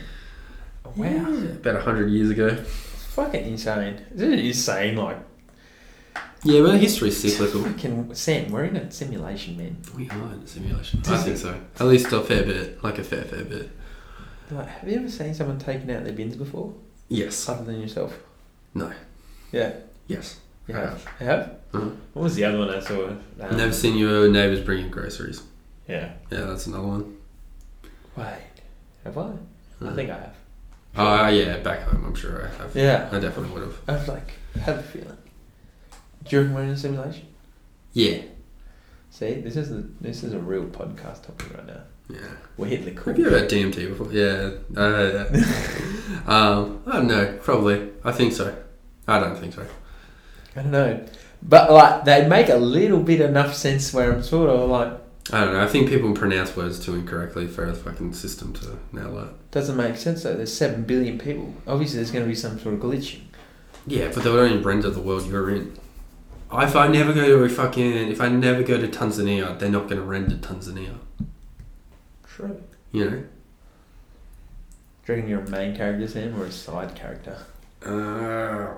wow, About hundred years ago. fucking insane. Isn't it insane? Like Yeah, but history's cyclical. fucking Sam, we're in a simulation, man. We are in a simulation. I think so. At least a fair bit, like a fair, fair bit. Like, have you ever seen someone taking out their bins before, Yes. other than yourself? No. Yeah. Yes. Yeah. I have. I have. Mhm. What was the other one I saw? Um, Never seen your neighbours bringing groceries. Yeah. Yeah, that's another one. Wait. Have I? I Mhm. think I have. Ah, yeah, back home, I'm sure I have. Yeah. I definitely would have. I've like have a feeling. Do you reckon we're in a simulation? Yeah. See, this is the this is a real podcast topic right now. Yeah. We're hitting the cool. Have you ever had DMT before? Yeah. Uh, (laughs) yeah. um, I don't know. Probably. I think so. I don't think so. I don't know, but like they make a little bit enough sense where I'm sort of like I don't know. I think people pronounce words too incorrectly for the fucking system to nail that. doesn't make sense though. There's seven billion people. Obviously, there's going to be some sort of glitching. Yeah, but they would only render the world you're in. If I never go to a fucking, if I never go to Tanzania, they're not going to render Tanzania. True. You know. Do you reckon you're a main character, Sam, or a side character? Uh,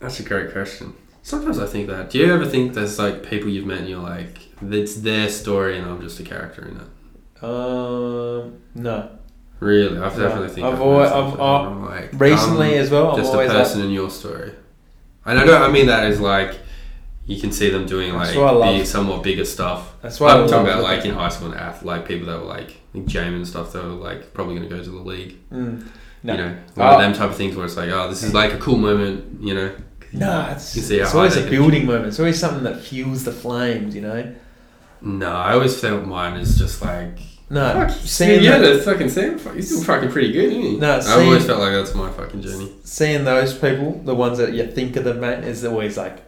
that's a great question. Sometimes I think that. Do you ever think there's like people you've met and you're like, it's their story and I'm just a character in it? Um, no. Really, I've No, definitely think I've met always- stuff I've- that uh, I'm like, Recently, I'm as well, I'm just a always person in your story. And I don't. I mean that is like, you can see them doing That's like what I love. big, somewhat bigger stuff. like. That's why I I'm love talking about like looking- in high school and ath- like people that were like, like Jamin and stuff that were like probably going to go to the league. Mm. No. You know, one Oh. of them type of things where it's like, oh, this is like a cool moment. You know, No, it's, You see it's how always high a they- building moment. It's always something that fuels the flames, you know? no, I always felt mine is just like, No, fuck, seeing, yeah, tho- that's fucking Sam. Fuck, He's still fucking pretty good, isn't he? No, I always seeing- felt like that's my fucking journey. seeing those people, the ones that you think of them, mate, is always like,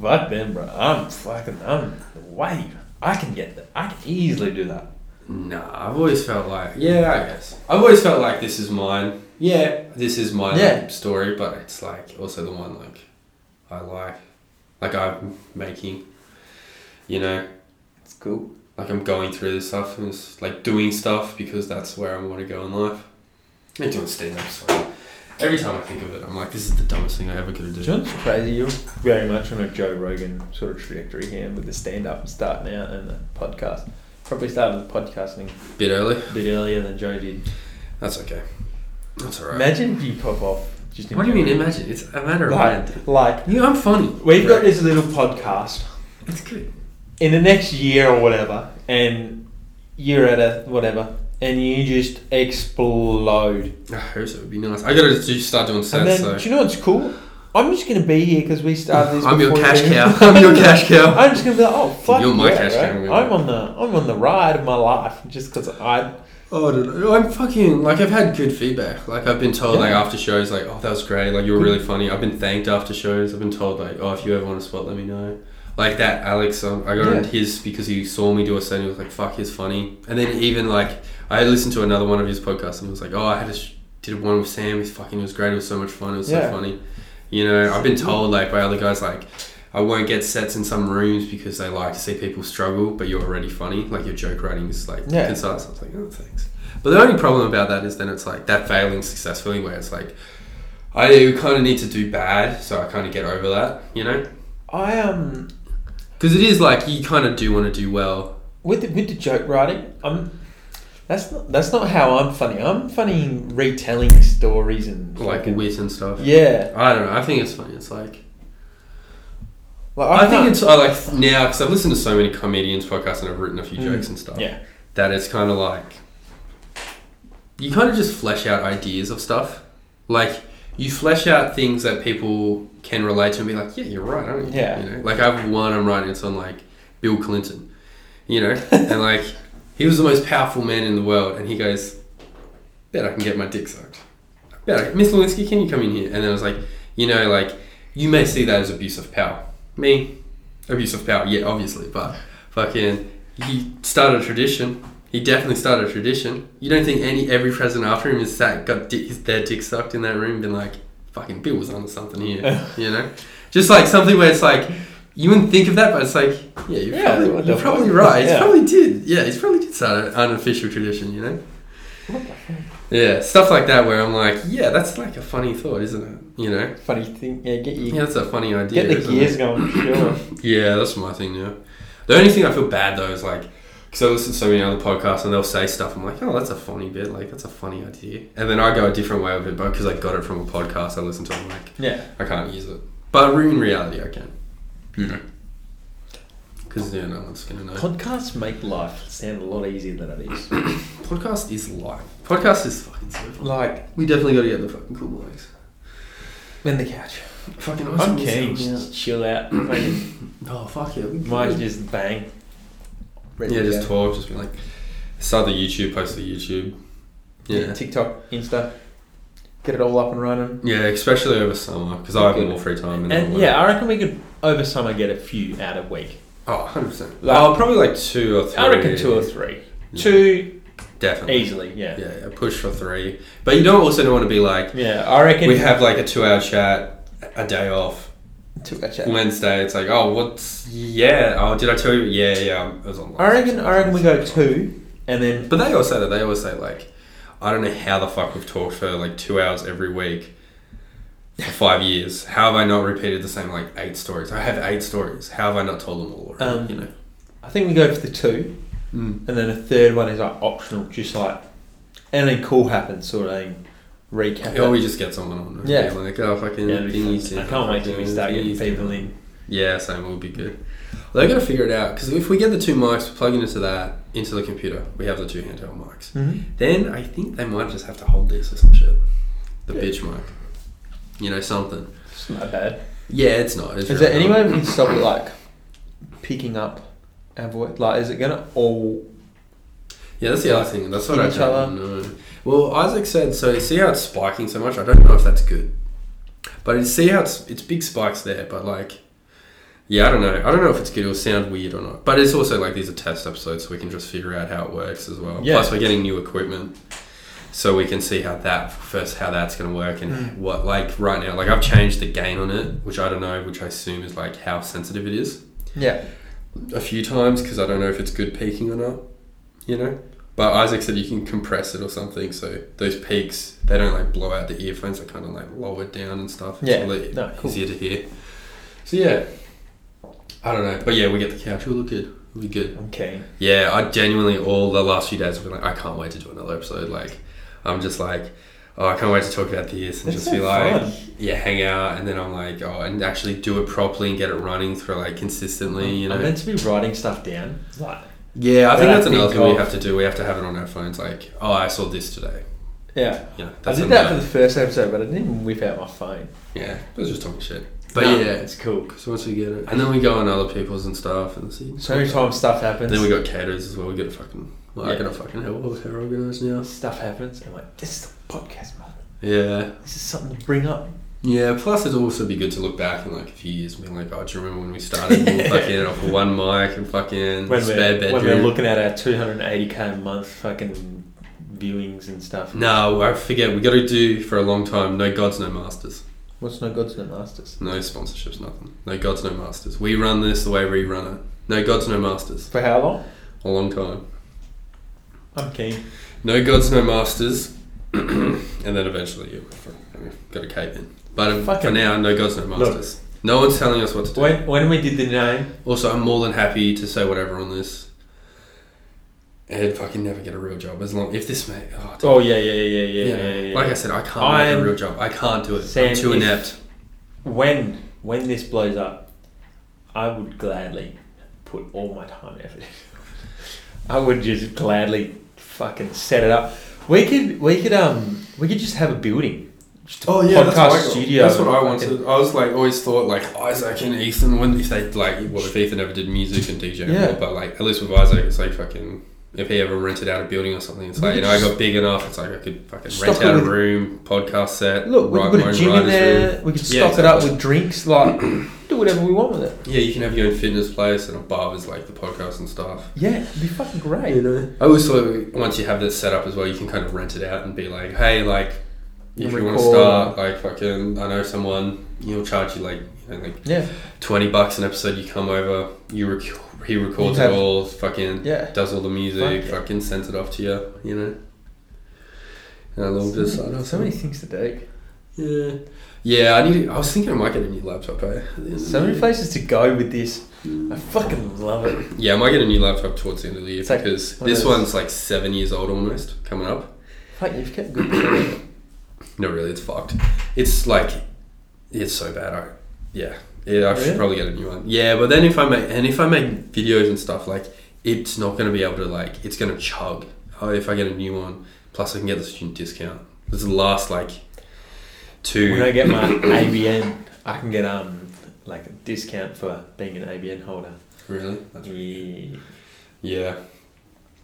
fuck them, bro. I'm fucking, I'm the wave. I can get that. I can easily do that. Nah, I've always felt like, yeah, I guess. I've always felt like this is mine. Yeah, this is my like, Yeah. story, but it's like also the one like I like, like I'm making. You know, It's cool. like I'm going through this stuff and it's like doing stuff because that's where I want to go in life. I'm doing stand up. Every time I think of it, I'm like, this is the dumbest thing I ever could have Do done. you know what's crazy? You're very much on a Joe Rogan sort of trajectory here with the stand up and starting out and the podcast. Probably started with podcasting Bit early. a bit earlier than Joe did. That's okay. That's alright. Imagine if you pop off. Just in what do you mean? general. Imagine it's a matter of mind. Like, like Yeah, I'm funny. we've got this little podcast It's good. in the next year or whatever, and you're at a whatever, and you just explode. I hope so. It would Ah, be nice. I gotta do, start doing and sets. then, so. do you know what's cool? I'm just gonna be here because we started this. I'm your before cash you. cow. I'm your cash cow. (laughs) I'm just gonna be like, oh fuck, You're my yeah, cash right? cow, really. I'm on the I'm on the ride of my life just because I Oh, I don't know. I'm fucking like I've had good feedback. Like I've been told like after shows like oh that was great. Like you were really funny. I've been thanked after shows. I've been told like oh if you ever want a spot let me know. Like that Alex, um, I got on Yeah. his because he saw me do a set. and He was like fuck, he's funny. And then even like I listened to another one of his podcasts and he was like oh I had a sh- did one with Sam. He's fucking it was great. It was so much fun. It was so Yeah. funny. You know I've been told like by other guys like. I won't get sets in some rooms because they like to see people struggle, but you're already funny. Like your joke writing is like Yeah. concise. I was like, oh, thanks. But the only problem about that is then it's like that failing successfully, where it's like I kind of need to do bad, so I kind of get over that, you know? I um Because it is like you kind of do want to do well. with the, with the joke writing, I'm. That's not that's not how I'm funny. I'm funny in retelling stories and Like fucking- wit and stuff. Yeah, I don't know. I think it's funny. It's like like, I, think can't- it's I like now because I've listened to so many comedians podcasts and I've written a few Hmm. jokes and stuff. Yeah. that it's kind of like you kind of just flesh out ideas of stuff. Like you flesh out things that people can relate to and be like, yeah, you're right, aren't you? Yeah. You know, like I've one I'm writing it's on like Bill Clinton, you know, and like he was the most powerful man in the world, and he goes, bet I can get my dick sucked. I bet I, Miss Lewinsky, can you come in here? And then I was like, you know, like you may see that as abuse of power. Me, abuse of power, yeah, obviously, but fucking, he started a tradition. He definitely started a tradition. You don't think any every president after him has sat got dick, his, their dick sucked in that room, and been like, fucking Bill was onto something here, (laughs) you know? Just like something where it's like. You wouldn't think of that, but it's like, yeah, you're Yeah, what probably, the you're probably fuck? right. He's Yeah. probably did. Yeah, he's probably did start an unofficial tradition, you know? Yeah, stuff like that where I'm like, yeah, that's like a funny thought, isn't it? You know? funny thing. Yeah, get you Yeah, that's a funny idea. get the isn't gears it? going. (laughs) Sure. Yeah, that's my thing, yeah. The only thing I feel bad though is like, because I listen to so many other podcasts and they'll say stuff, I'm like, oh, that's a funny bit, like, that's a funny idea. And then I go a different way of it, but because I got it from a podcast I listen to, I'm like, Yeah. I can't use it. But in reality, I can. You Hmm. know? Because, yeah, no one's going to know. (laughs) Podcasts make life sound a lot easier than it is. podcast is life. Podcast is fucking so fun. like We definitely got to get the fucking cool boys. in the couch. Fucking I'm awesome. keen. Yeah. Just chill (laughs) out. Fucking Oh fuck yeah! we Might could. just bang. Ready yeah, to just go. talk. Just be like, start the YouTube, post the YouTube. Yeah, TikTok, Insta, get it all up and running. yeah, especially over summer because I have Good. more free time. And, And all yeah, that. I reckon we could over summer get a few out a week. oh, 100 percent. Like- oh, probably like two or three. I reckon two or three. Yeah. Two Definitely. easily, yeah. Yeah, yeah, push for three. But you don't also don't want to be like Yeah, I reckon we have like a two-hour chat, a day off. two actually, Wednesday, it's like, oh, what's yeah? Oh, did I tell you? Yeah, yeah, it was on. I reckon I reckon we go two and then But they always say that. They always say like, I don't know how the fuck we've talked for like two hours every week for five years. How have I not repeated the same like eight stories? I have eight stories. How have I not told them all? Already? Um, you know. I think we go for the two Mm. and then a third one is like optional, just like and then cool happens sort of thing. Recap. Or it. we just get someone on. and Yeah. be Like oh fucking. Yeah, it'd be thingies, fun. I can't wait till we start getting thingies. people in. Yeah, same. We'll be good. Well, they got to figure it out because if we get the two mics plugging into that into the computer, we have the two handheld mics. Mm-hmm. Then I think they might just have to hold this or some shit. The Yeah. bitch mic. You know something. It's not bad. Yeah, it's not. It's Is really there any way we can stop it like picking up our voice? Like, is it gonna all? Yeah, that's the other thing. That's what In I each don't know. Well, Isaac said so. You see how it's spiking so much? I don't know if that's good, but you see how it's it's big spikes there. But like, yeah, I don't know. I don't know if it's good. It'll sound weird or not. But it's also like these are test episodes, so we can just figure out how it works as well. Yeah. Plus, we're getting new equipment, so we can see how that first how that's going to work and Mm. what like right now. Like I've changed the gain on it, which I don't know, which I assume is like how sensitive it is Yeah, a few times because I don't know if it's good peaking or not, you know. But Isaac said you can compress it or something, so those peaks they don't like blow out the earphones. They kind of like lower it down and stuff. Yeah. it's really No, cool. easier to hear. So yeah, I don't know, but yeah, we get the couch. We'll look good. We'll be good. Okay. Yeah, I genuinely all the last few days have been like, I can't wait to do another episode. Like, I'm just like, oh, I can't wait to talk about this and That's just so be like, fun. yeah, hang out, and then I'm like, oh, and actually do it properly and get it running through like consistently, you know. I'm meant to be writing stuff down. Like, Yeah, I But think I that's another think thing we of- have to do. We have to have it on our phones. Like, oh, I saw this today. yeah, You know, I that's did that for another- the first episode, but I didn't even whip out my phone. yeah, it was just talking shit. But No, yeah, it's cool. because once we get it, and then we go on other people's and stuff, and see. So many times stuff happens. And then we got caterers as well. We get a fucking. Well, I Yeah. got a fucking hell of her organized now. stuff happens. and I'm like, this is the podcast moment. Yeah, This is something to bring up. Mm, yeah. Plus, it'd also be good to look back in like a few years and be like, oh, do you remember when we started? We (laughs) were fucking off of one mic and fucking When spare we're, when we're bedroom. looking at our 280k a month fucking viewings and stuff. no, I forget. We got to do for a long time. No gods, no masters. What's no gods no masters? No sponsorships, nothing. No gods, no masters. We run this the way we run it. No gods, no masters. For how long? A long time. I'm keen. No gods, no masters. (clears throat) and then eventually you got a cave in. But um, for Fucking- now, no gods, no Look. masters. No one's telling us what to do. When, when we did the name, Also, I'm more than happy to say whatever on this. And fucking never get a real job as long if this mate. Oh, dude. oh yeah, yeah, yeah, yeah, yeah. yeah, yeah, Like I yeah. said, I can't make I'm- a real job. I can't do it. Sam, I'm too if- inept. when when this blows up, I would gladly put all my time and effort. in. (laughs) I would just gladly fucking set it up. We could we could um we could just have a building. Just a Oh yeah, that's podcast what I got. studio. That's what I Fucking- wanted. I was like always thought like Isaac and Ethan. When if they like, what if Ethan ever did music and DJ? Yeah. But like at least with Isaac, it's like fucking. If he ever rented out a building or something, it's like you know I got big enough. It's like I could fucking Stock rent it out a with- room, podcast set. Look, we could write put my a own gym in writer's there. room. We could stock Yeah, it up exactly. with drinks. (clears throat) Like, do whatever we want with it. Yeah, you can have your own fitness place and a bar is like the podcast and stuff. Yeah, it'd be fucking great. I always thought once you have that set up as well, you can kind of rent it out and be like, hey, like You if you want to record. start, like fucking, I know someone, he'll charge you like you know like Yeah, 20 bucks an episode you come over you rec- he records You have- it all fucking yeah. does all the music Fuck yeah. fucking sends it off to you you know and a little bit of side So many things to do. yeah yeah I need to- I was thinking I might get a new laptop eh? So many places to go with this. I fucking love it. yeah I might get a new laptop towards the end of the year It's like because one of this those- one's like 7 years old almost coming up Fuck, you've kept good. (coughs) no really it's fucked it's like it's so bad I yeah yeah I should Really? probably get a new one yeah but then if I make and if I make videos and stuff like it's not going to be able to like it's going to chug oh, if I get a new one plus I can get the student discount this is the last like When two I get my (coughs) ABN, I can get um like a discount for being an ABN holder. really Yeah.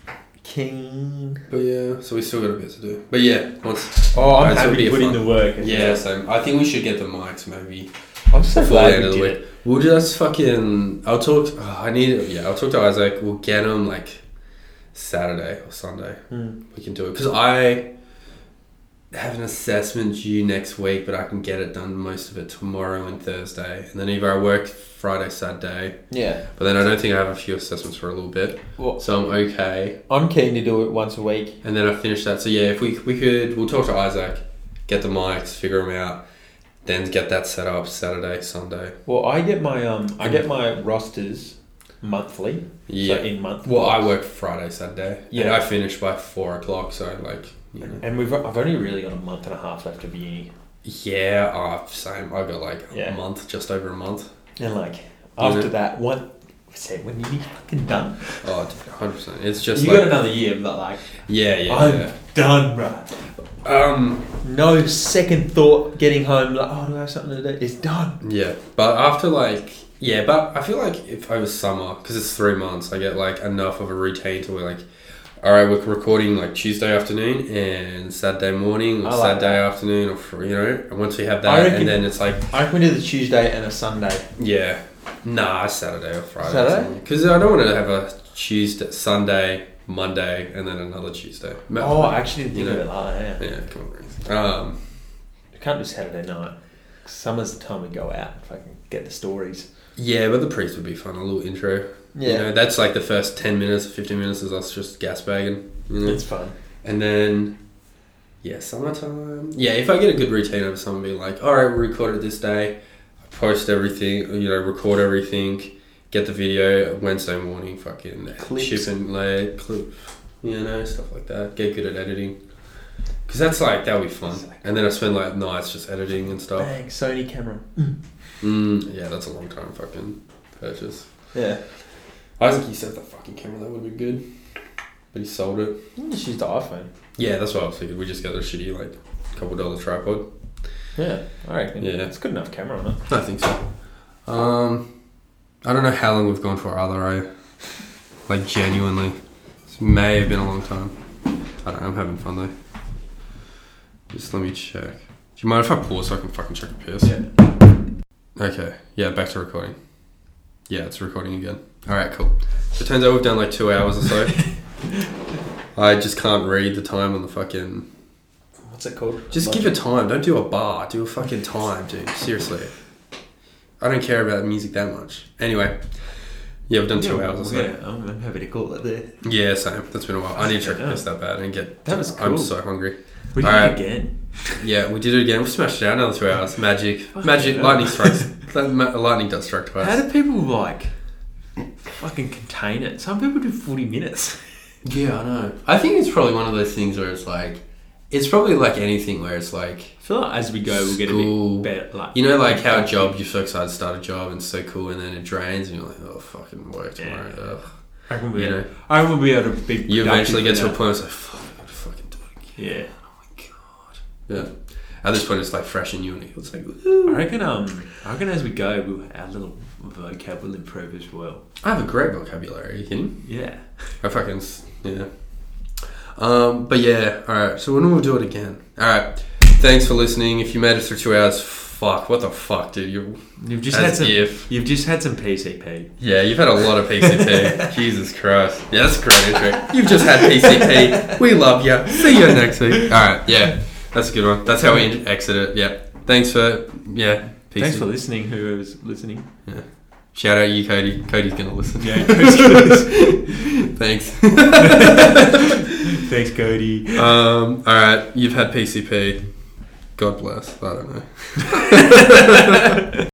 yeah King. but yeah so we still got a bit to do but yeah once Oh, I'm That's gonna happy be to put in fun. the work. yeah so I think we should get the mics maybe I'm so Before the glad end we of the did week. it. We'll just fucking. I'll talk. oh, I need. Yeah, I'll talk to Isaac. We'll get him like Saturday or Sunday. Hmm. We can do it because I have an assessment due next week, but I can get it done most of it tomorrow and Thursday, and then either I work Friday, Saturday, Yeah. but then I don't think I have a few assessments for a little bit, Well, so I'm okay. I'm keen to do it once a week. And then I finish that. So yeah, if we we could, we'll talk to Isaac, get the mics, figure them out, then get that set up Saturday, Sunday. Well, I get my um I get my rosters monthly. Yeah. So in month. Well, I work Friday, Saturday. Yeah. Yeah. I finish by four o'clock, so like, you know. And we've I've only really got a month and a half left of uni. Yeah, uh, same. I've got like a Yeah. month, just over a month. And like know- after that, one say when uni fucking done. Oh, dude, 100%. It's just you like. got another year, but like yeah, yeah, I'm yeah. done, bruh. Um, no second thought getting home like oh do I have something to do it's done yeah. But after like. Yeah, but I feel like if over summer, because it's three months, I get like enough of a routine to where like, all right, we're recording like Tuesday afternoon and Saturday morning or I like Saturday that. afternoon or, fr- you know, and once we have I that, reckon- and then it's like, I can do the Tuesday and a Sunday Yeah. Nah, Saturday or Friday. Saturday? Because I don't want to have a Tuesday, Sunday, Monday, and then another Tuesday. Ma- oh I actually didn't You think of it like that yeah. Yeah, come on. Reece. Um, I can't do Saturday night summer's the time we go out if I can get the stories yeah, but the priest would be fun. A little intro. yeah You know, that's like the first 10 minutes, 15 minutes is us just gas bagging. You know? it's fun And then, yeah, summertime. Yeah, if I get a good routine over summer, being like, all right, we recorded this day, I post everything, you know, record everything, get the video Wednesday morning, fucking Clips. chip and lay, clip, you know, stuff like that. Get good at editing. Because that's like, that would be fun. And then I spend like nights just editing and stuff. bang Sony camera Mm, yeah, that's a long time fucking purchase. yeah I think he said that fucking camera, that would have been good. But he sold it. you can just use the iPhone Yeah, that's what I was thinking. We just got a shitty, like, couple dollar tripod. yeah I reckon Yeah. it's good enough camera on it I think so. Um, I don't know how long we've gone for either. I like genuinely, this may have been a long time. I don't. know, I'm having fun though. Just let me check. Do you mind if I pause so I can fucking check a piss? Yeah. Okay. Yeah. Back to recording. Yeah, it's recording again. All right. Cool. So it turns out we've done like two hours or so. I just can't read the time on the fucking. what's it called Just give a time. Don't do a bar. Do a fucking time, dude. Seriously. I don't care about music that much. Anyway. Yeah, I've done two hours or so. Yeah, I'm, I'm happy to call it there. Yeah, same. That's been a while. I need to check this that bad and get. That was I'm cool. so hungry. We did Alright. it again. Yeah, we did it again. We smashed it out another two hours. Magic. Magic. Lightning strikes That ma- lightning does strike twice. How do people like fucking contain it? Some people do forty minutes. Yeah, I know. I think it's probably one of those things where it's like, it's probably like anything where it's like, I feel like as we go, we'll get School. a bit better. Like you know, like how a job, you're so excited to start a job and it's so cool and then it drains and you're like, oh, fucking work tomorrow. Ugh. I reckon we'll you be know. able- I reckon we'll be able to be. You eventually productive get to a in point where it's like, fuck, I gotta fucking do it again. that. Yeah. Yeah. At this point, it's like fresh and unique. It's like, I ooh. reckon um I reckon as we go we'll, our little vocab will improve as well. I have a great vocabulary. Are you kidding? Yeah. I fucking s- yeah. Um, but yeah, all right. So when will we do it again? All right. Thanks for listening. If you made it through two hours, fuck. What the fuck, dude? You You've just As had some if. you've just had some PCP. yeah, you've had a lot (laughs) of PCP. Jesus Christ. Yeah, that's a great intro. You've just had PCP. We love you. See you next week. All right. Yeah, that's a good one. That's how we in- exit it. Yeah. Thanks for yeah. Peace. Thanks for listening, whoever's listening. (laughs) Shout out you, Cody. Cody's gonna listen. (laughs) Yeah, Cody's gonna Thanks. Thanks, Cody. (laughs) Um, all right, you've had PCP. God bless. I don't know. (laughs)